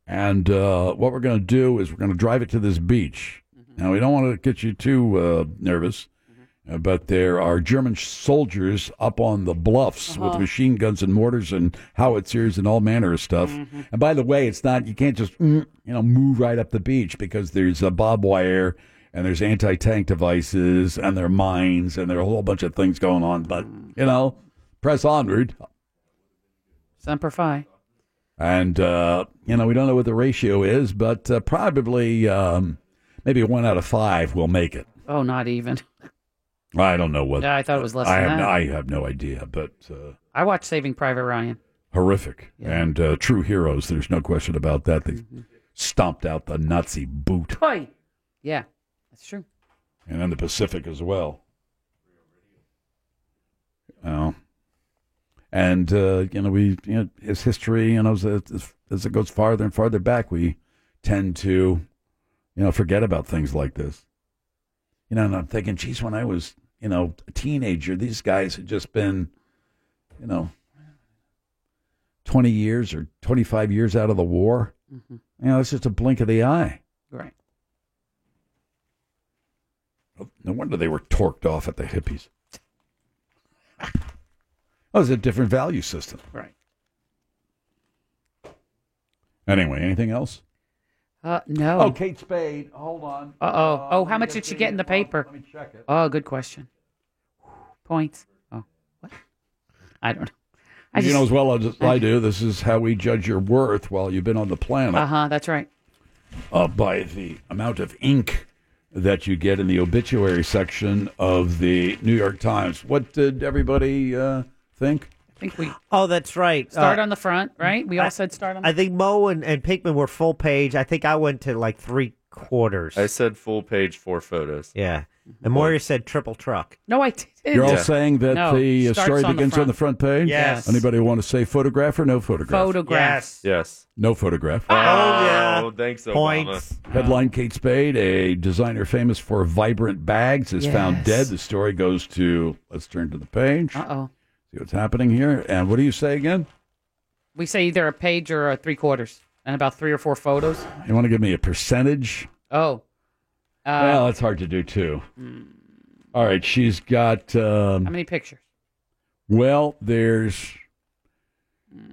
S5: And uh, what we're going to do is we're going to drive it to this beach.
S7: Mm-hmm.
S5: Now, we don't want to get you too uh, nervous, uh, but there are German soldiers up on the bluffs with
S11: Uh-huh.
S5: machine guns and mortars and howitzers and all manner of stuff.
S7: Mm-hmm.
S5: And by the way, it's not, you can't just, mm, you know, move right up the beach because there's a barbed wire and there's anti tank devices and there are mines and there are a whole bunch of things going on. But, you know, press onward.
S7: Semper Fi.
S5: And, uh, you know, we don't know what the ratio is, but uh, probably um, maybe one out of five will make it.
S7: Oh, not even.
S5: I don't know what.
S7: Yeah, I thought it was less
S5: I
S7: than
S5: have,
S7: that.
S5: I have no idea, but uh,
S7: I watched Saving Private Ryan.
S5: horrific and uh, true heroes. There's no question about that. They stomped out the Nazi boot
S7: Toy. Yeah, that's true.
S5: and in the Pacific as well. Oh. And, uh, you know, we, you know, his history, you know, as, as, as it goes farther and farther back, we tend to, you know, forget about things like this. You know, and I'm thinking, geez, when I was, you know, a teenager, these guys had just been, you know, 20 years or 25 years out of the war.
S7: Mhm.
S5: You know, it's just a blink of the eye.
S7: Right.
S5: No wonder they were torqued off at the hippies. That was a different value system.
S7: Right.
S5: Anyway, anything else?
S7: Uh, no.
S5: Oh, Kate Spade. Hold on.
S7: Uh oh. Oh, how much did she get in the paper? Let me
S5: check it.
S7: Oh, good question. Points. Oh, what? I don't know. I
S5: you
S7: just-
S5: know as well as I do, this is how we judge your worth while you've been on the planet
S7: Uh huh. That's right.
S5: uh, by the amount of ink that you get in the obituary section of the New York Times. What did everybody uh, think?
S7: I think we
S8: Oh, that's right.
S7: start
S8: Uh,
S7: on the front, right? We
S8: I-
S7: all said start on. the
S8: I think Mo and, and Pinkman were full page. I think I went to like three quarters.
S9: I said full page, four photos.
S8: Yeah. And Moria said triple truck.
S7: No, I didn't.
S5: You're all saying that
S7: No,
S5: the uh,
S7: starts
S5: story
S7: on the
S5: begins on
S7: front.
S5: the front page?
S7: Yes.
S5: Anybody want to say photograph or no photograph?
S7: photograph.
S9: Yes.
S5: No photograph.
S9: Oh, yeah. Thanks, Obama.
S8: Points.
S5: Headline Kate Spade, a designer famous for vibrant bags, is found
S9: Yes.
S5: dead. The story goes to, let's turn to the page. Uh
S7: oh.
S5: See what's happening here. And what do you say again?
S7: We say either a page or a three quarters. and about three or four photos.
S5: You want to give me a percentage?
S7: Oh,
S5: well,
S7: uh, hmm.
S5: that's hard to do too. All right, she's got. Um,
S7: how many pictures?
S5: Well, there's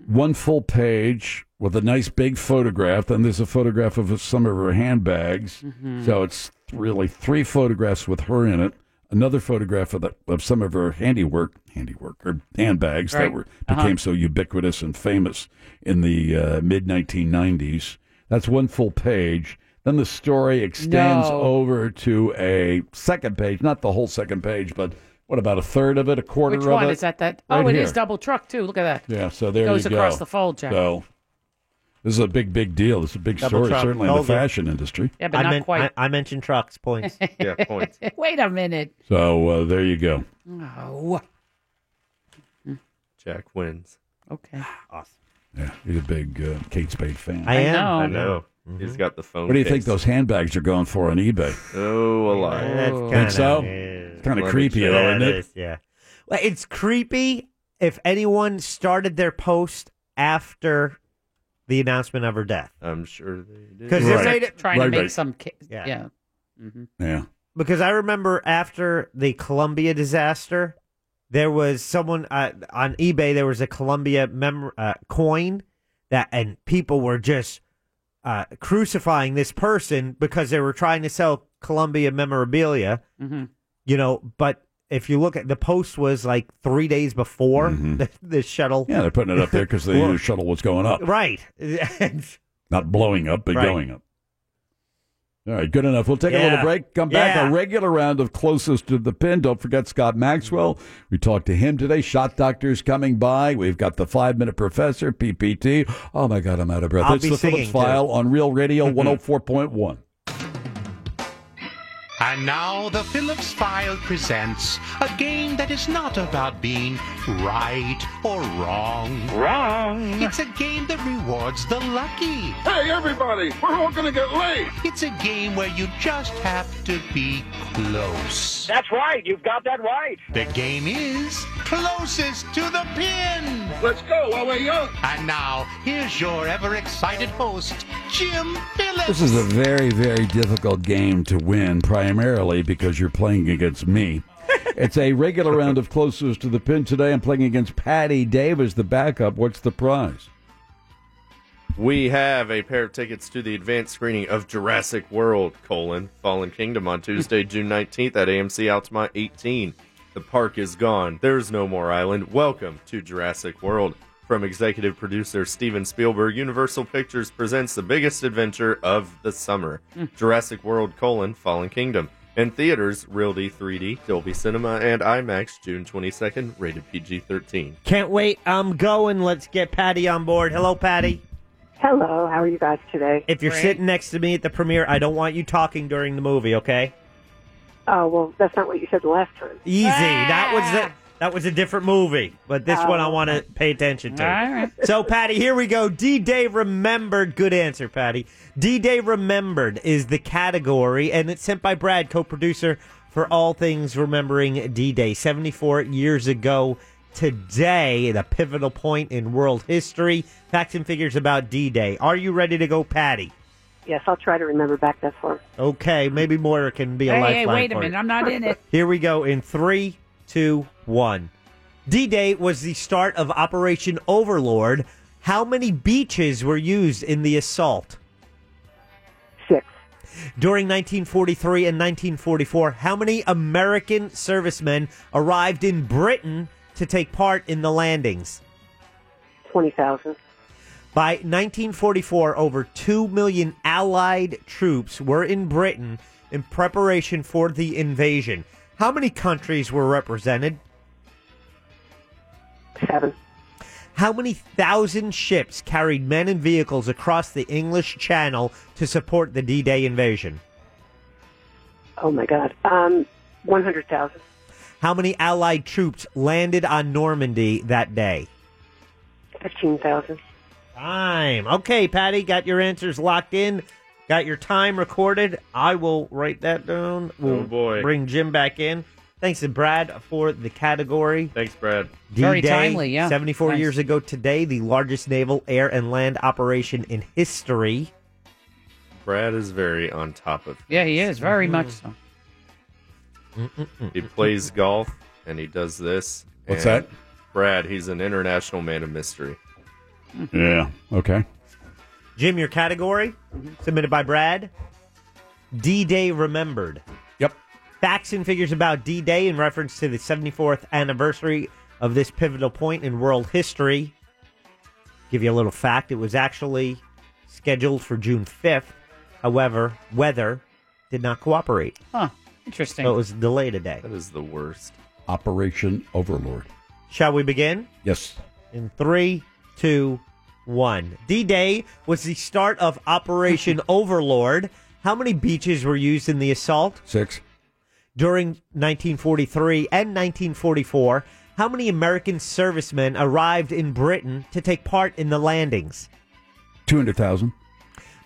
S5: one full page with a nice big photograph. Then there's a photograph of some of her handbags.
S11: Mhm.
S5: So it's really three photographs with her in it. Another photograph of, the, of some of her handiwork, handiwork, or handbags
S11: Right.
S5: that were
S11: Uh-huh.
S5: became so ubiquitous and famous in the uh, mid 1990s. That's one full page. Then the story extends
S11: No.
S5: over to a second page, not the whole second page, but what about a third of it, a quarter
S7: Which
S5: of
S7: one
S5: it?
S7: is that? That
S5: Right
S7: oh, it
S5: here.
S7: is double truck too. Look at that.
S5: Yeah, so there
S7: Goes
S5: you go.
S7: across the fold, Jack.
S5: So this is a big, big deal. This is a big
S8: Double
S5: story,
S8: truck.
S5: certainly in the
S8: Told you.
S5: fashion industry.
S7: Yeah, but
S8: I
S7: not
S8: meant-
S7: quite.
S8: I, I mentioned trucks, points.
S7: Wait a minute.
S5: So uh, there you go.
S7: Oh,
S9: Jack wins.
S7: okay.
S8: Awesome.
S5: Yeah, he's a big uh, Kate Spade fan.
S9: I I am. Mm-hmm. know. I know. He's got the phone
S5: What do you think
S9: case.
S5: those handbags are going for on eBay?
S9: Oh, a lot.
S8: That's
S5: Think
S8: kinda-
S5: so?
S8: yeah.
S5: It's kind of creepy,
S8: Yeah,
S5: though, isn't it?
S8: is, yeah. Well, it's creepy if anyone started their post after the announcement of her death.
S9: I'm sure they did.
S8: Because if they did-
S7: trying to
S8: Right,
S7: make
S8: right.
S7: some. Ca- yeah.
S8: Yeah.
S7: Mm-hmm.
S5: Yeah.
S8: Because I remember after the Columbia disaster, there was someone uh, on eBay. There was a Columbia mem- uh, coin that, and people were just uh, crucifying this person because they were trying to sell Columbia memorabilia.
S7: Mm-hmm.
S8: You know, but if you look at the post, was like three days before the, the shuttle.
S5: Mm-hmm. Yeah, they're putting it up there because they knew the shuttle was going up.
S8: Right. And
S5: Not blowing up, but
S8: Right.
S5: going up. All right, good enough. We'll take a little
S8: Yeah.
S5: break. Come back.
S8: Yeah.
S5: A regular round of closest to the pin. Don't forget Scott Maxwell. We talked to him today. Shot doctors coming by. We've got the five minute professor, PPT. Oh my God, I'm out of breath.
S11: I'll
S5: it's
S11: be
S5: the Phillips
S11: singing, too.
S5: File on Real Radio 104.1.
S11: And now the Phillips File presents a game that is not about being right or wrong. Wrong. It's a game that rewards the lucky. Hey, everybody, we're all going to get late. It's a game where you just have to be close.
S12: That's right. You've got that right.
S11: The game is closest to the pin. Let's go while we're young. And now, here's your ever excited host, Jim Phillips.
S5: This is a very, very difficult game to win, primarily because you're playing against me. it's a regular round of closest to the pin today. I'm playing against Patty Davis, the backup. What's the prize?
S9: We have a pair of tickets to the advanced screening of Jurassic World: colon, Fallen Kingdom on Tuesday, June 19th at AMC Altamont 18. The park is gone. There's no more island. Welcome to Jurassic World. From executive producer Steven Spielberg, Universal Pictures presents the biggest adventure of the summer: Jurassic World: colon, Fallen Kingdom. In theaters, Realty 3D, Dolby Cinema, and IMAX, June 22nd, rated PG-13.
S8: can't wait. I'm going. Let's get Patty on board. Hello, Patty.
S14: Hello, how are you guys today?
S8: If you're sitting next to me at the premiere, I don't want you talking during the movie, okay?
S14: Oh well, that's not what you said the last time.
S8: Easy. That was the, that was a different movie, but this one I
S14: Ah. Oh.
S8: want to pay attention to.
S14: All right.
S8: So, Patty, here we go. D Day Remembered. Good answer, Patty. D Day Remembered is the category, and it's sent by Brad, co producer for All Things Remembering D Day. 74 years ago today, the pivotal point in world history. Facts and figures about D Day. Are you ready to go, Patty?
S14: Yes, I'll try to remember back that far.
S8: Okay, maybe Moira can be a
S14: Hey, hey,
S8: lifeline.
S14: wait a
S8: for you.
S14: minute, I'm not in it.
S8: Here we go in three, two, one. D Day was the start of Operation Overlord. How many beaches were used in the assault?
S14: Six.
S8: During 1943 and 1944, how many American servicemen arrived in Britain to take part in the landings?
S14: Twenty thousand.
S8: By 1944, over 2 million Allied troops were in Britain in preparation for the invasion. How many countries were represented?
S14: Seven.
S8: How many thousand ships carried men and vehicles across the English Channel to support the D Day invasion?
S14: Oh my God. Um, one hundred thousand.
S8: How many Allied troops landed on Normandy that day?
S14: Fifteen thousand.
S8: Time. Okay, Patty, got your answers locked in. Got your time recorded. I will write that down. We'll
S9: Oh, boy.
S8: Bring Jim back in. Thanks to Brad for the category.
S9: Thanks, Brad.
S7: Very timely, yeah.
S8: 74
S7: Nice.
S8: years ago today, the largest naval, air, and land operation in history.
S9: Brad is very on top of.
S7: Yeah, he is very
S9: Mhm.
S7: much so. Mm.
S9: He plays golf and he does this.
S5: What's
S9: and Brad, he's an international man of mystery.
S5: Yeah. Okay.
S8: Jim, your category
S7: Mm-hmm.
S8: submitted by Brad. D Day remembered.
S5: Yep.
S8: Facts and figures about D Day in reference to the 74th anniversary of this pivotal point in world history. Give you a little fact it was actually scheduled for June 5th. However, weather did not cooperate.
S7: Huh. Interesting.
S8: So it was delayed a day. That
S9: is the worst.
S5: Operation Overlord.
S8: Shall we begin?
S5: Yes.
S8: In three, two, one. D Day was the start of Operation Overlord. How many beaches were used in the assault?
S5: Six.
S8: During 1943 and 1944, how many American servicemen arrived in Britain to take part in the landings?
S5: 200,000.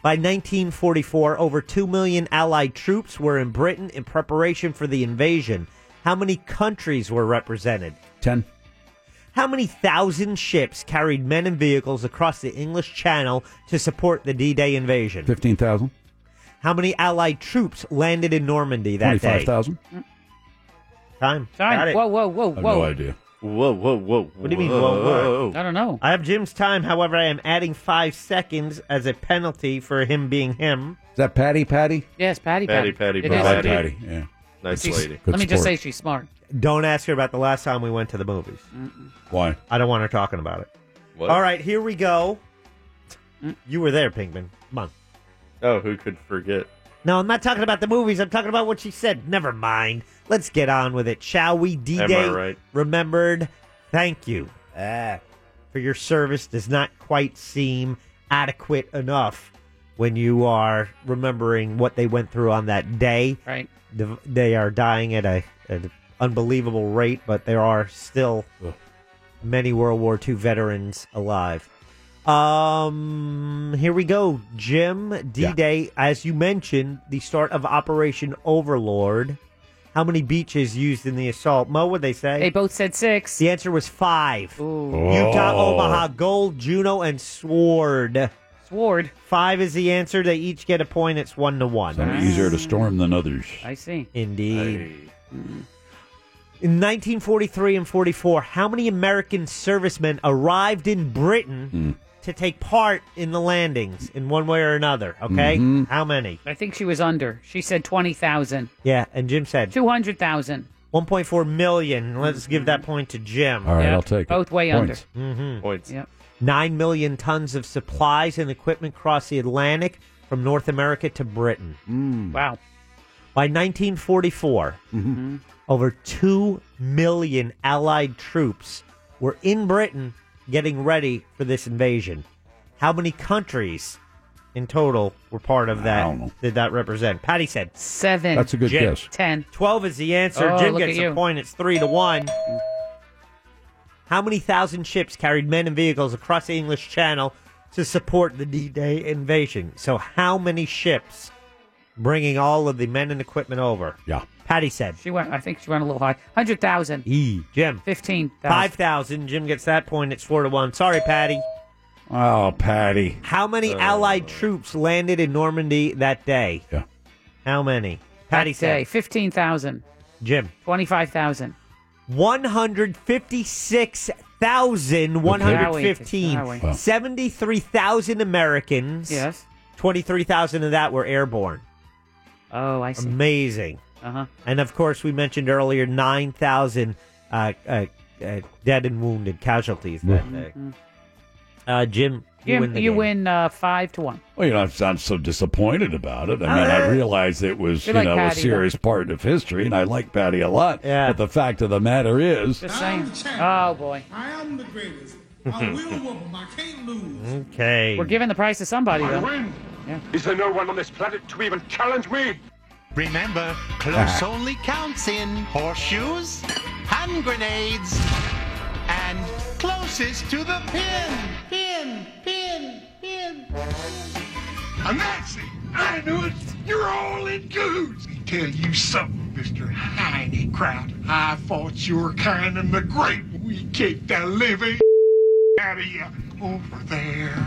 S8: By 1944, over 2 million Allied troops were in Britain in preparation for the invasion. How many countries were represented?
S5: 10.
S8: How many thousand ships carried men and vehicles across the English Channel to support the D Day invasion?
S5: 15,000.
S8: How many Allied troops landed in Normandy that day?
S5: 25,000.
S8: Time. Got
S7: Time.
S8: it.
S7: Whoa, whoa, whoa, whoa.
S9: Whoa, whoa, whoa.
S8: What do you mean, whoa, whoa?
S7: I don't know.
S8: I have Jim's time. However, I am adding five seconds as a penalty for him being him.
S5: Is that Patty Patty?
S7: Yes, Patty Patty.
S9: Patty, Patty,
S7: It
S9: Patty.
S7: is.
S9: Patty.
S5: Patty, yeah.
S9: Nice
S7: She's-
S9: lady.
S7: Let me just say she's smart.
S8: Don't ask her about the last time we went to the movies.
S5: Why?
S8: I don't want her talking about it.
S9: What?
S8: All right, here we go.
S7: Mm.
S8: You were there, Pinkman. Come on.
S9: Oh, who could forget?
S8: No, I'm not talking about the movies. I'm talking about what she said. Never mind. Let's get on with it, shall we? D
S9: I
S8: Day
S9: right?
S8: remembered. Thank you ah, for your service. Does not quite seem adequate enough when you are remembering what they went through on that day.
S7: Right.
S8: The- They are dying at a an unbelievable rate, but there are still many World War II veterans alive. Um, here we go, Jim. D Day, as you mentioned, the start of Operation Overlord. How many beaches used in the assault? Mo, what they say?
S7: They both said six.
S8: The answer was five.
S5: Oh.
S8: Utah, Omaha, Gold, Juno, and Sword.
S7: Sword.
S8: Five is the answer. They each get a point. It's one to one.
S5: Some easier to storm than others.
S7: I see.
S8: Indeed. In 1943 and 44, how many American servicemen arrived in Britain to take part in the landings in one way or another? Okay?
S5: Mm-hmm.
S7: Mhm.
S8: How many?
S7: I think she was under. She said 20,000.
S8: Yeah, and Jim said
S7: 200,000.
S8: 1.4 million. Let's give that point to Jim.
S5: All right, Yep. I'll take it.
S7: Both way under. Points.
S8: Mm-hmm.
S9: Points.
S7: Mm. Yep.
S8: 9 million tons of supplies and equipment crossed the Atlantic from North America to Britain.
S5: Mm.
S7: Wow. Mm-hmm.
S8: By 1944, over 2 million Allied troops were in Britain getting ready for this invasion. How many countries in total were part of that? Did that represent? Patty said
S7: seven.
S5: That's a good
S8: Jim,
S5: guess.
S7: 10.
S8: 12 is the answer.
S7: Oh,
S8: Jim
S7: look
S8: gets
S7: at
S8: a
S7: you.
S8: point. It's 3 to 1. How many thousand ships carried men and vehicles across the English Channel to support the D Day invasion? So, how many ships bringing all of the men and equipment over?
S5: Yeah.
S8: Patty said.
S7: She went, I think she went a little high. 100,000.
S8: E. Jim.
S7: 15,000.
S8: 5,000. Jim gets that point. It's 4 to 1. Sorry, Patty.
S5: Oh, Patty.
S8: How many
S5: Uh.
S8: Allied troops landed in Normandy that day?
S5: Yeah.
S8: How many?
S7: That
S8: Patty
S7: day,
S8: said.
S7: 15,000.
S8: Jim.
S7: 25,000.
S8: 156,115.
S7: Okay. Wow.
S8: 73,000 Americans.
S7: Yes.
S8: 23,000 of that were airborne.
S7: Oh, I see.
S8: Amazing.
S7: Uh-huh.
S8: And of course, we mentioned earlier 9,000 uh, uh, uh, dead and wounded casualties that day. Uh, Jim, you
S7: Jim,
S8: win the
S7: you
S8: game.
S7: win uh, 5 to 1.
S5: Well, you know, I sound so disappointed about it. I mean, I realize it was, you
S7: Oh, You like
S5: know,
S7: Patty,
S5: a
S7: though.
S5: serious part of history, and I like Patty a lot. But the fact of the matter is,
S7: Just saying. Oh, boy.
S15: I am the greatest. I will whoop 'em. I can't lose.
S8: Okay.
S7: We're giving the prize to somebody,
S15: I
S7: though.
S15: win. Is there no one on this planet to even challenge me?
S11: Remember, close only counts in horseshoes, hand grenades, and closest to the pin. Pin, pin, pin. I'm Nancy. I knew it. You're all in cahoots. Let me tell you something,
S15: Mr. Heine Kraut. I thought you were kind and the great. We kicked the living out of you. Over there,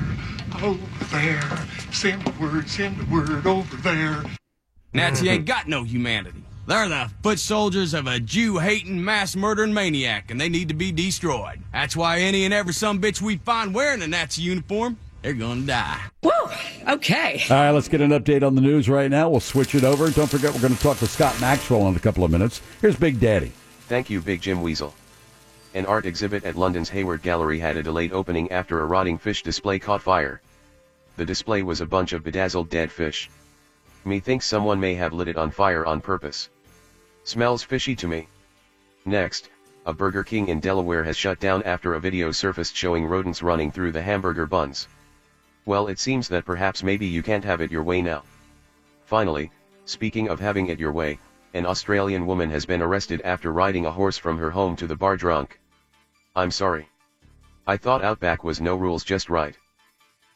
S15: over there. Send the word, send the word over there.
S4: Nazi ain't got no humanity. They're the foot soldiers of a Jew hating, mass murdering maniac, and they need to be destroyed. That's why any and every some bitch we find wearing a Nazi uniform, they're gonna die.
S7: Woo! Okay.
S5: All right, let's get an update on the news right now. We'll switch it over. Don't forget, we're going to talk to Scott Maxwell in a couple of minutes. Here's Big Daddy.
S1: Thank you, Big Jim Weasel. An art exhibit at London's Hayward Gallery had a delayed opening after a rotting fish display caught fire. The display was a bunch of bedazzled dead fish. Methinks someone may have lit it on fire on purpose. Smells fishy to me. Next, a Burger King in Delaware has shut down after a video surfaced showing rodents running through the hamburger buns. Well, it seems that perhaps maybe you can't have it your way now. Finally, speaking of having it your way, an Australian woman has been arrested after riding a horse from her home to the bar drunk. I'm sorry. I thought Outback was no rules just right.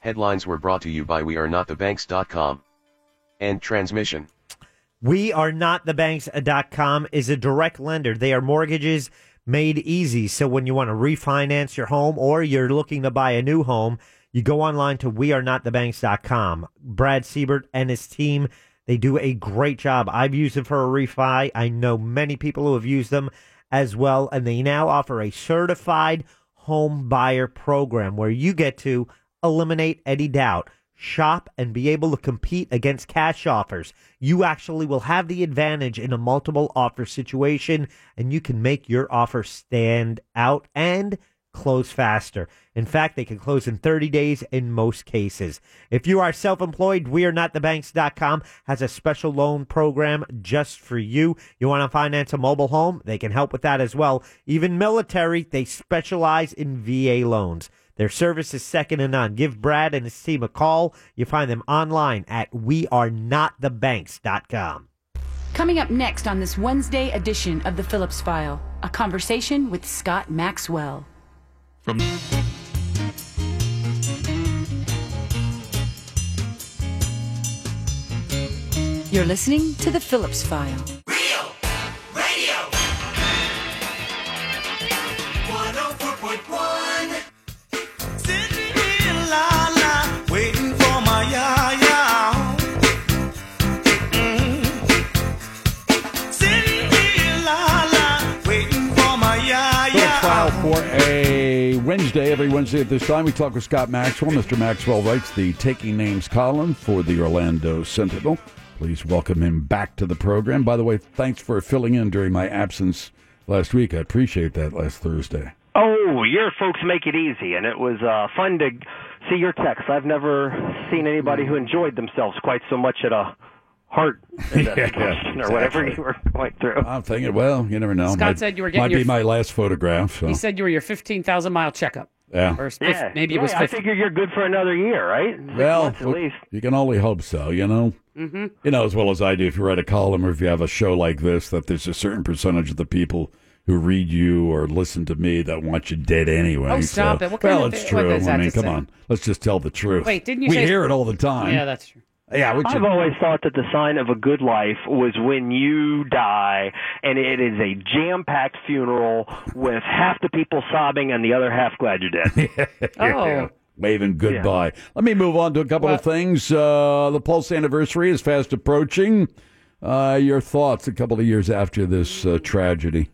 S1: Headlines were brought to you by wearenotthebanks.com. End transmission.
S8: We are not the banks.com is a direct lender. They are mortgages made easy. So when you want to refinance your home or you're looking to buy a new home, you go online to wearenotthebanks.com. Brad Siebert and his team, they do a great job. I've used them for a refi. I know many people who have used them as well. And they now offer a certified home buyer program where you get to eliminate any doubt shop and be able to compete against cash offers. You actually will have the advantage in a multiple offer situation and you can make your offer stand out and close faster. In fact, they can close in 30 days in most cases. If you are self-employed, we are not the banks.com has a special loan program just for you. You want to finance a mobile home? They can help with that as well. Even military, they specialize in VA loans. Their service is second to none. Give Brad and his team a call. You find them online at wearenotthebanks.com.
S13: Coming up next on this Wednesday edition of the Phillips File, a conversation with Scott Maxwell.
S4: From
S13: You're listening to the Phillips File.
S15: Radio! 104.1. Sitting here, la la, waiting for my ya-ya. Sitting here, la la, waiting for my
S5: Phillips
S15: ya-ya.
S5: File for a Wednesday. Every Wednesday at this time, we talk with Scott Maxwell. Mr. Maxwell writes the Taking Names column for the Orlando Sentinel. Please welcome him back to the program. By the way, thanks for filling in during my absence last week. I appreciate that last Thursday.
S16: Oh, your folks make it easy, and it was uh, fun to see your texts. I've never seen anybody who enjoyed themselves quite so much at a heart investigation or whatever
S5: exactly.
S16: you were going through.
S5: I'm thinking, well, you never know.
S7: Scott
S5: might,
S7: said you were getting
S5: might
S7: your-
S5: be my last photograph. So.
S7: He said you were your 15,000 mile checkup.
S5: Yeah.
S7: Or s- fif- maybe it was
S16: I
S7: 50.
S16: figure you're good for another year, right? Six
S5: well,
S16: months at least.
S5: you can only hope so. You know.
S7: Mm-hmm.
S16: Mhm.
S5: You know as well as I do. If you write a column or if you have a show like this, that there's a certain percentage of the people who read you or listen to me that want you dead anyway.
S7: Oh, stop
S5: so-
S7: it. What kind
S5: well,
S7: of-
S5: it's
S7: what
S5: true. I
S7: does that
S5: mean,
S7: just
S5: come
S7: say?
S5: on. Let's just tell the truth.
S7: Wait, didn't you
S5: We
S7: say-
S5: hear it all the time.
S7: Yeah, that's true.
S5: Yeah, we
S16: I've
S5: should-
S16: always thought that the sign of a good life was when you die and it is a jam-packed funeral with half the people sobbing and the other half glad you're dead.
S7: Oh.
S5: Yeah. Waving goodbye. Let me move on to a couple of things. Uh, the Pulse anniversary is fast approaching. Uh, your thoughts a couple of years after this uh, tragedy?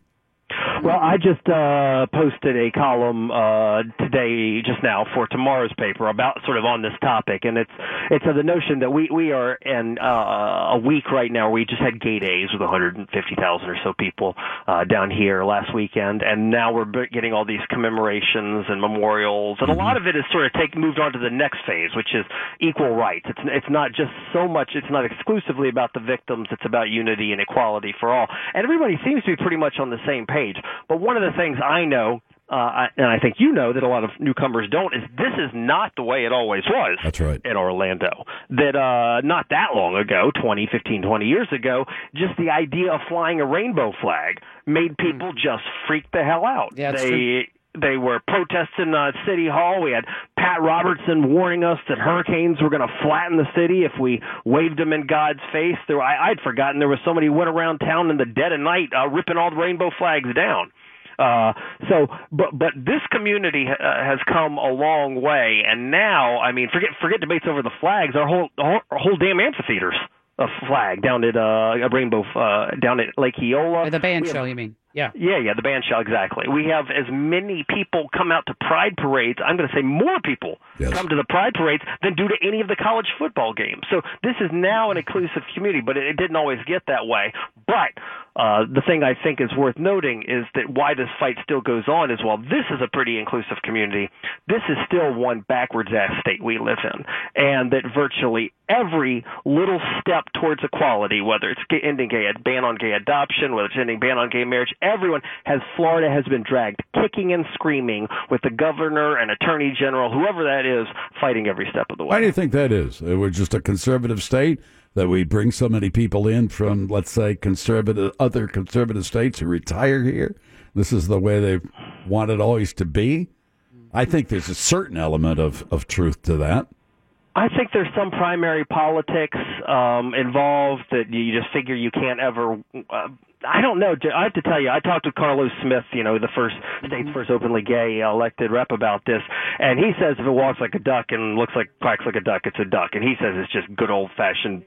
S16: Well, I just uh, posted a column uh, today, just now, for tomorrow's paper about sort of on this topic, and it's it's uh, the notion that we we are in uh, a week right now. We just had gate A's with 150,000 or so people uh, down here last weekend, and now we're b- getting all these commemorations and memorials, and a lot of it is sort of take moved on to the next phase, which is equal rights. It's it's not just so much. It's not exclusively about the victims. It's about unity and equality for all, and everybody seems to be pretty much on the same page. But one of the things I know. Uh, I- and I think you know that a lot of newcomers don't. Is this is not the way it always was? That's right. In Orlando, that uh, not that long ago, 20, 15, 20 years ago, just the idea of flying a rainbow flag made people just freak the hell out.
S7: Mm. Yeah, it's
S16: they
S7: true.
S16: They were protesting uh, City Hall. We had Pat Robertson warning us that hurricanes were going to flatten the city if we waved them in God's face. There, I, I'd forgotten there was somebody who went around town in the dead of night uh, ripping all the rainbow flags down. Uh, so, but but this community uh, has come a long way, and now, I mean, forget forget debates over the flags. Our whole our whole, our whole damn amphitheaters a flag down at uh, a rainbow uh, down at Lake Eola.
S7: The band
S16: We have-
S7: show, you mean? Yeah.
S16: yeah, yeah, the band shell, exactly. We have as many people come out to pride parades. I'm going to say more people come to the pride parades than do to any of the college football games. So this is now an inclusive community, but it, it didn't always get that way. But uh, the thing I think is worth noting is that why this fight still goes on is while this is a pretty inclusive community, this is still one backwards ass state we live in, and that virtually every little step towards equality, whether it's ga- ending gay ban on gay adoption, whether it's ending ban on gay marriage, everyone has Florida has been dragged kicking and screaming with the governor and attorney general, whoever that is, fighting every step of the way.
S5: Why do you think that is? Uh, We're just a conservative state that we bring so many people in from, let's say, conservative other conservative states who retire here. This is the way they've wanted always to be. I think there's a certain element of, of truth to that.
S16: I think there's some primary politics um, involved that you just figure you can't ever. Uh, I don't know. I have to tell you, I talked to Carlos Smith, you know, the first state's first openly gay elected rep about this, and he says if it walks like a duck and looks like quacks like a duck, it's a duck, and he says it's just good old fashioned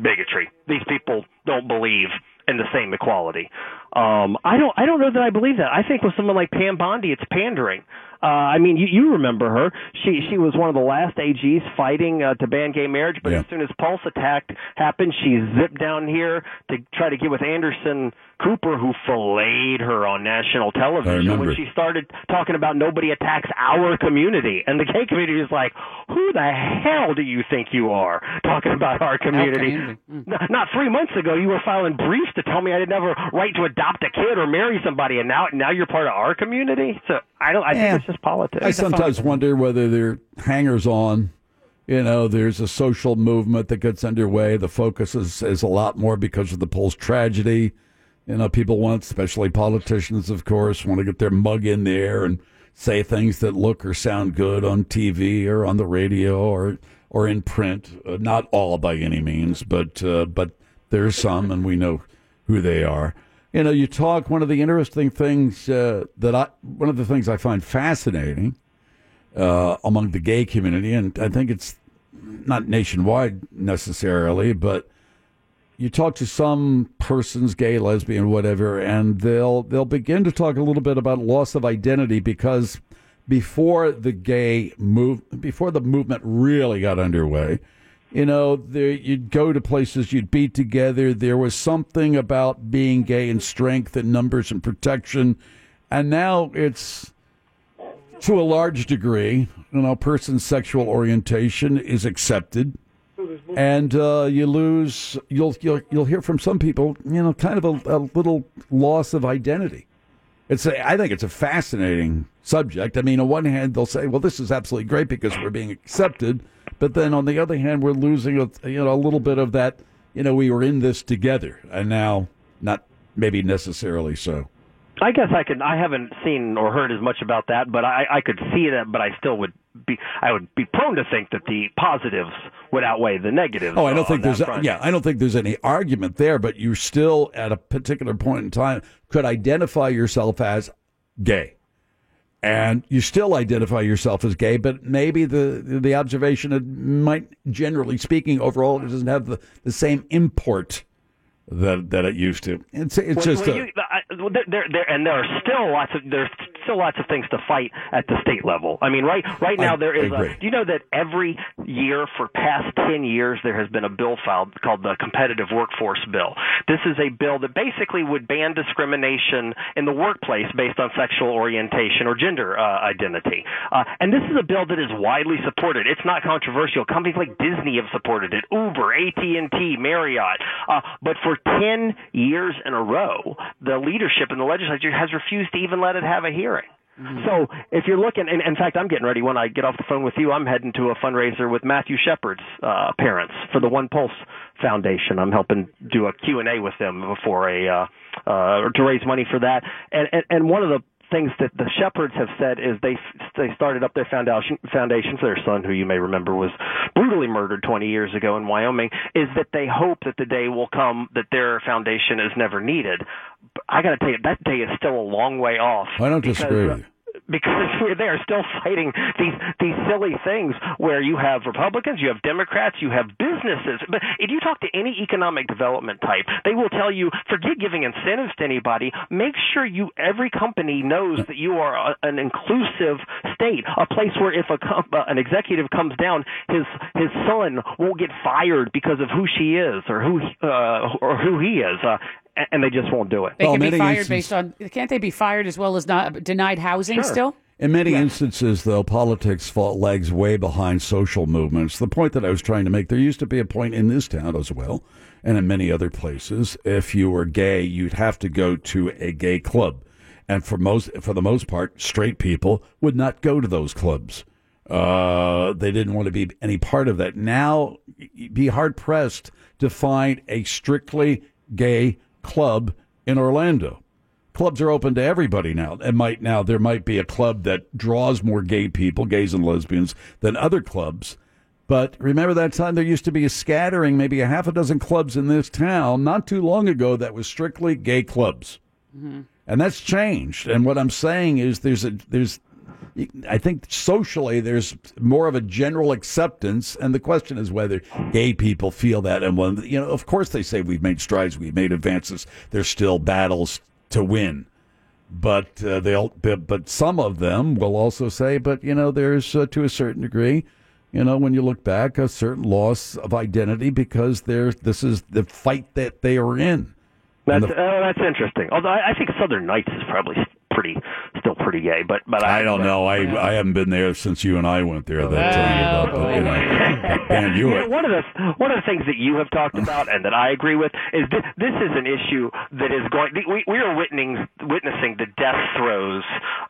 S16: bigotry. These people don't believe in the same equality. Um, I don't. I don't know that I believe that. I think with someone like Pam Bondi, it's pandering. Uh, I mean, you, you remember her. She she was one of the last AGs fighting uh, to ban gay marriage. But as soon as Pulse attack happened, she zipped down here to try to get with Anderson Cooper, who filleted her on national television
S5: remember.
S16: when she started talking about nobody attacks our community. And the gay community is like, who the hell do you think you are talking about our community?
S7: community.
S16: N- Not three months ago, you were filing briefs to tell me I didn't have a right to adopt a kid or marry somebody, and now now you're part of our community. So I don't. I think it's just politics.
S5: I sometimes wonder whether they're hangers on. You know, there's a social movement that gets underway. The focus is, is a lot more because of the Pulse tragedy. You know, people want, especially politicians, of course, want to get their mug in there and say things that look or sound good on TV or on the radio or or in print. Uh, not all by any means, but uh, but there's some, and we know who they are. You know, you talk. One of the interesting things uh, that I, one of the things I find fascinating uh, among the gay community, and I think it's not nationwide necessarily, but you talk to some persons, gay, lesbian, whatever, and they'll they'll begin to talk a little bit about loss of identity because before the gay move before the movement really got underway, you know, there you'd go to places, you'd be together. There was something about being gay and strength and numbers and protection, and now it's to a large degree, you know, a person's sexual orientation is accepted, and uh, you lose. You'll, you'll you'll hear from some people, you know, kind of a, a little loss of identity. It's a, I think it's a fascinating subject. I mean, on one hand, they'll say, "Well, this is absolutely great because we're being accepted," but then on the other hand, we're losing a you know a little bit of that. You know, we were in this together, and now not maybe necessarily so.
S16: I guess I could. I haven't seen or heard as much about that, but I, I could see that. But I still would be. I would be prone to think that the positives would outweigh the negatives.
S5: Oh, I don't
S16: on
S5: think
S16: that
S5: there's
S16: front.
S5: yeah, I don't think there's any argument there, but you still at a particular point in time could identify yourself as gay. And you still identify yourself as gay, but maybe the the observation it might generally speaking overall it doesn't have the, the same import that that it used to. It's it's
S16: Well,
S5: just
S16: well,
S5: a,
S16: you- I- well, there, there, there- and there are still lots of there's still lots of things to fight at the state level. I mean, right right now
S5: I
S16: there is.
S5: agree.
S16: A, do you know that every year for past ten years there has been a bill filed called the Competitive Workforce Bill. This is a bill that basically would ban discrimination in the workplace based on sexual orientation or gender uh, identity. Uh, and this is a bill that is widely supported. It's not controversial. Companies like Disney have supported it, Uber, AT&T, Marriott. Uh, but for 10 years in a row, the leadership in the legislature has refused to even let it have a hearing. So if you're looking, and in fact, I'm getting ready. When I get off the phone with you, I'm heading to a fundraiser with Matthew Shepard's uh, parents for the One Pulse Foundation. I'm helping do a Q and A with them before a uh, uh, to raise money for that. And, and and one of the things that the shepherds have said is they they started up their foundation foundation for their son, who you may remember was brutally murdered 20 years ago in Wyoming, is that they hope that the day will come that their foundation is never needed. But I got to tell you, that day is still a long way off.
S5: I don't
S16: because- uh,
S5: disagree with you.
S16: because they are still fighting these these silly things where you have Republicans, you have Democrats, you have businesses. But if you talk to any economic development type, they will tell you forget giving incentives to anybody. Make sure you every company knows that you are a, an inclusive state, a place where if a com- uh, an executive comes down, his his son won't get fired because of who she is or who he- uh, or who he is. Uh, a- and they just won't do it.
S7: They can be fired based on. Can't they be fired as well as not denied housing
S16: Sure.
S7: still?
S5: In many instances, though, politics fought lags way behind social movements. The point that I was trying to make, there used to be a point in this town as well, and in many other places. If you were gay, you'd have to go to a gay club, and for most, for the most part, straight people would not go to those clubs. Uh, they didn't want to be any part of that. Now, you'd be hard pressed to find a strictly gay club in Orlando clubs are open to everybody now. And might now there might be a club that draws more gay people, gays and lesbians, than other clubs. But remember that time there used to be a scattering, maybe a half a dozen clubs in this town not too long ago that was strictly gay clubs, and that's changed. And what I'm saying is there's a there's I think socially there's more of a general acceptance, and the question is whether gay people feel that. And when you know, of course, they say we've made strides, we've made advances. There's still battles to win, but uh, they'll but, but some of them will also say, but you know, there's uh, to a certain degree. You know, when you look back, a certain loss of identity because there, this is the fight that they are in. And
S16: That's
S5: the-
S16: oh, that's interesting. Although I, I think Southern Knights is probably s- pretty, still pretty gay. But but I,
S5: I don't know. I I haven't been there since you and I went there. That time. But, you know, man, you
S16: You
S5: were-
S16: know, one of the one of the things that you have talked about and that I agree with is this, this is an issue that is going. We, we are witnessing witnessing the death throes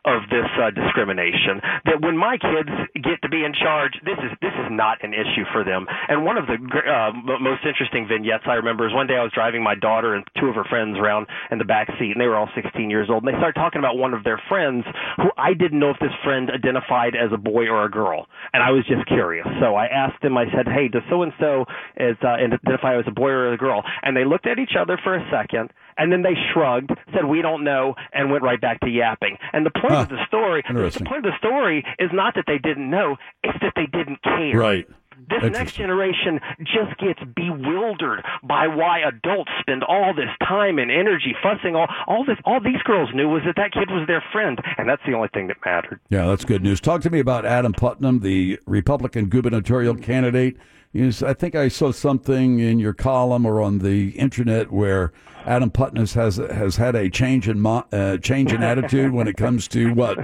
S16: of this uh, discrimination. That when my kids get to be in charge, this is this is not an issue for them. And one of the gr- uh, mo- most interesting vignettes I remember is one day I was driving my daughter and two of her friends around in the back seat, and they were all 16 years old, and they started talking about one of their friends who I didn't know if this friend identified as a boy or a girl, and I was just curious. So I asked them. I said, "Hey, does so and so is uh, identify as a boy or a girl?" And they looked at each other for a second, and then they shrugged, said, "We don't know," and went right back to yapping. And the point of the story, the
S5: Interesting.
S16: point of the story is not that they didn't know; it's that they didn't care.
S5: Right.
S16: This next generation just gets bewildered by why adults spend all this time and energy fussing. All, all this, all these girls knew was that that kid was their friend, and that's the only thing that mattered.
S5: Yeah, that's good news. Talk to me about Adam Putnam, the Republican gubernatorial candidate. Is I think I saw something in your column or on the internet where Adam Putnam has has had a change in mo- uh, change in attitude when it comes to what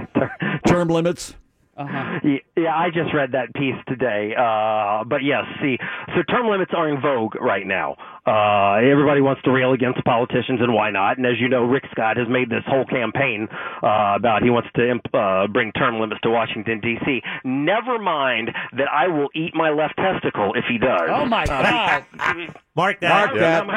S5: term limits.
S7: Uh-huh.
S16: Yeah, yeah, I just read that piece today. Uh, but yes, see, so term limits are in vogue right now. Uh, everybody wants to rail against politicians, and why not? And as you know, Rick Scott has made this whole campaign uh, about he wants to imp- uh, bring term limits to Washington D.C. Never mind that I will eat my left testicle if he does. Uh,
S7: Oh my God!
S8: Mark
S16: Mark that.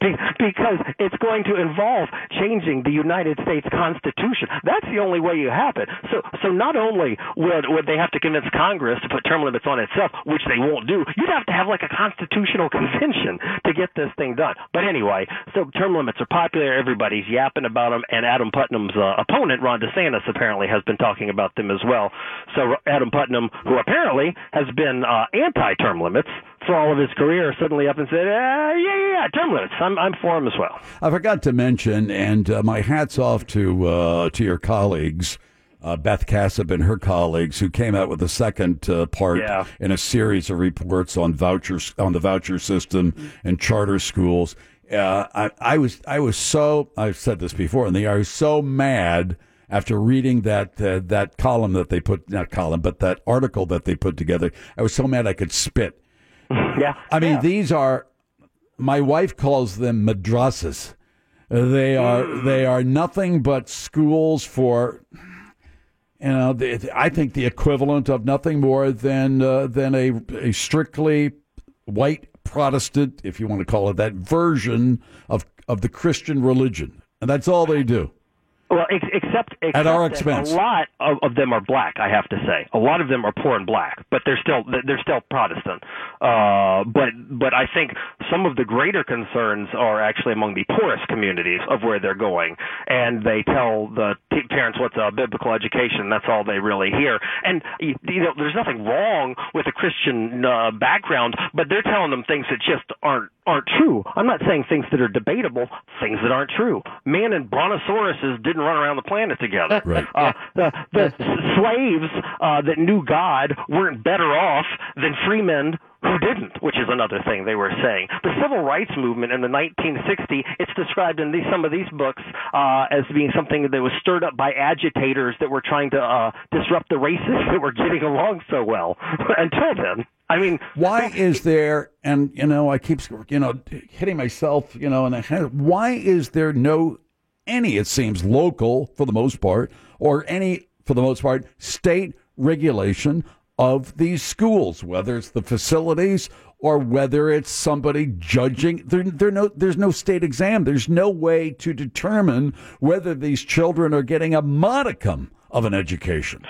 S16: Be- because it's going to involve changing the United States Constitution. That's the only way you have it. So, so not only would would they have to convince Congress to put term limits on itself, which they won't do, you'd have to have like a constitutional convention to get this thing done. But anyway, so term limits are popular. Everybody's yapping about them, and Adam Putnam's uh, opponent, Ron DeSantis, apparently has been talking about them as well. So Adam Putnam, who apparently has been uh, anti-term limits for all of his career, suddenly up and said, uh, "Yeah, yeah, yeah, term limits. I'm I'm for them as well."
S5: I forgot to mention, and uh, my hats off to uh, to your colleagues, uh, Beth Cassip and her colleagues, who came out with the second uh, part
S16: Yeah.
S5: in a series of reports on vouchers on the voucher system and charter schools. Uh, I, I was I was so I've said this before, and they are so mad after reading that uh, that column that they put not column but that article that they put together. I was so mad I could spit.
S16: Yeah,
S5: I mean these are my wife calls them madrasas. They are they are nothing but schools for you know the, I think the equivalent of nothing more than uh, than a, a strictly white Protestant, if you want to call it that, version of of the Christian religion, and that's all they do.
S16: Well, ex- except, except
S5: At our
S16: that
S5: expense.
S16: a lot of, of them are black. I have to say, a lot of them are poor and black, but they're still they're still Protestant. Uh, but but I think some of the greater concerns are actually among the poorest communities of where they're going, and they tell the t- parents what's a biblical education. That's all they really hear. And you, you know, there's nothing wrong with a Christian uh, background, but they're telling them things that just aren't aren't true. I'm not saying things that are debatable, things that aren't true. Man and brontosauruses didn't run around the planet together.
S5: Right.
S16: Uh, the, the s- slaves uh, that knew God weren't better off than freemen who didn't, which is another thing they were saying. The civil rights movement in the 1960s, it's described in these, some of these books uh, as being something that was stirred up by agitators that were trying to uh, disrupt the races that were getting along so well until then. I mean,
S5: why is there and you know i keep you know hitting myself you know and I, why is there no any it seems local for the most part or any for the most part state regulation of these schools whether it's the facilities or whether it's somebody judging there, there no there's no state exam there's no way to determine whether these children are getting a modicum of an education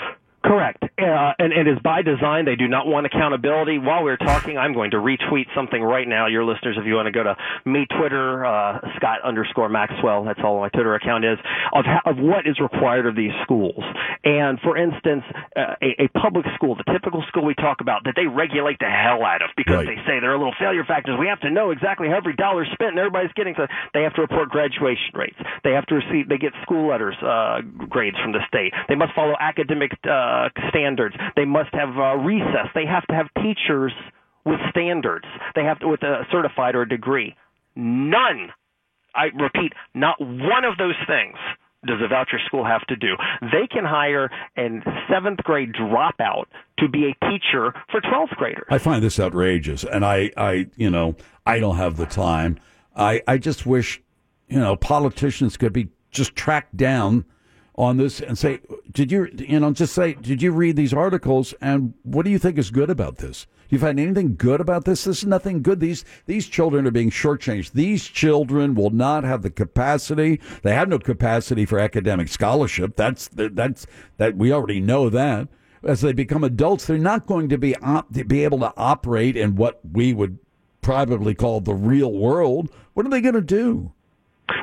S16: Correct. Uh, and it is by design. They do not want accountability. While we're talking, I'm going to retweet something right now. Your listeners, if you want to go to me Twitter, uh, Scott underscore Maxwell, that's all my Twitter account is, of, how, of what is required of these schools. And for instance, uh, a, a public school, the typical school we talk about, that they regulate the hell out of because they say there are little failure factors. We have to know exactly how every dollar is spent and everybody's getting to. They have to report graduation rates. They have to receive. They get school letters uh, grades from the state. They must follow academic uh, standards. They must have uh, recess. They have to have teachers with standards. They have to with a certified or a degree. None. I repeat, not one of those things does a voucher school have to do. They can hire an seventh grade dropout to be a teacher for 12th graders.
S5: I find this outrageous, and I, I, you know, I don't have the time. I, I just wish, you know, politicians could be just tracked down on this and say, did you, you know, just say, did you read these articles, and what do you think is good about this? Do you find anything good about this? This is nothing good. These these children are being shortchanged. These children will not have the capacity. They have no capacity for academic scholarship. That's that's that we already know that as they become adults, they're not going to be op- to be able to operate in what we would privately call the real world. What are they going to do?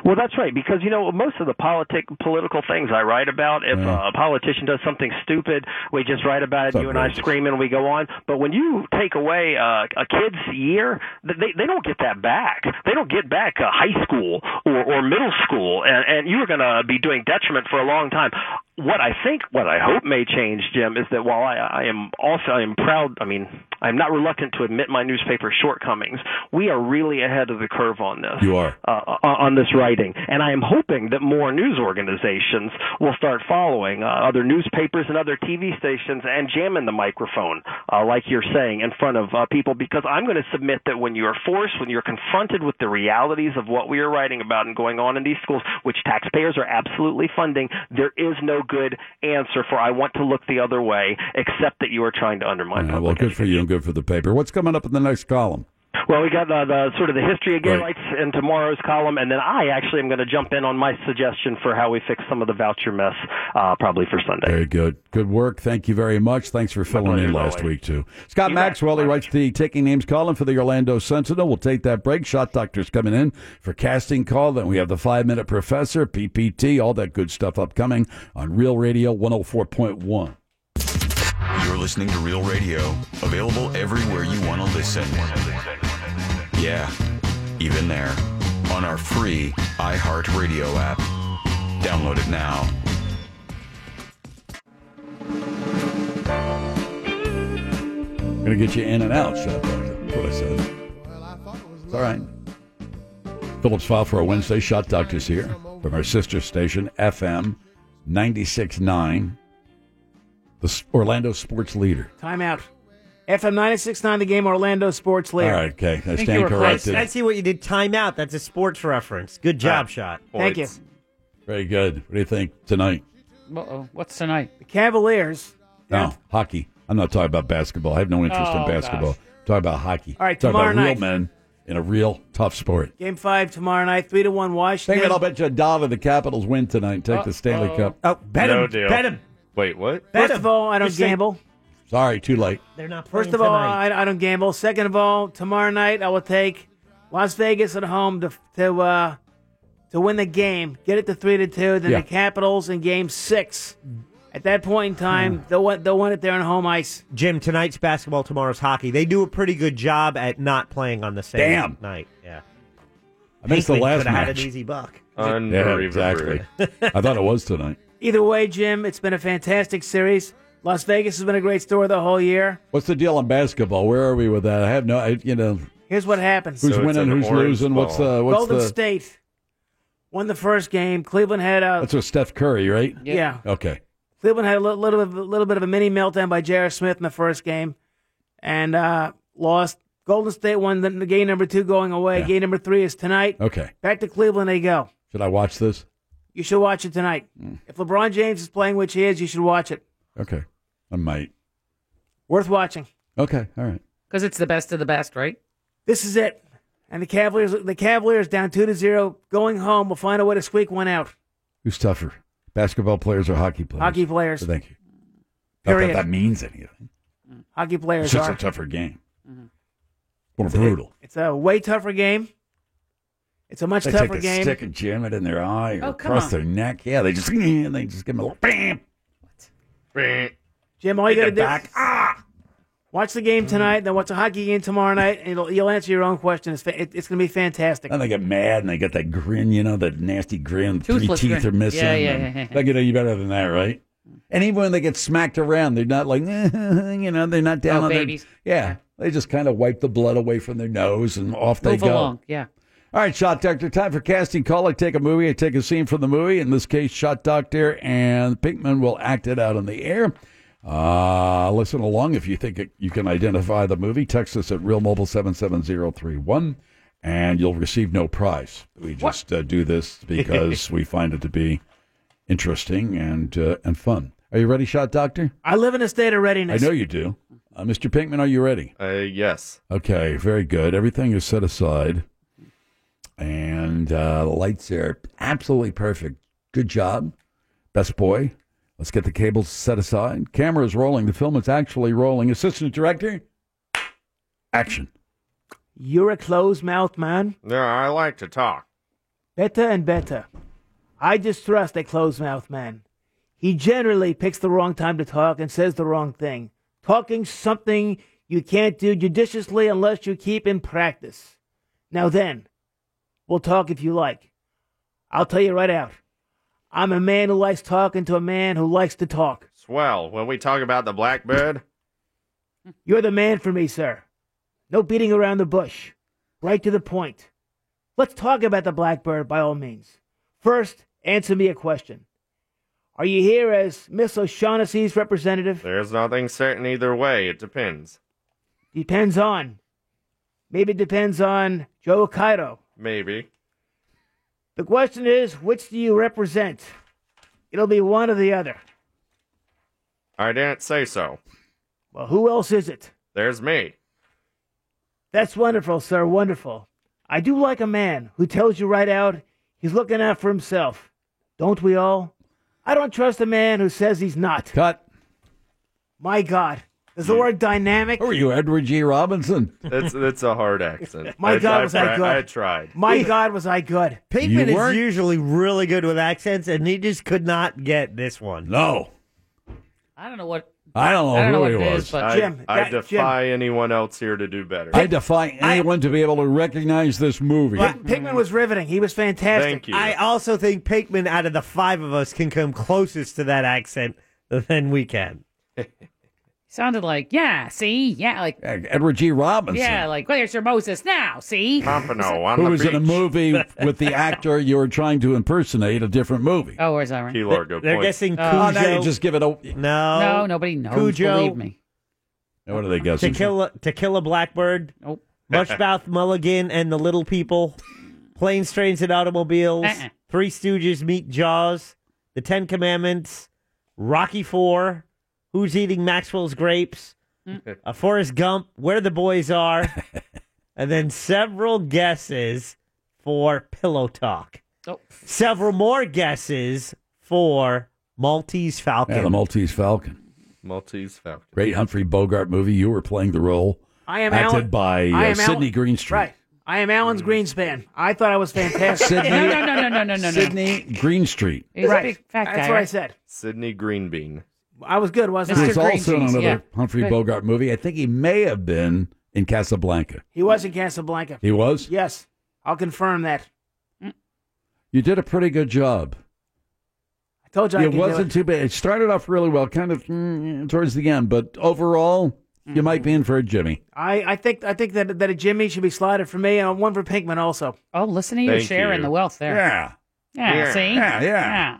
S16: Well, that's right, because you know most of the politic political things I write about. If uh, a politician does something stupid, we just write about it. You and I scream and we go on. But when you take away uh, a kid's year, th- they they don't get that back. They don't get back uh, high school or, or middle school, and, and you're going to be doing detriment for a long time. What I think, what I hope may change, Jim, is that while I, I am also I am proud. I mean, I'm not reluctant to admit my newspaper shortcomings. We are really ahead of the curve on this
S5: You are.
S16: uh, on this writing. And I am hoping that more news organizations will start following uh, other newspapers and other TV stations and jamming the microphone, uh, like you're saying, in front of uh, people. Because I'm going to submit that when you are forced, when you're confronted with the realities of what we are writing about and going on in these schools, which taxpayers are absolutely funding, there is no good answer for I want to look the other way, except that you are trying to undermine.
S5: Yeah, Uh, well, good for you and good for the paper. What's coming up in the next column?
S16: Well, we got uh, the sort of the history of gay rights in tomorrow's column, and then I actually am going to jump in on my suggestion for how we fix some of the voucher mess, uh, probably for Sunday.
S5: Very good. Good work. Thank you very much. Thanks for filling in last week, too. Scott Maxwell, he writes the Taking Names column for the Orlando Sentinel. We'll take that break. Shot Doctor's coming in for casting call. Then we have the Five Minute Professor, PPT, all that good stuff upcoming on Real Radio 104.1.
S10: You're listening to Real Radio, available everywhere you want to listen. Yeah, even there. On our free iHeartRadio app. Download it now.
S5: Gonna get you in and out, Shot Doctor. That's what I said. It's all right. Phillips File for a Wednesday. Shot Doctor's here from our sister station, FM 96.9, the S- Orlando sports leader.
S18: Timeout. FM 969 the game Orlando Sports Leader.
S5: All right, okay. I
S18: Thank
S5: stand
S18: you.
S5: corrected.
S8: I see what you did. Time out. That's a sports reference. Good job,
S5: Ah,
S8: shot.
S18: Thank you.
S5: Very good. What do you think tonight?
S18: Uh oh. What's tonight? The Cavaliers.
S5: No, hockey. I'm not talking about basketball. I have no interest
S18: Oh,
S5: in basketball.
S18: gosh.
S5: Talk about hockey.
S18: All right,
S5: Talk about
S18: tomorrow
S5: real
S18: night.
S5: men. in a real tough sport.
S18: Game five tomorrow night, three to one Washington.
S5: Dang it, I'll bet you a dollar the Capitals win tonight and take the Stanley
S18: Uh-oh.
S5: Cup.
S18: Oh,
S8: bet
S9: No deal.
S8: Bet him.
S9: Wait, what?
S18: First of all, I don't
S8: You're saying-
S18: gamble.
S5: Sorry, too late.
S8: They're not
S18: First of all, I, I don't gamble. Second of all, tomorrow night I will take Las Vegas at home to to uh, to win the game, get it to three to two. Then
S5: Yeah.
S18: the Capitals in Game Six. At that point in
S5: Hmm.
S18: time, they'll want they'll want it there on home ice.
S8: Jim, tonight's basketball, tomorrow's hockey. They do a pretty good job at not playing on the same
S5: Damn.
S8: night. Yeah.
S5: I missed the
S8: Hinckley
S5: last
S8: coulda had
S5: match.
S8: an easy buck.
S5: Yeah,
S9: Unbelievable.
S5: exactly. I thought it was tonight.
S18: Either way, Jim, it's been a fantastic series. Las Vegas has been a great story the whole year.
S5: What's the deal on basketball? Where are we with that? I have no, I, you know,
S18: Here's what happens.
S5: who's winning, who's losing, what's the, what's
S18: Golden
S5: the,
S18: State won the first game. Cleveland had a
S5: that's with Steph Curry, right?
S18: Yeah.
S5: Okay.
S18: Cleveland had a little, little, bit of- little bit of a mini meltdown by J.R. Smith in the first game, and uh, lost. Golden State won the, the game number two going away. Game number three is tonight.
S5: Okay.
S18: Back to Cleveland they go.
S5: Should I watch this?
S18: You should watch it tonight.
S5: Mm.
S18: If LeBron James is playing, which he is, you should watch it.
S5: Okay. I might.
S18: Worth watching.
S5: Okay. All right.
S7: Because it's the best of the best, right?
S18: This is it. And the Cavaliers, the Cavaliers down two to zero, going home. Will find a way to squeak one out.
S5: Who's tougher, basketball players or hockey players?
S18: Hockey players.
S5: Thank you. Not that
S18: Period.
S5: that means anything.
S18: Hockey
S5: It's
S18: players
S5: just
S18: are. Mm-hmm.
S5: a tougher game. More brutal.
S18: it's a way tougher game. It's a much
S5: they
S18: tougher
S5: take the
S18: game.
S5: stick and jam it in their eye or
S18: Oh, come
S5: across
S18: on.
S5: their neck. Yeah, they just and they just give them a little bam.
S18: Jim, all you
S5: In
S18: got to
S5: the
S18: do Ah!
S5: back.
S18: watch the game tonight, then watch a hockey game tomorrow night, and it'll, you'll answer your own question. It's, fa- it, it's going to be fantastic.
S5: And they get mad and they get that grin, you know, that nasty grin.
S18: Toothless
S5: Three teeth
S18: grin.
S5: are missing.
S18: Yeah, yeah,
S5: and
S18: yeah, yeah.
S5: They get any better than that, right? And even when they get smacked around, they're not like, you know, they're not down
S7: Oh,
S5: on their-
S7: babies.
S5: yeah, they just kind of wipe the blood away from their nose and off
S7: Move
S5: they go.
S7: along. Yeah.
S5: All right, Shot Doctor, time for casting call. I take a movie, I take a scene from the movie. In this case, Shot Doctor and Pinkman will act it out on the air. Uh, listen along if you think it, you can identify the movie. Text us at Real Mobile 77031 and you'll receive no prize. We just uh, do this because we find it to be interesting and, uh, and fun. Are you ready, Shot Doctor?
S18: I live in a state of
S5: I
S18: readiness.
S5: know you do. Uh, Mr. Pinkman, are you ready?
S9: Uh, yes.
S5: Okay, very good. Everything is set aside, and uh, the lights are absolutely perfect. Good job, best boy. Let's get the cables set aside. Camera's rolling. The film is actually rolling. Assistant director, action.
S18: You're a closed mouth man.
S9: No, I like to talk.
S18: Better and better. I distrust a closed mouth man. He generally picks the wrong time to talk and says the wrong thing. Talking something you can't do judiciously unless you keep in practice. Now then, we'll talk if you like. I'll tell you right out. I'm a man who likes talking to a man who likes to talk.
S9: Swell. When we talk about the blackbird,
S18: You're the man for me, sir. No beating around the bush. Right to the point. Let's talk about the Blackbird by all means. First, answer me a question. Are you here as Miss O'Shaughnessy's representative?
S9: there's nothing certain either way. It depends.
S18: Depends on. Maybe it depends on Joe Kaido.
S9: Maybe.
S18: The question is, which do you represent? It'll be one or the other.
S9: I didn't say so.
S18: Well, who else is it?
S9: There's me.
S18: That's wonderful, sir. Wonderful. I do like a man who tells you right out he's looking out for himself. Don't we all? I don't trust a man who says he's not.
S5: Cut.
S18: My God. Is the word dynamic?
S5: Who are you, Edward G. Robinson?
S9: That's that's a hard accent.
S18: My
S9: I-
S18: God,
S9: I
S18: was that
S9: pri-
S18: good.
S9: I tried.
S18: My God, was I good.
S8: Pinkman
S9: You
S8: is
S9: weren't?
S8: usually really good with accents, and he just could not get this one.
S5: No.
S7: I don't know what.
S5: I don't know
S7: I
S5: who
S7: don't know
S5: he
S7: what it
S5: was.
S7: is, but
S9: I, I defy anyone else here to do better.
S5: I defy anyone to be able to recognize this movie.
S18: Pinkman was riveting. He was fantastic.
S9: Thank you.
S8: I also think Pinkman, out of the five of us, can come closest to that accent than we can.
S7: Sounded like, yeah, see? Yeah, like,
S5: Edward G. Robinson.
S7: yeah, like, where's your Moses now? See?
S5: who was in a movie with the actor you were trying to impersonate a different movie.
S7: Oh, where's Iron?
S9: Key Largo
S8: They're
S9: point.
S8: guessing
S5: Oh, now you
S8: Cujo.
S5: just give it a.
S8: No.
S7: No, nobody knows.
S8: Cujo.
S7: Believe me.
S5: What are they
S8: To
S5: guessing?
S8: kill, a, to kill a blackbird.
S7: Nope.
S8: Mushmouth Mulligan and the Little People. Planes, Trains, and Automobiles.
S7: Uh-uh.
S8: Three Stooges meet Jaws. The Ten Commandments. Rocky Four.
S7: Mm.
S8: Who's eating Maxwell's grapes? A Forrest Gump. Where the boys are. and then several guesses for pillow talk.
S7: Oh.
S8: Several more guesses for Maltese Falcon.
S5: Yeah, the Maltese Falcon.
S9: Maltese Falcon.
S5: Great Humphrey Bogart movie. You were playing the role.
S18: I am
S5: acted
S18: Alan,
S5: by uh,
S18: I am Al-
S5: Sidney Greenstreet.
S18: Right. I am Alan's Greenspan. I thought I was fantastic.
S5: Sidney- No, no,
S7: no, no, no, no.
S5: Sidney Greenstreet.
S7: He's
S18: right.
S7: a big fat
S18: That's
S7: guy,
S18: what I
S7: right?
S18: said.
S9: Sydney Greenbean.
S18: I was good, wasn't
S5: He
S18: I?
S5: was also in another Humphrey
S18: Good.
S5: Bogart movie. I think he may have been in Casablanca.
S18: He was in Casablanca.
S5: He was.
S18: Yes, I'll confirm that.
S5: You did a pretty good job.
S18: I told you I
S5: it
S18: could
S5: wasn't
S18: do
S5: too bad. It started off really well, kind of mm, towards the end, but overall, you might be in for a Jimmy.
S18: I, I think I think that that a Jimmy should be slotted for me and one for Pinkman also.
S7: Oh, listen to you
S5: Thank
S7: sharing
S5: you.
S7: the wealth there.
S5: Yeah.
S7: Yeah.
S5: Yeah.
S7: See.
S5: Yeah, yeah.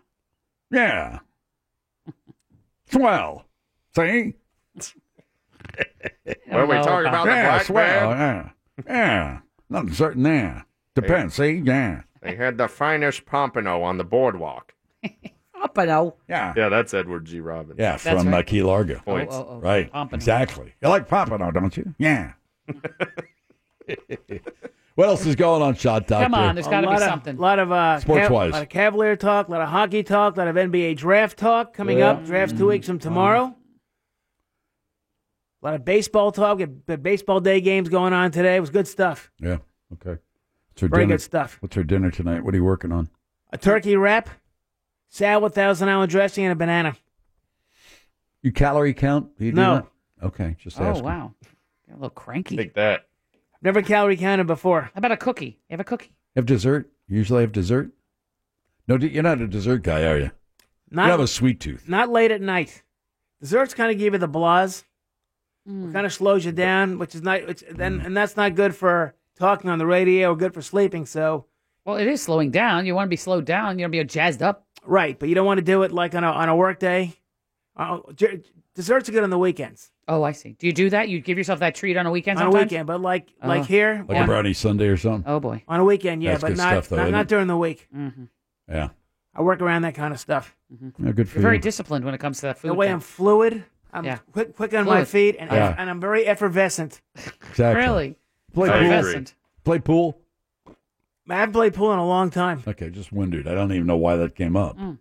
S5: Yeah. Swell. See?
S7: Were we talking about the
S5: yeah,
S7: black
S5: swell,
S9: man?
S5: Yeah. Yeah. Nothing certain there. Depends, see? Yeah.
S9: They had the finest pompano on the boardwalk.
S7: Pompano.
S5: Yeah.
S9: Yeah, that's Edward G. Robinson.
S5: Yeah, from uh, Key Largo.
S9: Points. Oh, oh, oh.
S5: Right.
S9: Pompano.
S5: Exactly. You like Pompano, don't you? Yeah. what else is going on, Shot Doctor?
S18: Come on,
S7: there's
S18: gotta be
S5: lot of-
S18: something. A lot of uh,
S5: Sports-wise.
S18: lot of Cavalier talk, a lot of hockey talk, a lot of NBA draft talk coming
S5: Yeah. Mm-hmm.
S18: up. Draft's two weeks from tomorrow. A lot of baseball talk. Get the baseball day games going on today. It was good stuff.
S5: Yeah. Okay. What's her
S18: Very
S5: dinner-
S18: good stuff.
S5: What's her dinner tonight? What are you working on?
S18: A turkey wrap, salad with thousand island dressing, and a banana.
S5: You calorie count? Do you do
S18: No.
S5: that? Okay. Just
S18: Oh,
S5: asking.
S18: wow.
S7: Got a little cranky.
S9: Take that.
S18: Never calorie counted before. How
S7: about a cookie? You have a cookie?
S5: Have dessert? You usually have dessert? No, d- you're not a dessert guy, are you?
S18: Not-
S5: you have a sweet tooth.
S18: Not late at night. Desserts kind of give you the blahs.
S7: Mm.
S18: Kind of slows you down, which is not. Which, then,
S5: Mm.
S18: and that's not good for talking on the radio or good for sleeping. So,
S7: well, it is slowing down. You want to be slowed down. You want to be jazzed up.
S18: Right, but you don't want to do it like on a on a work day. Uh, j- desserts are good on the weekends.
S7: Oh, I see. Do you do that? You give yourself that treat on a weekend
S18: on a
S7: sometimes?
S18: weekend, but like
S7: Oh.
S18: like here,
S5: Like a brownie sundae or something.
S7: Oh boy.
S18: on a weekend, yeah,
S5: That's
S18: but
S5: good
S18: not
S5: stuff, though,
S18: not,
S5: isn't
S18: not
S5: it?
S18: during the week.
S7: Mm-hmm,
S5: Yeah.
S18: I work around that kind of stuff.
S5: Yeah, good for
S7: You're very
S5: you.
S7: Mm-hmm. disciplined when it comes to that food.
S18: The way
S7: thing.
S18: I'm fluid, I'm
S7: Yeah.
S18: quick quick on my
S7: Fluid.
S18: feet, and
S5: Yeah.
S18: and I'm very effervescent.
S5: Exactly.
S18: Really?
S5: Play
S18: I
S5: pool.
S18: agree.
S5: Play pool.
S18: I haven't played pool in a long time.
S5: Okay, just wondered. I don't even know why that came up.
S18: Mm.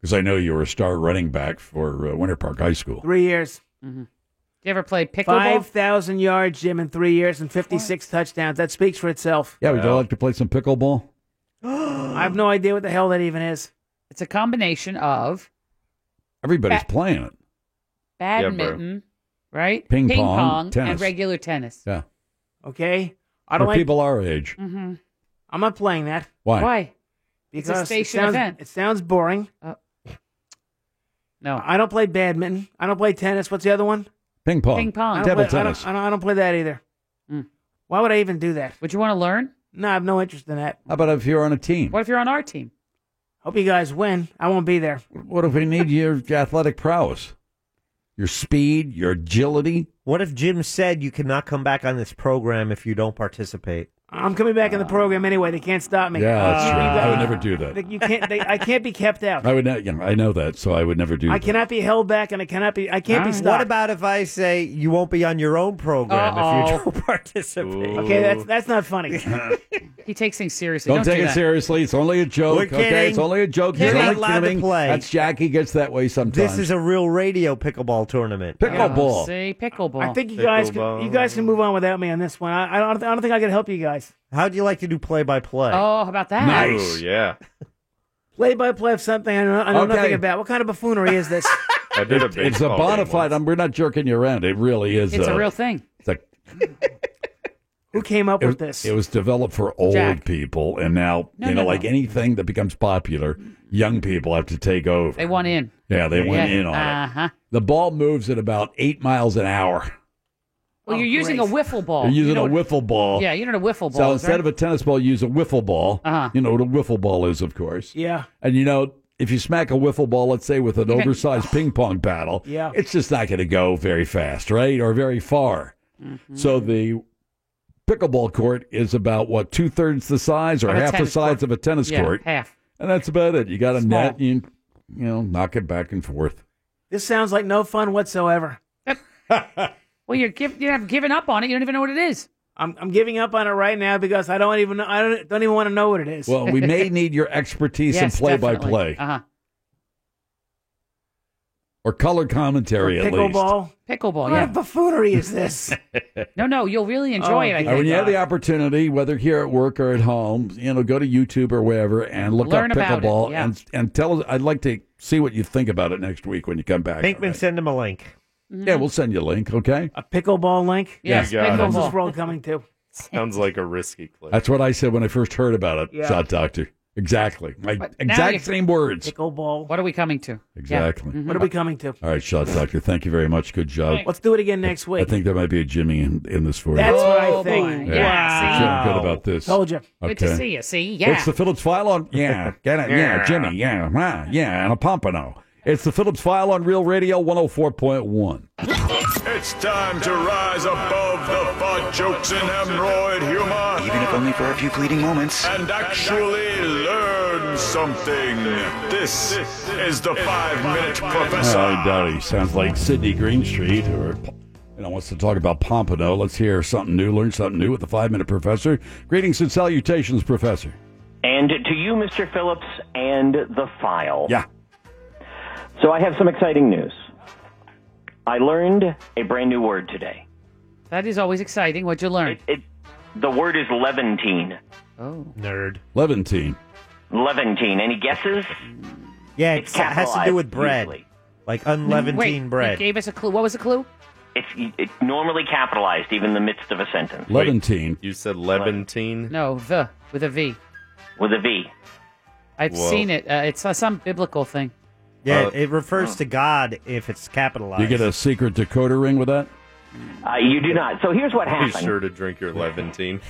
S5: Because I know you were a star running back for uh, Winter Park High School.
S18: Three years.
S7: Mm-hmm. You ever play pickleball?
S18: Five thousand yards, Jim, in three years, and fifty-six touchdowns. That speaks for itself.
S5: Yeah, would you like to play some pickleball?
S18: I have no idea what the hell that even is.
S7: It's a combination of
S5: Everybody's
S7: Ba-
S5: playing it.
S18: Yeah, bro.
S7: badminton, right?
S5: Ping pong,
S7: pong, and
S5: tennis.
S7: regular tennis.
S5: Yeah.
S18: Okay, I don't
S5: for
S18: like.
S5: people our age.
S7: Mm-hmm.
S18: I'm not playing that.
S5: Why? Why?
S7: It's
S18: Because
S7: a
S18: it
S7: station
S18: sounds-
S7: event. Uh,
S18: It sounds boring.
S7: no,
S18: I don't play badminton. I don't play tennis. What's the other one?
S5: Ping pong.
S18: I
S5: Table
S18: don't play- I don't-
S5: tennis.
S18: I don't, I don't play that either. Why would I even do that?
S7: Mm. Would you want to learn?
S18: No, I have no interest in that.
S5: How about if you're on a team?
S7: What if you're on our team?
S18: Hope you guys win. I won't be there.
S5: What if we need your athletic prowess? Your speed, your agility.
S8: What if Jim said you cannot come back on this program if you don't participate?
S18: I'm coming back in
S7: Uh,
S18: the program anyway. They can't stop me.
S5: Yeah, that's
S18: You-
S5: true.
S18: you
S5: I would
S18: guys-
S5: never do that.
S18: They- You can't. They, I can't be kept out.
S5: I would not. You know, I know that, so I would never do.
S18: I
S5: that.
S18: cannot be held back, and I cannot be. I can't be
S7: Ah.
S18: stopped.
S8: What about if I say you won't be on your own program if you
S18: Uh-oh.
S8: don't participate?
S18: Okay, that's that's not funny.
S7: he takes things seriously.
S5: Don't,
S7: Don't,
S5: take
S7: do
S5: it
S7: that.
S5: seriously. It's only a joke.
S8: We're
S5: Okay,
S8: kidding.
S5: it's only a joke.
S8: You're
S5: He's
S8: not
S5: only
S8: allowed to
S5: kidding.
S8: play.
S5: That's Jackie gets that way sometimes.
S8: This is a real radio pickleball tournament.
S5: Pickleball.
S7: See, pickleball.
S18: I think you guys can,
S8: Pickleball.
S18: you guys can move on without me on this one. I, I don't I don't think I can help you guys.
S8: How do you like to do play by play?
S7: Oh, how about that?
S9: Ooh, yeah.
S18: Play by play of something I know, I know
S5: Okay.
S18: nothing about. What kind of buffoonery is this?
S9: I did a
S5: It's- it's a
S9: baseball
S5: bona
S9: game
S5: fide. I'm, we're not jerking you around. It really is.
S18: It's a real thing.
S5: It's like
S18: Who came up
S5: it,
S18: with this?
S5: it was developed for old
S18: Jack.
S5: people, and now
S18: No,
S5: you know,
S18: no,
S5: like anything that becomes popular, young people have to take over.
S7: They want in.
S5: Yeah, they went
S7: Yeah.
S5: in on
S7: Uh-huh.
S5: it. The ball moves at about eight miles an hour.
S7: Well,
S18: Oh,
S7: you're using a wiffle ball.
S5: You're using
S7: Oh, You know
S5: a
S7: what-
S5: wiffle ball.
S7: Yeah, you know what a wiffle ball
S5: So
S7: is,
S5: instead
S7: right?
S5: of a tennis ball, you use a wiffle ball.
S7: Uh-huh.
S5: You know what a wiffle ball is, of course.
S18: Yeah.
S5: And you know, if you smack a wiffle ball, let's say with an
S18: Even-
S5: oversized ping pong paddle,
S18: Yeah.
S5: it's just not going to go very fast, right, or very far.
S7: Mm-hmm.
S5: So the pickleball court is about what two thirds the size, or
S7: Of a
S5: half the
S7: tennis
S5: size of a tennis
S7: Yeah,
S5: court,
S7: half.
S5: and that's about it. You got a
S18: Small.
S5: net, you you know, knock it back and forth.
S18: This sounds like no fun whatsoever.
S7: Well, you're give, you have given up on it. You don't even know what it is.
S18: I'm, I'm giving up on it right now because I don't even know, I don't, don't even want to know what it is.
S5: Well, we may need your expertise in play by play
S18: Uh,
S7: Uh-huh.
S5: or color commentary at least.
S7: Pickleball,
S18: What
S7: yeah.
S18: a buffoonery is this? Oh,
S7: no, no, you'll really enjoy it, I
S5: And
S7: think.
S5: Uh, when you have the opportunity, whether here at work or at home, you know, go to YouTube or wherever and look
S8: Learn
S5: up
S8: about it,
S5: pickleball
S8: yeah.
S5: and and tell us. I'd like to see what you think about it next week when you come back.
S8: Pinkman, send him a link.
S5: Yeah, we'll send you a link. Okay.
S18: A pickleball link?
S5: Yeah.
S18: Yes,
S5: You got it.
S18: What's this world coming to?
S5: uh,
S9: Sounds like a risky play.
S5: That's what I said when I first heard about it.
S18: Yeah.
S5: Shot doctor. Exactly. My
S18: now
S5: exact
S18: you-
S5: same words.
S18: Pickleball.
S7: What are we coming to? Mm-hmm.
S5: Exactly.
S18: What are we coming to?
S5: All right, shot doctor. Thank you very much. Good job.
S18: Let's do it again next
S5: I
S18: week.
S5: think there might be a Jimmy in, in this for you.
S18: That's what I think.
S5: Oh, Yeah. Yeah, Feeling good about this.
S18: Told you.
S5: Good to Okay. see
S7: you. See?
S5: It's the Phillips File on yeah, get it, yeah,
S18: Yeah.
S5: Jimmy, yeah, ah, yeah, and a pompano. It's the Phillips File on Real Radio 104.1.
S10: It's time to rise above the fart jokes and hemorrhoid humor. Even if only for a few fleeting moments. And actually learn something. This is the Five Minute Professor.
S5: I doubt he sounds like Sidney Greenstreet or you know, wants to talk about pompano. Let's hear something new, learn something new with the five minute professor. Greetings and salutations, Professor.
S19: And to you, Mr. Phillips, and the file.
S5: Yeah.
S19: So I have some exciting news. I learned a brand new word today.
S7: That is always exciting. What'd you learn?
S19: The word is Levantine.
S7: Oh.
S5: Nerd. Levantine.
S19: Levantine. Any guesses?
S8: Yeah, it's, it has to do with
S19: capitalized,
S8: bread,
S19: usually.
S8: like unleavened
S7: Wait,
S8: teen bread.
S7: He gave us a clue. What was the clue?
S19: It's, it's normally capitalized, even in the midst of a sentence.
S5: Levantine.
S9: You said Levantine?
S7: No, the with a V.
S19: With a V.
S7: I've
S9: Whoa.
S7: seen it. Uh, it's uh, some biblical thing.
S8: Yeah,
S5: Uh,
S8: it refers to God if it's capitalized.
S5: You get a secret decoder ring with that?
S19: Uh, you do not. So here's what
S9: Be
S19: happened.
S9: sure to drink your Levantine.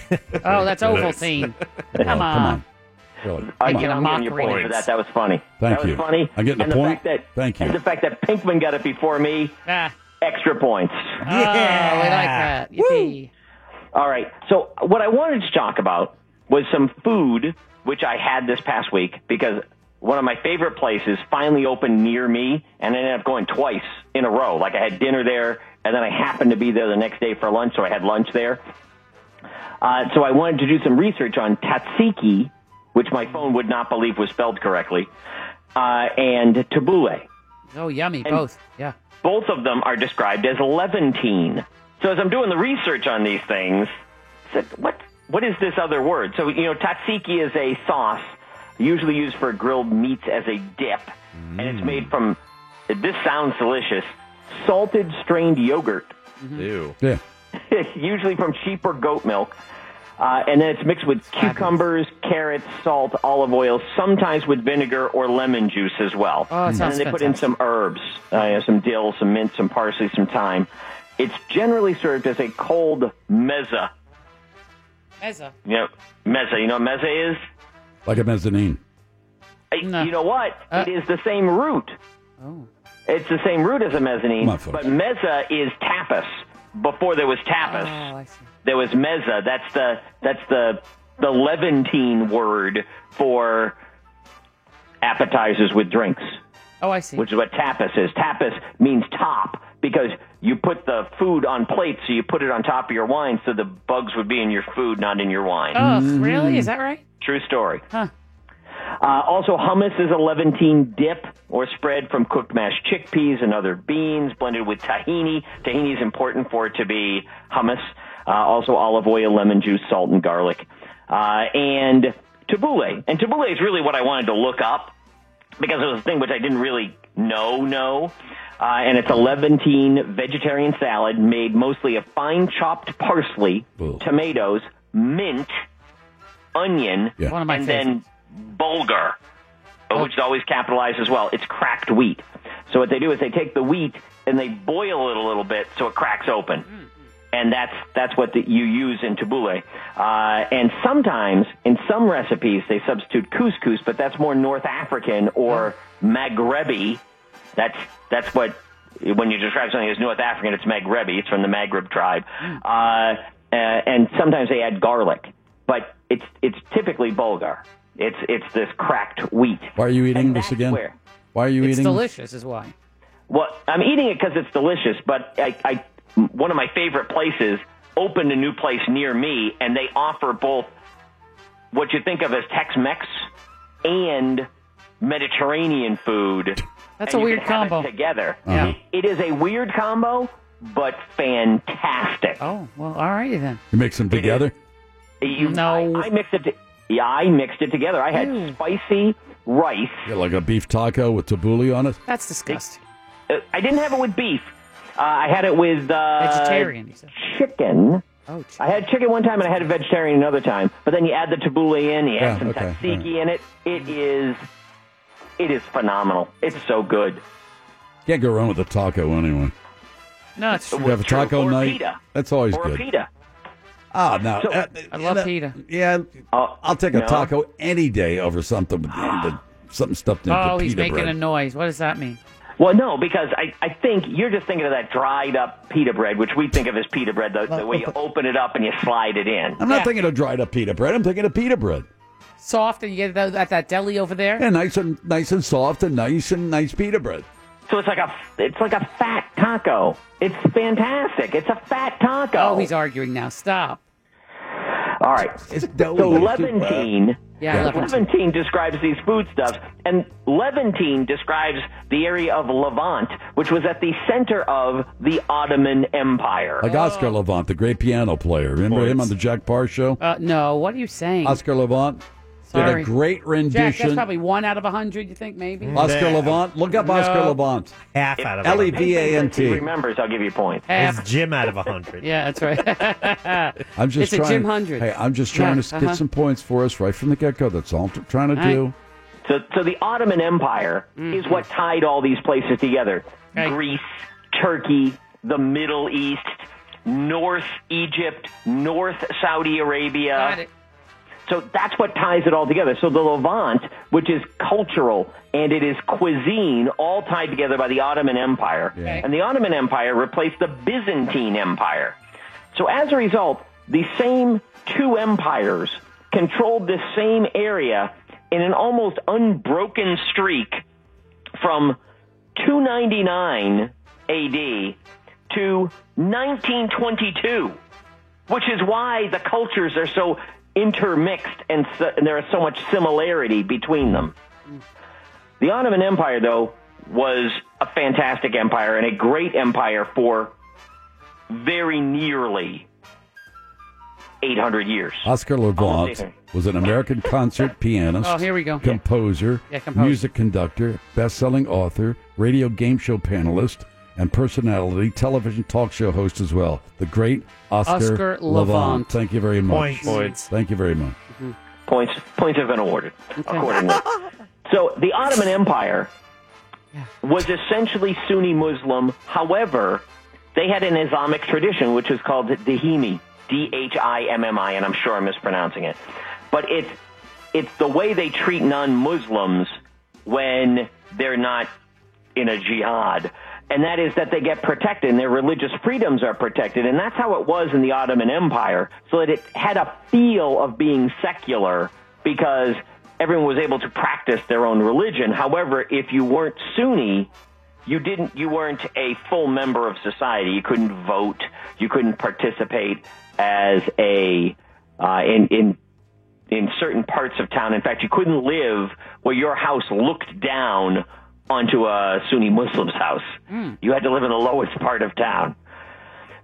S7: Oh, that's Ovaltine.
S5: Come
S7: on.
S5: Really?
S19: I
S7: Making
S19: get
S7: a
S19: I'm getting your
S7: mockery.
S19: point for that. That was funny.
S5: Thank
S19: that was
S5: you.
S19: funny.
S5: I'm getting
S19: and
S5: the point.
S19: Fact that,
S5: Thank you.
S19: And the fact that Pinkman got it before me, extra points.
S7: Ah. Oh, we like that. Yippee.
S19: All right. So what I wanted to talk about was some food which I had this past week because one of my favorite places finally opened near me, and I ended up going twice in a row. Like I had dinner there, and then I happened to be there the next day for lunch, so I had lunch there. Uh, so I wanted to do some research on tatsiki, which my phone would not believe was spelled correctly, uh, and tabbouleh.
S7: Oh, yummy.
S19: And-
S7: both. Yeah.
S19: Both of them are described as Levantine. So as I'm doing the research on these things, I said, what what is this other word? So you know, tatsiki is a sauce usually used for grilled meats as a dip, and it's made from. This sounds delicious. Salted strained yogurt,
S9: Ew.
S5: Yeah.
S19: usually from sheep or goat milk, uh, and then it's mixed with cucumbers, carrots, salt, olive oil, sometimes with vinegar or lemon juice as well.
S23: Oh, it
S19: and then
S23: sounds
S19: they put in
S23: fantastic.
S19: some herbs, uh, you know, some dill, some mint, some parsley, some thyme. It's generally served as a cold mezza.
S7: Mezza.
S19: You know, mezza. You know what mezza is?
S5: Like a mezzanine.
S19: I- You know what?
S7: Uh,
S19: it is the same root.
S7: Oh.
S19: It's the same root as a mezzanine,
S5: My fault.
S19: but mezza is tapas. Before there was tapas,
S7: Oh,
S19: there was mezza. That's the that's the the Levantine word for appetizers with drinks.
S7: Oh, I see.
S19: Which is what tapas is. Tapas means top because you put the food on plates, so you put it on top of your wine, so the bugs would be in your food, not in your wine.
S7: Oh,
S5: Mm-hmm.
S7: really? Is that right?
S19: True story.
S7: Huh.
S19: Uh, also, hummus is a Levantine dip or spread from cooked mashed chickpeas and other beans blended with tahini. Tahini is important for it to be hummus. Uh, also, olive oil, lemon juice, salt, and garlic. Uh, and tabbouleh. And tabbouleh is really what I wanted to look up because it was a thing which I didn't really know, know. Uh, and it's a Levantine vegetarian salad made mostly of fine chopped parsley, tomatoes, mint, onion,
S7: One of my
S19: and
S7: favorites. Oh.
S19: then bulgur, uh, which is always capitalized as well. It's cracked wheat. So what they do is they take the wheat and they boil it a little bit so it cracks open. And that's that's what the, you use in tabbouleh. Uh, and sometimes in some recipes they substitute couscous, but that's more North African or Maghrebi. That's that's what when you describe something as North African, it's Maghrebi. It's from the Maghreb tribe, uh, uh, and sometimes they add garlic, but it's it's typically bulgur. It's it's this cracked wheat.
S5: Why are you eating this again?
S19: where-
S5: Why are you
S19: It's
S5: eating
S19: delicious
S7: is why.
S19: Well, I'm eating it because it's delicious, but I, I one of my favorite places opened a new place near me, and they offer both what you think of as Tex-Mex and Mediterranean food.
S7: That's a
S19: and you
S7: weird
S19: can have it
S7: combo.
S19: together.
S7: Yeah.
S19: It is a weird combo, but fantastic.
S7: Oh, well, all righty then.
S5: You mix them together.
S19: You, no, I, I mixed it. To, yeah, I mixed it together. I had spicy rice.
S5: Yeah, like a beef taco with tabbouleh on it.
S7: That's disgusting.
S19: I didn't have it with beef. Uh, I had it with uh,
S7: Vegetarian, you said.
S19: Chicken.
S7: Oh,
S19: I had chicken one time and I had a vegetarian another time. But then you add the tabbouleh in, you add
S5: Yeah,
S7: Oh,
S19: some
S5: okay,
S19: tzatziki in it. It is, it is phenomenal. It's so good.
S5: Can't go wrong with a taco anyway.
S7: No, it's
S5: You have a taco
S19: Or
S5: night.
S19: pita.
S5: That's always
S19: or a
S5: good.
S19: pita.
S5: Ah, no.
S19: So- Oh,
S5: uh,
S7: I love pita.
S5: Yeah, I'll take a
S7: no.
S5: taco any day over something with
S19: Ah.
S5: with something stuffed into
S7: Oh,
S5: pita
S7: he's making
S5: bread.
S7: a noise. What does that mean?
S19: Well, no, because I, I think you're just thinking of that dried up pita bread, which we think of as pita bread, the, the way you open it up and you slide it in.
S5: I'm not thinking of dried up pita bread. I'm thinking of pita bread.
S7: Soft, and you get it at that deli over there.
S5: Yeah, nice and nice and soft and nice and nice pita bread.
S19: So it's like a it's like a fat taco. It's fantastic. It's a fat taco.
S7: Oh, he's arguing now. Stop.
S19: All right. so Levantine.
S7: Yeah, Levantine.
S19: Levantine describes these foodstuffs, and Levantine describes the area of Levant, which was at the center of the Ottoman Empire.
S5: Like Oscar Levant, the great piano player. Remember him on the Jack Parr show?
S7: Um, Uh, no, what are you saying?
S5: Oscar Levant
S7: Sorry.
S5: did a great rendition.
S7: Jack, that's probably one out of a hundred, you think, maybe?
S5: Oscar Levant. Look up Oscar
S7: No.
S5: Levant.
S8: Half
S19: If-
S8: out of
S5: L E V A N
S19: If he
S5: T.
S19: remembers, I'll give you points.
S7: Half.
S8: It's Jim out of 100.
S7: Yeah, that's right.
S5: I'm just
S7: it's
S5: trying,
S7: a Jim Hundred.
S5: Hey, I'm just trying
S7: Yeah,
S5: to
S7: uh-huh.
S5: get some points for us right from the get go. That's all I'm t- trying to
S19: All right.
S5: do.
S19: So, so the Ottoman Empire is what
S7: Mm-hmm.
S19: tied all these places together. Greece, Turkey, the Middle East, North Egypt, North Saudi Arabia. So that's what ties it all together. So the Levant, which is cultural and it is cuisine, all tied together by the Ottoman Empire. And the Ottoman Empire replaced the Byzantine Empire. So as a result, the same two empires controlled this same area in an almost unbroken streak from 299 AD to 1922, which is why the cultures are so intermixed and, so, and there is so much similarity between them. The Ottoman Empire, though, was a fantastic empire and a great empire for very nearly 800 years.
S5: Oscar Levant
S19: Almost
S5: was an American concert pianist.
S7: Oh, here we go.
S5: Composer,
S7: Yeah, composer.
S5: music conductor, best-selling author, radio game show panelist, and personality, television talk show host as well. The great Oscar,
S7: Oscar Levant.
S5: Thank you very much.
S19: Points. Points.
S5: Thank you very much.
S19: Points points have been awarded accordingly. so the Ottoman Empire was essentially Sunni Muslim. However, they had an Islamic tradition which is called Dahimi, D H I M M I, and I'm sure I'm mispronouncing it. But it's it's the way they treat non-Muslims when they're not in a jihad. And that is that they get protected and their religious freedoms are protected. And that's how it was in the Ottoman Empire, so that it had a feel of being secular because everyone was able to practice their own religion. However, if you weren't Sunni, you didn't you weren't a full member of society you couldn't vote you couldn't participate as a uh, in in in certain parts of town in fact you couldn't live where your house looked down onto a sunni muslim's house you had to live in the lowest part of town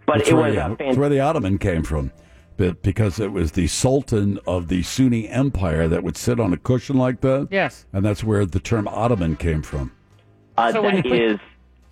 S19: but
S5: Hmm. That's
S19: it
S5: where,
S19: was
S5: yeah,
S19: a
S5: that's where the Ottoman came from, but because it was the Sultan of the Sunni Empire that would sit on a cushion like that.
S7: Yes.
S5: and that's where the term Ottoman came from.
S19: uh,
S7: So when
S19: that
S7: you put-
S19: is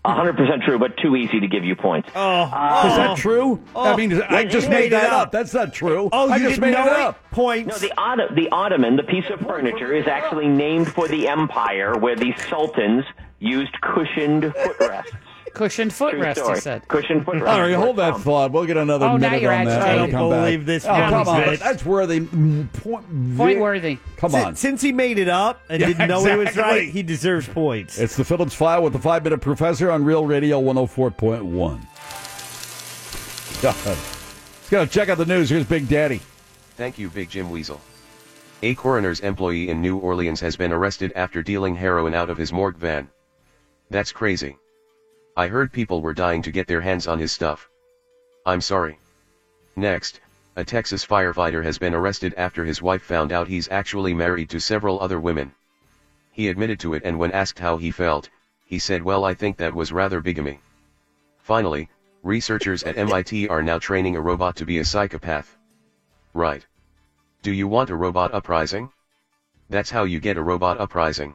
S19: 100% true but too easy to give you points
S5: Oh, Is that true? I mean, I
S19: You
S5: just Oh. made that up. Oh, That's not true. I just made it up.
S8: Points.
S19: No, the, Otto- the ottoman, the piece of furniture, is actually named for the empire where the sultans used cushioned footrests.
S7: Cushioned
S19: True
S7: footrest,
S19: story.
S7: he said.
S19: Cushioned footrests.
S5: All right, hold that thought. We'll get another
S7: Oh, now
S5: minute
S7: you're
S5: on that.
S7: agitated.
S5: and come
S8: I don't
S5: back.
S8: believe this
S5: Oh, come on.
S8: fucking bitch.
S5: That's worthy. Mm, Point,
S7: Point worthy.
S5: Come
S8: Si-
S5: on.
S8: Since he made it up and
S5: Yeah,
S8: didn't know he was
S5: exactly.
S8: right, he deserves points.
S5: It's the Phillips File with the Five Minute Professor on Real Radio 104.1. God. Let's go check out the news. Here's Big Daddy.
S1: Thank you, Big Jim Weasel. A coroner's employee in New Orleans has been arrested after dealing heroin out of his morgue van. That's crazy. I heard people were dying to get their hands on his stuff. I'm sorry. Next, a Texas firefighter has been arrested after his wife found out he's actually married to several other women. He admitted to it and when asked how he felt, he said, Well, I think that was rather bigamy. Finally, researchers at MIT are now training a robot to be a psychopath. Right. Do you want a robot uprising? That's how you get a robot uprising.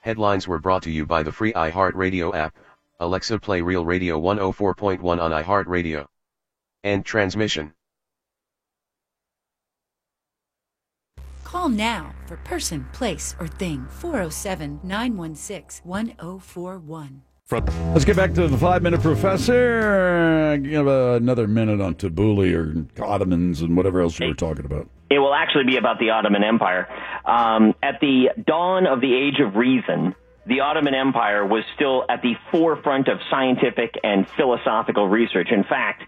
S1: Headlines were brought to you by the free iHeartRadio app. Alexa play Real Radio 104.1 on iHeartRadio. End transmission.
S13: Call now for person, place, or thing 407 916 1041.
S5: Let's get back to the five minute professor. Give another minute on Tabuli or Ottomans and whatever else you were talking about.
S19: It will actually be about the Ottoman Empire. Um, at the dawn of the Age of Reason, the Ottoman Empire was still at the forefront of scientific and philosophical research. In fact,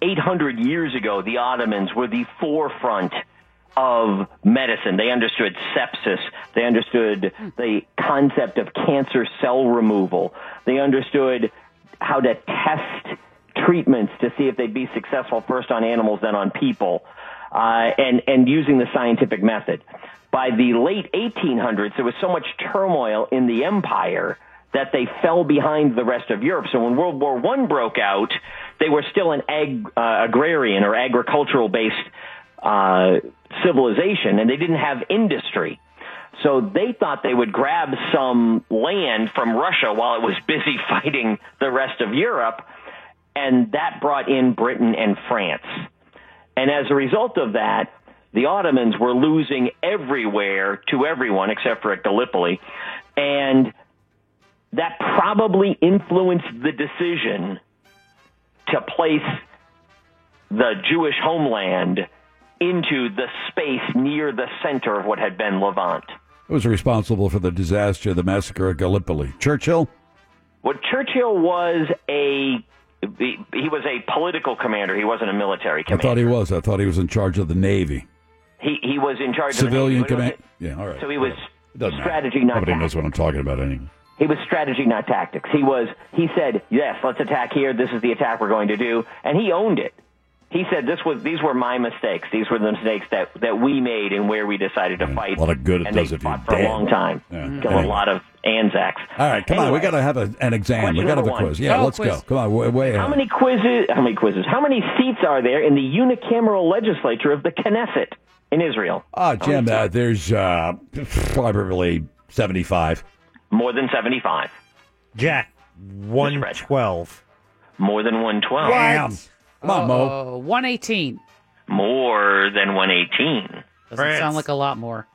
S19: 800 years ago, the Ottomans were the forefront of medicine. They understood sepsis. They understood the concept of cancer cell removal. They understood how to test treatments to see if they'd be successful first on animals, then on people, uh, and, and using the scientific method. By the late 1800s, there was so much turmoil in the empire that they fell behind the rest of Europe. So when World War One broke out, they were still an ag, uh, agrarian or agricultural based uh, civilization and they didn't have industry. So they thought they would grab some land from Russia while it was busy fighting the rest of Europe. And that brought in Britain and France. And as a result of that, the Ottomans were losing everywhere to everyone except for at Gallipoli. And that probably influenced the decision to place the Jewish homeland into the space near the center of what had been Levant.
S5: It was responsible for the disaster, the massacre at Gallipoli. Churchill?
S19: What Churchill was a he he was a political commander. He wasn't a military
S5: I
S19: commander.
S5: thought he was. I thought he was in charge of the Navy.
S19: He he was in charge
S5: Civilian
S19: of the Navy,
S5: command.
S19: but
S5: Yeah, all
S19: it was-
S5: right.
S19: So he was
S5: It doesn't matter.
S19: strategy, not
S5: Nobody knows what I'm talking about anyway.
S19: He was strategy, not tactics. He was, he said, yes, let's attack here. This is the attack we're going to do. And he owned it. He said, this was, these were my mistakes. These were the mistakes that, that we made and where we decided to fight.
S5: A lot of good it
S19: and
S5: does
S19: they
S5: if you're
S19: fought for a
S5: dead.
S19: long time.
S5: Yeah.
S19: Killed
S5: Anyway.
S19: a lot of Anzacs.
S5: All right, come on. We
S19: Anyway,
S5: got to have a, an exam.
S19: Question
S5: we got to have
S19: number
S5: a
S19: one.
S5: quiz. Yeah,
S19: Oh,
S5: let's
S19: quiz.
S5: go. Come on, way, way ahead.
S19: How many quizzes, how many quizzes, how many seats are there in the unicameral legislature of the Knesset in Israel?
S5: Ah, Jim, uh, there's uh, probably 75.
S19: More than 75.
S8: Jack, 112.
S19: More than 112.
S5: Come on, Mo.
S7: Oh, 118.
S19: More than 118.
S7: Doesn't sound like a lot more.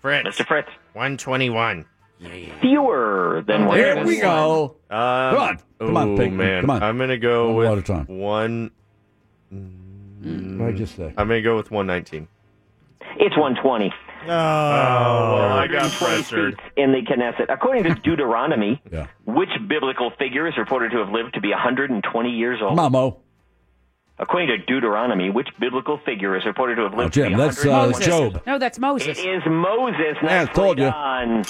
S9: Fritz.
S19: Mr. Fritz.
S9: 121.
S19: Fewer than
S9: one.
S7: There we go.
S9: Um, come
S5: on. Come on,
S9: ooh,
S5: Pink.
S9: man.
S5: Come on.
S9: I'm going to go
S5: One
S9: with
S5: at a time.
S9: one.
S5: What did I just say?
S9: I'm going to go with 119.
S19: It's 120.
S5: Oh,
S8: Oh, well,
S9: I got
S19: 120
S9: pressured.
S19: seats in the Knesset. According to Deuteronomy,
S5: Yeah.
S19: which biblical figure is reported to have lived to be 120 years old?
S5: Come on, Mo.
S19: According to Deuteronomy, which biblical figure is reported to have lived to
S5: Jim,
S19: be
S5: that's,
S8: Oh,
S19: 120
S5: uh, Job.
S7: No, that's Moses.
S19: It is Moses.
S5: Yeah, I
S19: Next
S5: told
S19: told
S5: you.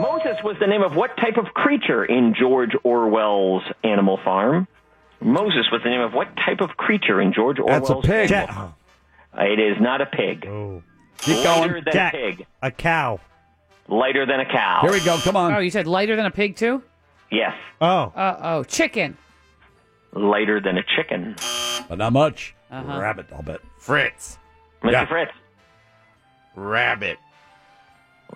S19: Moses was the name of what type of creature in George Orwell's Animal Farm? Moses was the name of what type of creature in George Orwell's
S8: That's a pig.
S19: Animal Farm? Uh, It is not a pig.
S9: Oh.
S8: Keep
S19: Lighter
S8: going.
S19: than
S8: Jack.
S19: a pig.
S8: A cow.
S19: Lighter than a cow.
S5: Here we go. Come on.
S7: Oh, you said lighter than a pig, too?
S19: Yes.
S8: Oh.
S7: Uh oh. Chicken.
S19: Lighter than a chicken.
S5: But not much.
S7: Uh-huh.
S5: Rabbit, I'll bet.
S9: Fritz.
S19: Mr.
S9: Yeah.
S19: Fritz.
S9: Rabbit.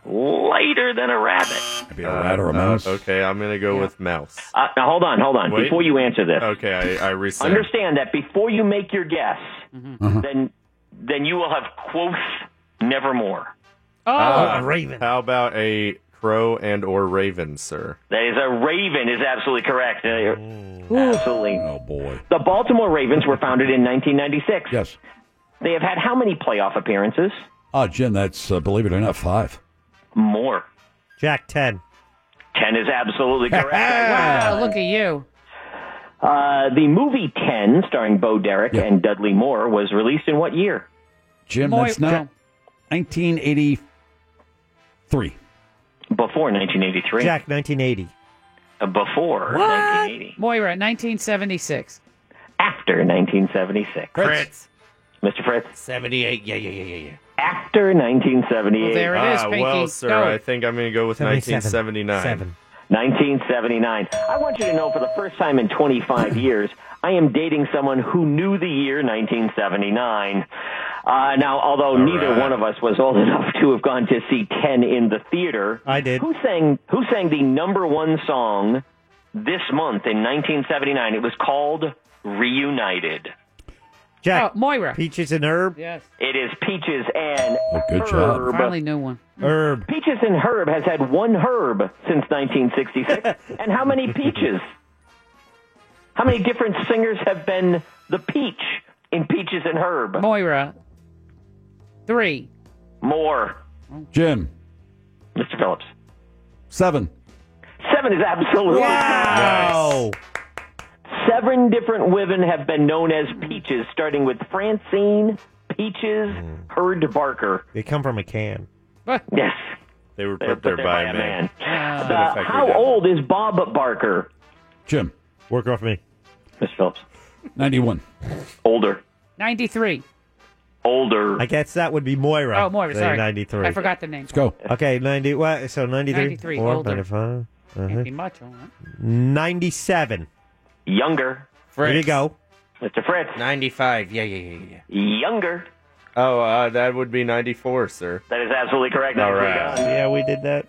S19: Lighter than a rabbit.
S5: Maybe a rat or a mouse.
S9: Uh, okay, I'm going to go with mouse.
S19: Uh, now hold on, hold on.
S9: Wait.
S19: Before you answer this,
S9: Okay, I, I reset.
S19: understand that before you make your guess, then then you will have quoth nevermore.
S7: Oh,
S9: Ah,
S8: raven.
S9: How about a crow and or raven, sir?
S19: That is a raven is absolutely correct. Uh, Absolutely.
S5: Oh, boy.
S19: The Baltimore Ravens were founded in 1996.
S5: Yes.
S19: They have had how many playoff appearances?
S5: Ah, Jim, that's, uh, believe it or not, five.
S19: More.
S8: Jack, 10.
S19: 10 is absolutely correct. Wow.
S7: Oh, look at you.
S19: Uh, the movie 10, starring Bo Derek and Dudley Moore, was released in what year?
S5: Jim,
S19: Moy-
S5: that's not 1983.
S19: Before 1983.
S8: Jack, 1980.
S19: Uh, Before
S7: What?
S19: 1980.
S7: Moira, 1976.
S19: after 1976.
S8: Fritz.
S19: Mr. Fritz.
S9: 78. Yeah, yeah, yeah, yeah, yeah.
S19: After 1978.
S9: Ah, well, sir, I think I'm going to go with
S19: 77.
S9: 1979.
S19: 1979. I want you to know for the first time in 25 years, I am dating someone who knew the year 1979. Uh, now, although neither one of us was old enough to have gone to see 10 in the theater, I did. Who sang, who sang the number one song this month in 1979? It was called Reunited.
S8: Jack.
S7: Oh, Moira.
S8: Peaches and herb.
S7: Yes.
S19: It is Peaches and
S5: good
S19: Herb.
S7: Finally, new one.
S8: Herb.
S19: Peaches and Herb has had one herb since 1966. and how many peaches? How many different singers have been the peach in Peaches and Herb?
S7: Moira. Three.
S19: More.
S5: Jim.
S19: Mr. Phillips.
S5: Seven.
S19: Seven is absolutely
S8: wow.
S19: Seven different women have been known as peaches, starting with Francine Peaches Herd Barker.
S8: They come from a can.
S19: Yes.
S9: They were
S19: put there by a man.
S9: That's
S19: Uh,
S9: a fact we
S19: how
S9: did.
S19: old is Bob Barker?
S5: Jim.
S8: Work off me.
S19: Miss Phillips.
S5: 91.
S19: Older.
S7: 93.
S19: Older.
S8: I guess that would be Moira.
S7: Oh, Moira,
S8: Say
S7: sorry.
S8: 93.
S7: I forgot the name. Let's
S5: go.
S8: Okay, 90. What, so 93.
S7: 93,
S8: Four,
S7: older.
S8: 95, uh-huh.
S7: Can't be much on it.
S8: 97.
S19: Younger.
S8: There you go.
S19: Mr. Fritz.
S9: 95. Yeah, yeah, yeah,
S19: yeah. Younger.
S9: Oh, uh, that would be 94, sir.
S19: That is absolutely correct.
S9: All
S19: Nicely
S9: right.
S19: done.
S8: Yeah, we did that.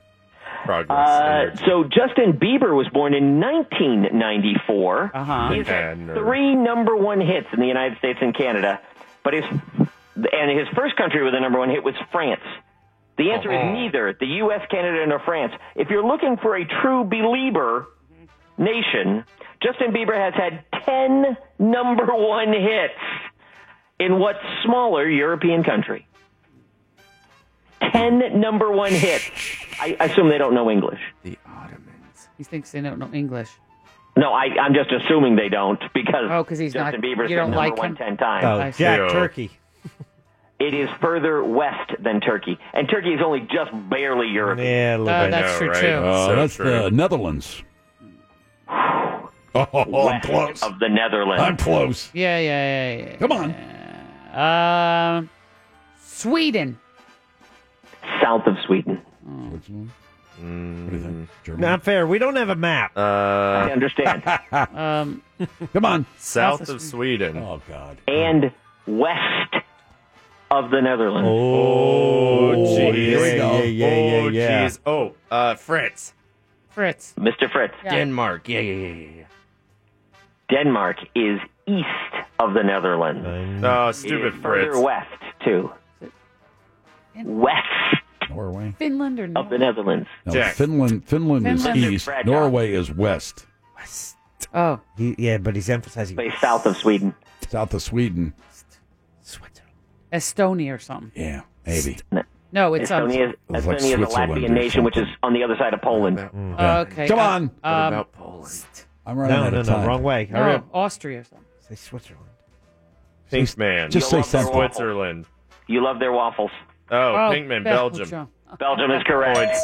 S9: Progress.
S19: Uh, so Justin Bieber was born in 1994.
S7: Uh-huh.
S19: He's
S9: Yeah,
S19: had
S9: nerd.
S19: three number one hits in the United States and Canada, but his and his first country with a number one hit was France. The answer is neither the U.S., Canada, nor France. If you're looking for a true believer nation, Justin Bieber has had ten number one hits in what smaller European country? Ten number one hits. I assume they don't know English.
S7: He thinks they don't know English.
S19: No, I, I'm just assuming they don't because
S7: Oh, 'cause he's
S19: Uh, Justin
S7: not-
S19: Bieber's
S7: you don't
S19: been number
S7: like
S19: one
S7: him?
S19: ten times.
S7: Oh, I see. Jack,
S8: Yeah. Turkey.
S19: It is further west than Turkey, and Turkey is only just barely European.
S5: a
S8: Yeah,
S5: little Uh, bit.
S19: Oh, that's
S5: true, too.
S9: Oh,
S5: Uh, that's the Netherlands. Oh, I'm
S19: west
S5: close.
S19: of the Netherlands.
S5: I'm close.
S7: Yeah, yeah, yeah, yeah.
S5: Come on.
S7: Uh, Sweden.
S19: South of Sweden.
S9: Mm.
S5: What do you think? Germany?
S8: Not fair. We don't have a map.
S9: Uh, I
S19: understand.
S7: um,
S5: Come on.
S9: South, of Sweden.
S5: Oh, God.
S19: And west of the Netherlands.
S9: Oh, jeez.
S8: here we go. Yeah, yeah, yeah,
S9: oh,
S8: yeah.
S9: jeez. Oh, uh, France.
S7: Fritz.
S19: Mr. Fritz.
S9: Denmark. Yeah, yeah, yeah, yeah,
S19: Denmark is east of the Netherlands.
S9: yeah. Oh, stupid
S19: Further
S9: Fritz.
S19: west, too. West
S5: Norway.
S7: Finland or no?
S19: of the Netherlands.
S5: No,
S9: Jack.
S5: Finland. Finland is
S7: Finland is
S5: east.
S19: fragile.
S5: Norway is west.
S7: Oh,
S8: He, yeah, but he's emphasizing.
S19: Place south of Sweden.
S5: South of Sweden.
S7: Estonia or something.
S5: Yeah, maybe.
S7: No, it's um,
S19: Estonia,
S5: It's like
S19: Estonia is a
S5: Switzerland
S19: Latvian
S5: or
S19: nation, which is
S5: something.
S19: on the other side of Poland.
S7: oh, okay.
S5: Come on. What
S7: Um, um,
S9: Poland?
S5: I'm running
S8: No,
S5: out
S8: no,
S5: of
S8: no.
S5: time.
S8: Wrong way.
S7: no,
S8: Hurry up.
S7: Austria or something.
S8: Say Switzerland.
S9: Pink man.
S5: Just say
S19: love their
S5: something.
S19: waffles.
S9: Switzerland.
S19: You love their waffles.
S9: Oh,
S7: Oh,
S9: Pinkman,
S7: Belgium.
S9: Belgium.
S19: Belgium is correct.
S9: Points.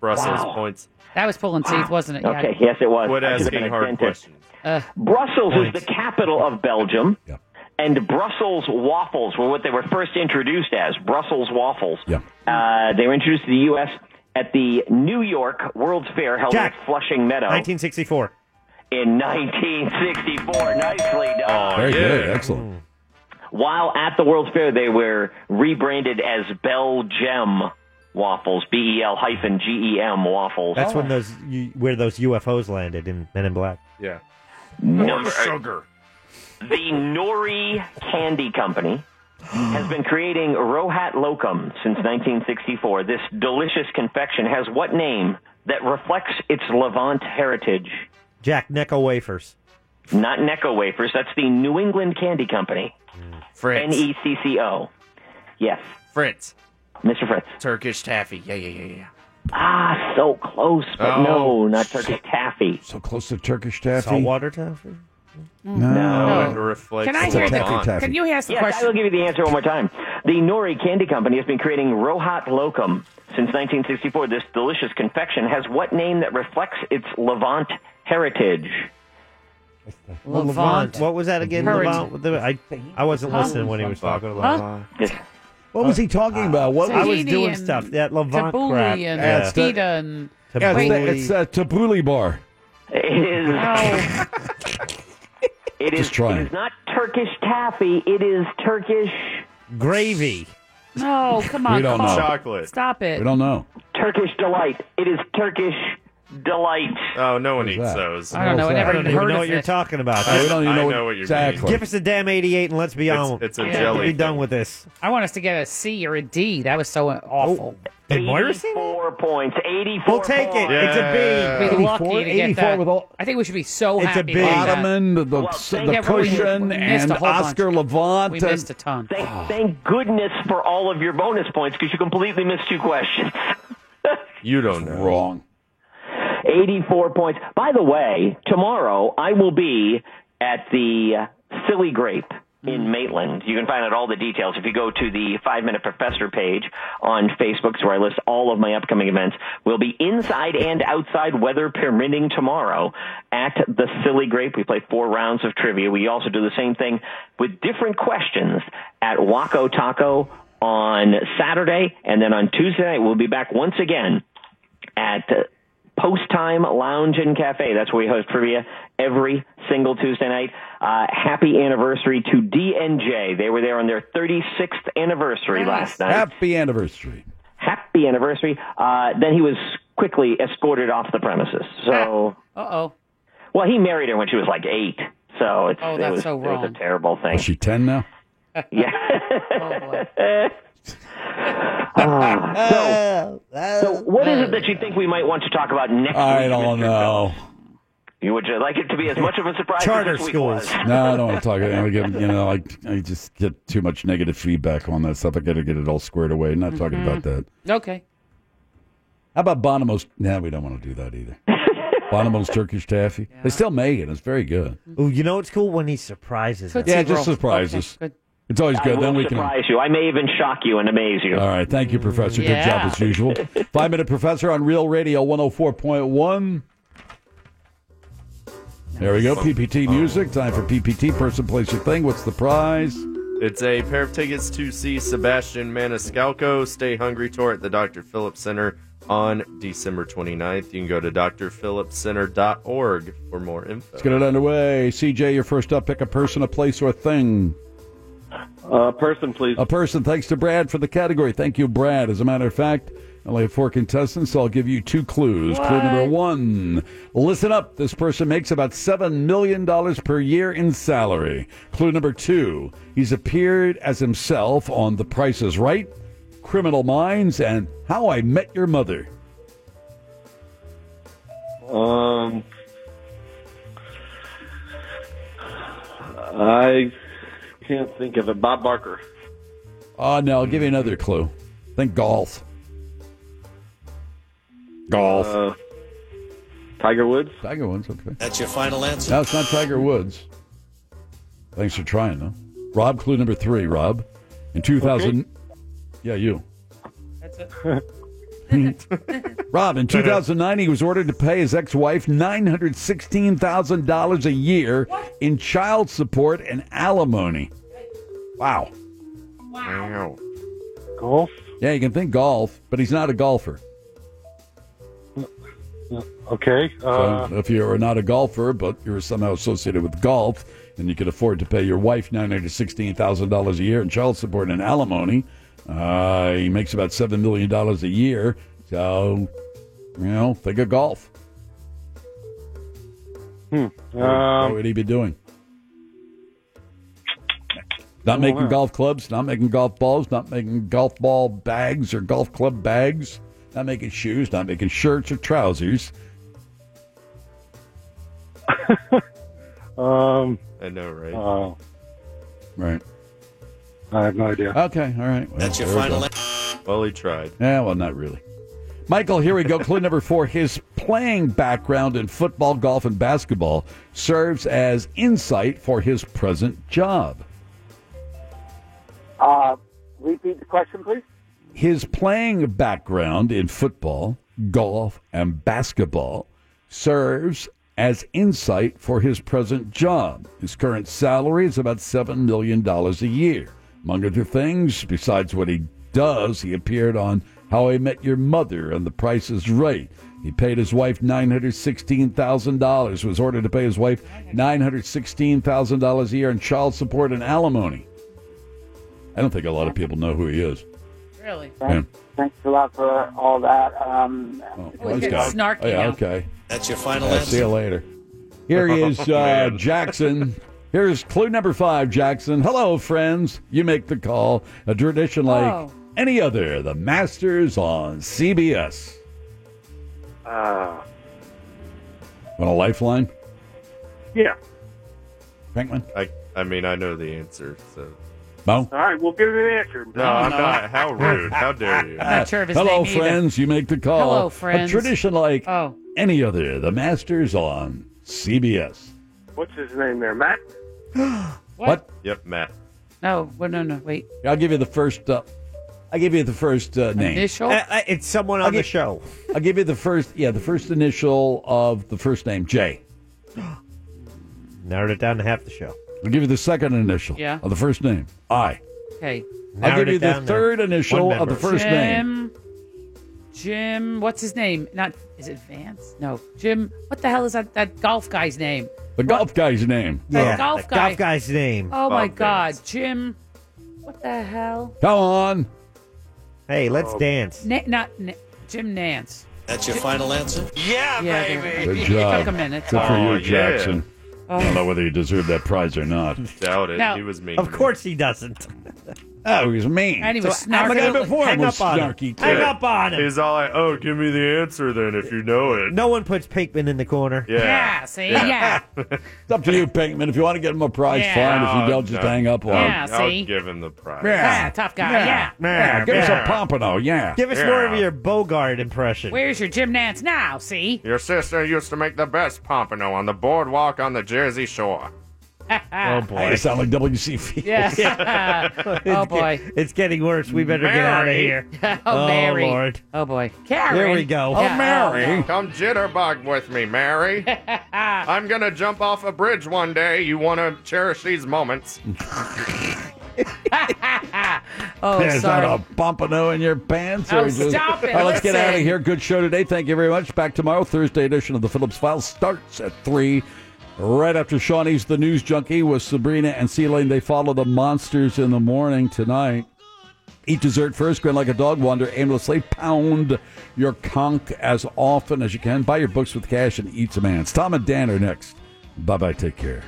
S9: Brussels
S19: Wow.
S9: points.
S7: That was pulling teeth, wasn't it? Yeah.
S19: Okay, yes, it was.
S9: Quit
S19: I should've been
S9: asking
S19: a
S9: hard
S19: dentist.
S9: questions.
S7: Uh,
S19: Brussels is the capital of Belgium,
S5: Yeah.
S19: and Brussels waffles were what they were first introduced as Brussels waffles.
S5: Yeah.
S19: Uh, they were introduced to the U.S. at the New York World's Fair held
S8: Jack.
S19: at Flushing Meadow
S8: 1964.
S19: in 1964. Nicely done.
S9: Oh,
S5: Very
S9: yeah.
S5: good. Excellent.
S19: While at the World's Fair, they were rebranded as Belgem waffles, B E L hyphen G E M waffles.
S8: That's
S9: Oh.
S8: when those you, where those UFOs landed in Men in Black.
S9: Yeah.
S19: Number-
S9: Sugar.
S19: The Nori Candy Company has been creating Rohat Locum since 1964. This delicious confection has what name that reflects its Levant heritage?
S8: Jack Necco wafers.
S19: Not Necco wafers. That's the New England Candy Company. N
S9: Fritz.
S19: E C C O. Yes,
S9: Fritz.
S19: Mr. Fritz.
S9: Turkish taffy. Yeah, yeah, yeah, yeah.
S19: Ah, so close, but
S9: Oh.
S19: no, not Turkish taffy.
S5: So close to Turkish taffy.
S8: Saltwater taffy.
S5: No.
S9: Oh,
S19: No.
S9: it reflects
S7: Mm. Can I
S9: the
S7: hear the-
S9: font.
S5: Taffy.
S7: Can you ask the
S19: Yes, I
S7: question?
S19: will give you the answer one more time. The Nori Candy Company has been creating Rohat Locum since 1964. This delicious confection has what name that reflects its Levant heritage?
S7: Levant.
S8: What was that again?
S7: Purrington.
S8: Levant? With the- I, I wasn't
S7: Huh?
S8: listening when he was talking
S7: Huh?
S8: about.
S5: What was he talking about? What
S8: I was doing stuff. That Levant crap.
S7: Tabbouleh and
S8: Yeah.
S7: Mosquito and
S5: Yeah, it's, the,
S8: Uh, Tabbouleh.
S5: it's a tabbouleh bar.
S19: It is. it is.
S5: Just try
S19: It
S5: it.
S19: is not Turkish taffy. It is Turkish
S8: gravy.
S7: No, come on.
S19: We don't
S7: Carl.
S19: know. Chocolate.
S7: Stop it.
S5: know.
S19: Turkish delight. It is Turkish delight.
S9: Oh, no one eats those.
S19: I don't know. I never
S8: don't
S19: even
S8: even
S19: heard
S8: know
S19: of
S8: what you're
S19: it.
S8: talking about.
S9: I- We don't even I know what- know what you exactly. mean.
S8: Give us a damn 88 and let's be
S9: It's-
S8: on.
S9: it's a
S8: Let's
S9: jelly
S8: Be done with this.
S7: I want us to get a C or a D. That was so awful.
S5: Oh.
S8: Did Moira
S7: say
S19: Four points. Eighty-four.
S8: We'll take it. It's a B.
S7: Be lucky
S5: 84?
S7: to get
S5: 84
S7: that.
S5: with all-
S7: I think we should be so
S5: it's a
S7: happy.
S5: big ottoman, the, the,
S7: thank
S5: the
S7: you. We missed
S5: cushion,
S7: a
S5: and
S7: whole bunch.
S5: Oscar Levant.
S7: We
S5: and-
S7: missed a ton.
S19: Thank, thank goodness for all of your bonus points because you completely missed two questions.
S9: You don't know.
S5: Wrong.
S19: 84 points. By the way, tomorrow I will be at the Silly Grape in Maitland. You can find out all the details if you go to the Five Minute Professor page on Facebook, it's where I list all of my upcoming events. We'll be inside and outside, weather permitting, tomorrow at the Silly Grape. We play four rounds of trivia. We also do the same thing with different questions at Waco Taco on Saturday, and then on Tuesday night we'll be back once again at uh, Post Time Lounge and Cafe. That's where we host trivia every single Tuesday night. Uh, happy anniversary to DNJ. They were there on their 36th anniversary last night.
S5: Happy anniversary.
S19: Happy anniversary. Uh, then he was quickly escorted off the premises. So,
S7: Uh oh.
S19: well, he married her when she was like eight. So it's,
S7: Oh,
S19: it,
S7: that's
S19: was,
S7: so
S19: it was
S7: wrong.
S19: a terrible thing.
S5: Is she 10 now?
S7: Oh,
S19: Yeah. Ah, so, so what is it that you think we might want to talk about next
S5: I
S19: week?
S5: don't know.
S19: You would you like it to be as much of a surprise as this week was?
S5: No, I don't want to talk. I get, you know, I, I just get too much negative feedback on that stuff. I got to get it all squared away. Not talking
S7: Mhm.
S5: about that.
S7: Okay.
S5: How about Bonomo's? No, we don't want to do that either. Bonomo's Turkish taffy. They still make it. It's very good.
S8: Ooh, you know what's cool when he surprises us.
S5: yeah, just surprise us. It's always
S19: I
S5: good.
S19: will
S5: Then we can.
S19: surprise you. I may even shock you and amaze you.
S5: All right. Thank you, Professor. Good
S19: Yeah.
S5: job as usual. Five Minute Professor on Real Radio 104.1. There we go. PPT music. Time for PPT. Person, place, or thing. What's the prize?
S9: It's a pair of tickets to see Sebastian Maniscalco Stay Hungry Tour at the Dr. Phillips Center on December 29th. You can go to drphillipscenter.org for more info.
S5: Let's get it underway. CJ, you're first up. Pick a person, a place, or a thing.
S20: Uh, person, please.
S5: A person. Thanks to Brad for the category. Thank you, Brad. As a matter of fact, I only have four contestants, so I'll give you two clues. Clue
S20: What?
S5: number one listen up. This person makes about $7 million per year in salary. Clue number two he's appeared as himself on The Price is Right, Criminal Minds, and How I Met Your Mother.
S20: Um, I can't think of it. Bob Barker.
S5: Oh, no, I'll give you another clue. Think golf. Golf.
S20: Uh, Tiger Woods.
S5: Tiger Woods. Okay.
S20: That's your final answer.
S5: No, it's not Tiger Woods. Thanks for trying, though. Rob, clue number three, Rob. In 2000. Yeah, you.
S7: That's it.
S5: Rob, in 2009, he was ordered to pay his ex wife $916,000 a year in child support and alimony. Wow.
S9: Wow.
S5: Golf? Yeah, you can think golf, but he's not a golfer.
S20: Okay. Uh,
S5: So if you are not a golfer, but you're somehow associated with golf, and you can afford to pay your wife nine hundred sixteen thousand dollars a year in child support and alimony, uh, he makes about seven million dollars a year. So, you know, think of golf.
S20: hmm.
S5: what
S20: Um,
S5: would he be doing? Not
S20: don't
S5: making
S20: know.
S5: golf clubs, not making golf balls, not making golf ball bags or golf club bags, not making shoes, not making shirts or trousers.
S20: um,
S9: I know, right?
S20: uh,
S5: Right.
S20: I have no idea.
S5: Okay, all right. Well,
S20: That's your
S5: there we
S20: final
S5: go.
S9: Well, he tried.
S5: Yeah, well, not really. Michael, here we go. Clue number four. His playing background in football, golf, and basketball serves as insight for his present job.
S12: Uh, repeat the question, please.
S5: His playing background in football, golf, and basketball serves as insight for his present job. His current salary is about $7 million a year. Among other things, besides what he does, he appeared on How I Met Your Mother and The Price is Right. He paid his wife $916,000, was ordered to pay his wife $916,000 a year in child support and alimony. I don't think a lot of people know who he is.
S7: Really?
S5: Thanks,
S12: thanks a lot for all that. Um,
S5: This guy. Oh, yeah, okay.
S12: That's your final
S5: Yeah,
S12: answer?
S5: See you later. Here he is,
S12: Oh,
S5: uh,
S12: man.
S5: Jackson. Here's clue number five, Jackson. Hello, friends. You make the call. A tradition like
S2: Oh.
S5: any other. The Masters on CBS. Oh,
S20: Uh,
S5: Want a lifeline,
S20: yeah.
S5: Frankman?
S9: I, I mean, I know the answer, so.
S5: Mo?
S20: All right, we'll give you an answer.
S9: No, I'm not. How rude. How dare you?
S5: Ah, Hello, friends. You make the call.
S9: Hello, friends. Oh.
S5: A tradition like any other. The Masters on CBS.
S20: What's his name there, Matt?
S5: What?
S9: Yep, Matt.
S7: No, Oh, well, no, no. Wait.
S5: I'll give you the first. Uh, I'll give you the first uh, name.
S7: Initial? Uh, uh,
S5: it's someone on the show. I'll give you the first. Yeah, the first initial of the first name, J.
S8: Narrowed it down to half the show.
S5: I'll give you the second initial
S7: Yeah.
S5: of the first name, I.
S7: Okay.
S5: I'll give you the third initial of the first name.
S7: Jim, Jim, what's his name? Not is it Vance? No, Jim. What the hell is that? That golf guy's name?
S5: The golf guy's name.
S7: The Yeah, golf the guy. golf
S8: guy's name.
S7: Oh my God, Jim. What the hell?
S5: Come on.
S8: Hey, let's
S9: Oh.
S8: dance.
S7: Na- not Na- Jim Nance.
S20: That's your final answer?
S7: Yeah,
S5: Good
S7: It
S5: job.
S7: took a minute. Oh.
S5: Good for
S9: Oh,
S5: you,
S9: yeah.
S5: Jackson. I don't know whether you deserve that prize or not.
S9: Doubt it.
S7: Now-
S9: he was mean.
S8: Of course he doesn't.
S5: Oh, he was mean.
S7: And he was
S8: So,
S7: snarky.
S8: I'm a guy before him
S7: Hang
S8: was
S7: up on him.
S8: snarky, Hang too. up on him.
S9: He's all like, oh, give me the answer then if you know it.
S8: No one puts Pinkman in the corner.
S9: Yeah.
S7: see, yeah.
S5: It's up to you, Pinkman. If you want to get him a prize,
S7: Yeah.
S5: fine. If you don't,
S9: Oh,
S5: just
S9: no.
S5: hang up on
S9: I'll-
S5: him.
S9: I'll give him the prize.
S7: Yeah, Ah, tough guy. Yeah.
S5: Yeah, give us a pompano. Yeah.
S8: Give us more of your Bogart impression.
S7: Where's your Jim Nance now? See.
S9: Your sister used to make the best pompano on the boardwalk on the Jersey Shore.
S7: oh
S5: I sound like WCP.
S7: Yeah. oh boy.
S8: It's getting worse. We better get out of
S9: Mary.
S8: here.
S7: Oh, Mary.
S8: Lord.
S7: Oh, boy.
S8: There we go.
S9: Oh,
S5: Oh,
S9: Come jitterbug with me, Mary. I'm going to jump off a bridge one day. You want to cherish these moments.
S7: Oh,
S5: There's
S7: sorry.
S5: not a pompano in your pants.
S7: Oh,
S5: or just-
S7: stop it.
S5: All right, let's get out of
S7: Listen.
S5: here. Good show today. Thank you very much. Back tomorrow. Thursday edition of the Phillips File starts at 3. Right after Shawnee's The News Junkie with Sabrina and C Lane. They follow the monsters in the morning tonight. Eat dessert first, grin like a dog, wander aimlessly, pound your conch as often as you can. Buy your books with cash and eat some ants. Tom and Dan are next. Bye bye. Take care.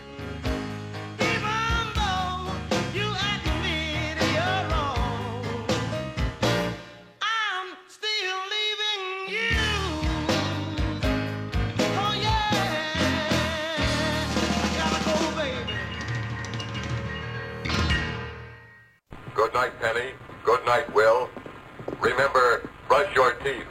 S21: Good night, Penny. Good night, Will. Remember, brush your teeth.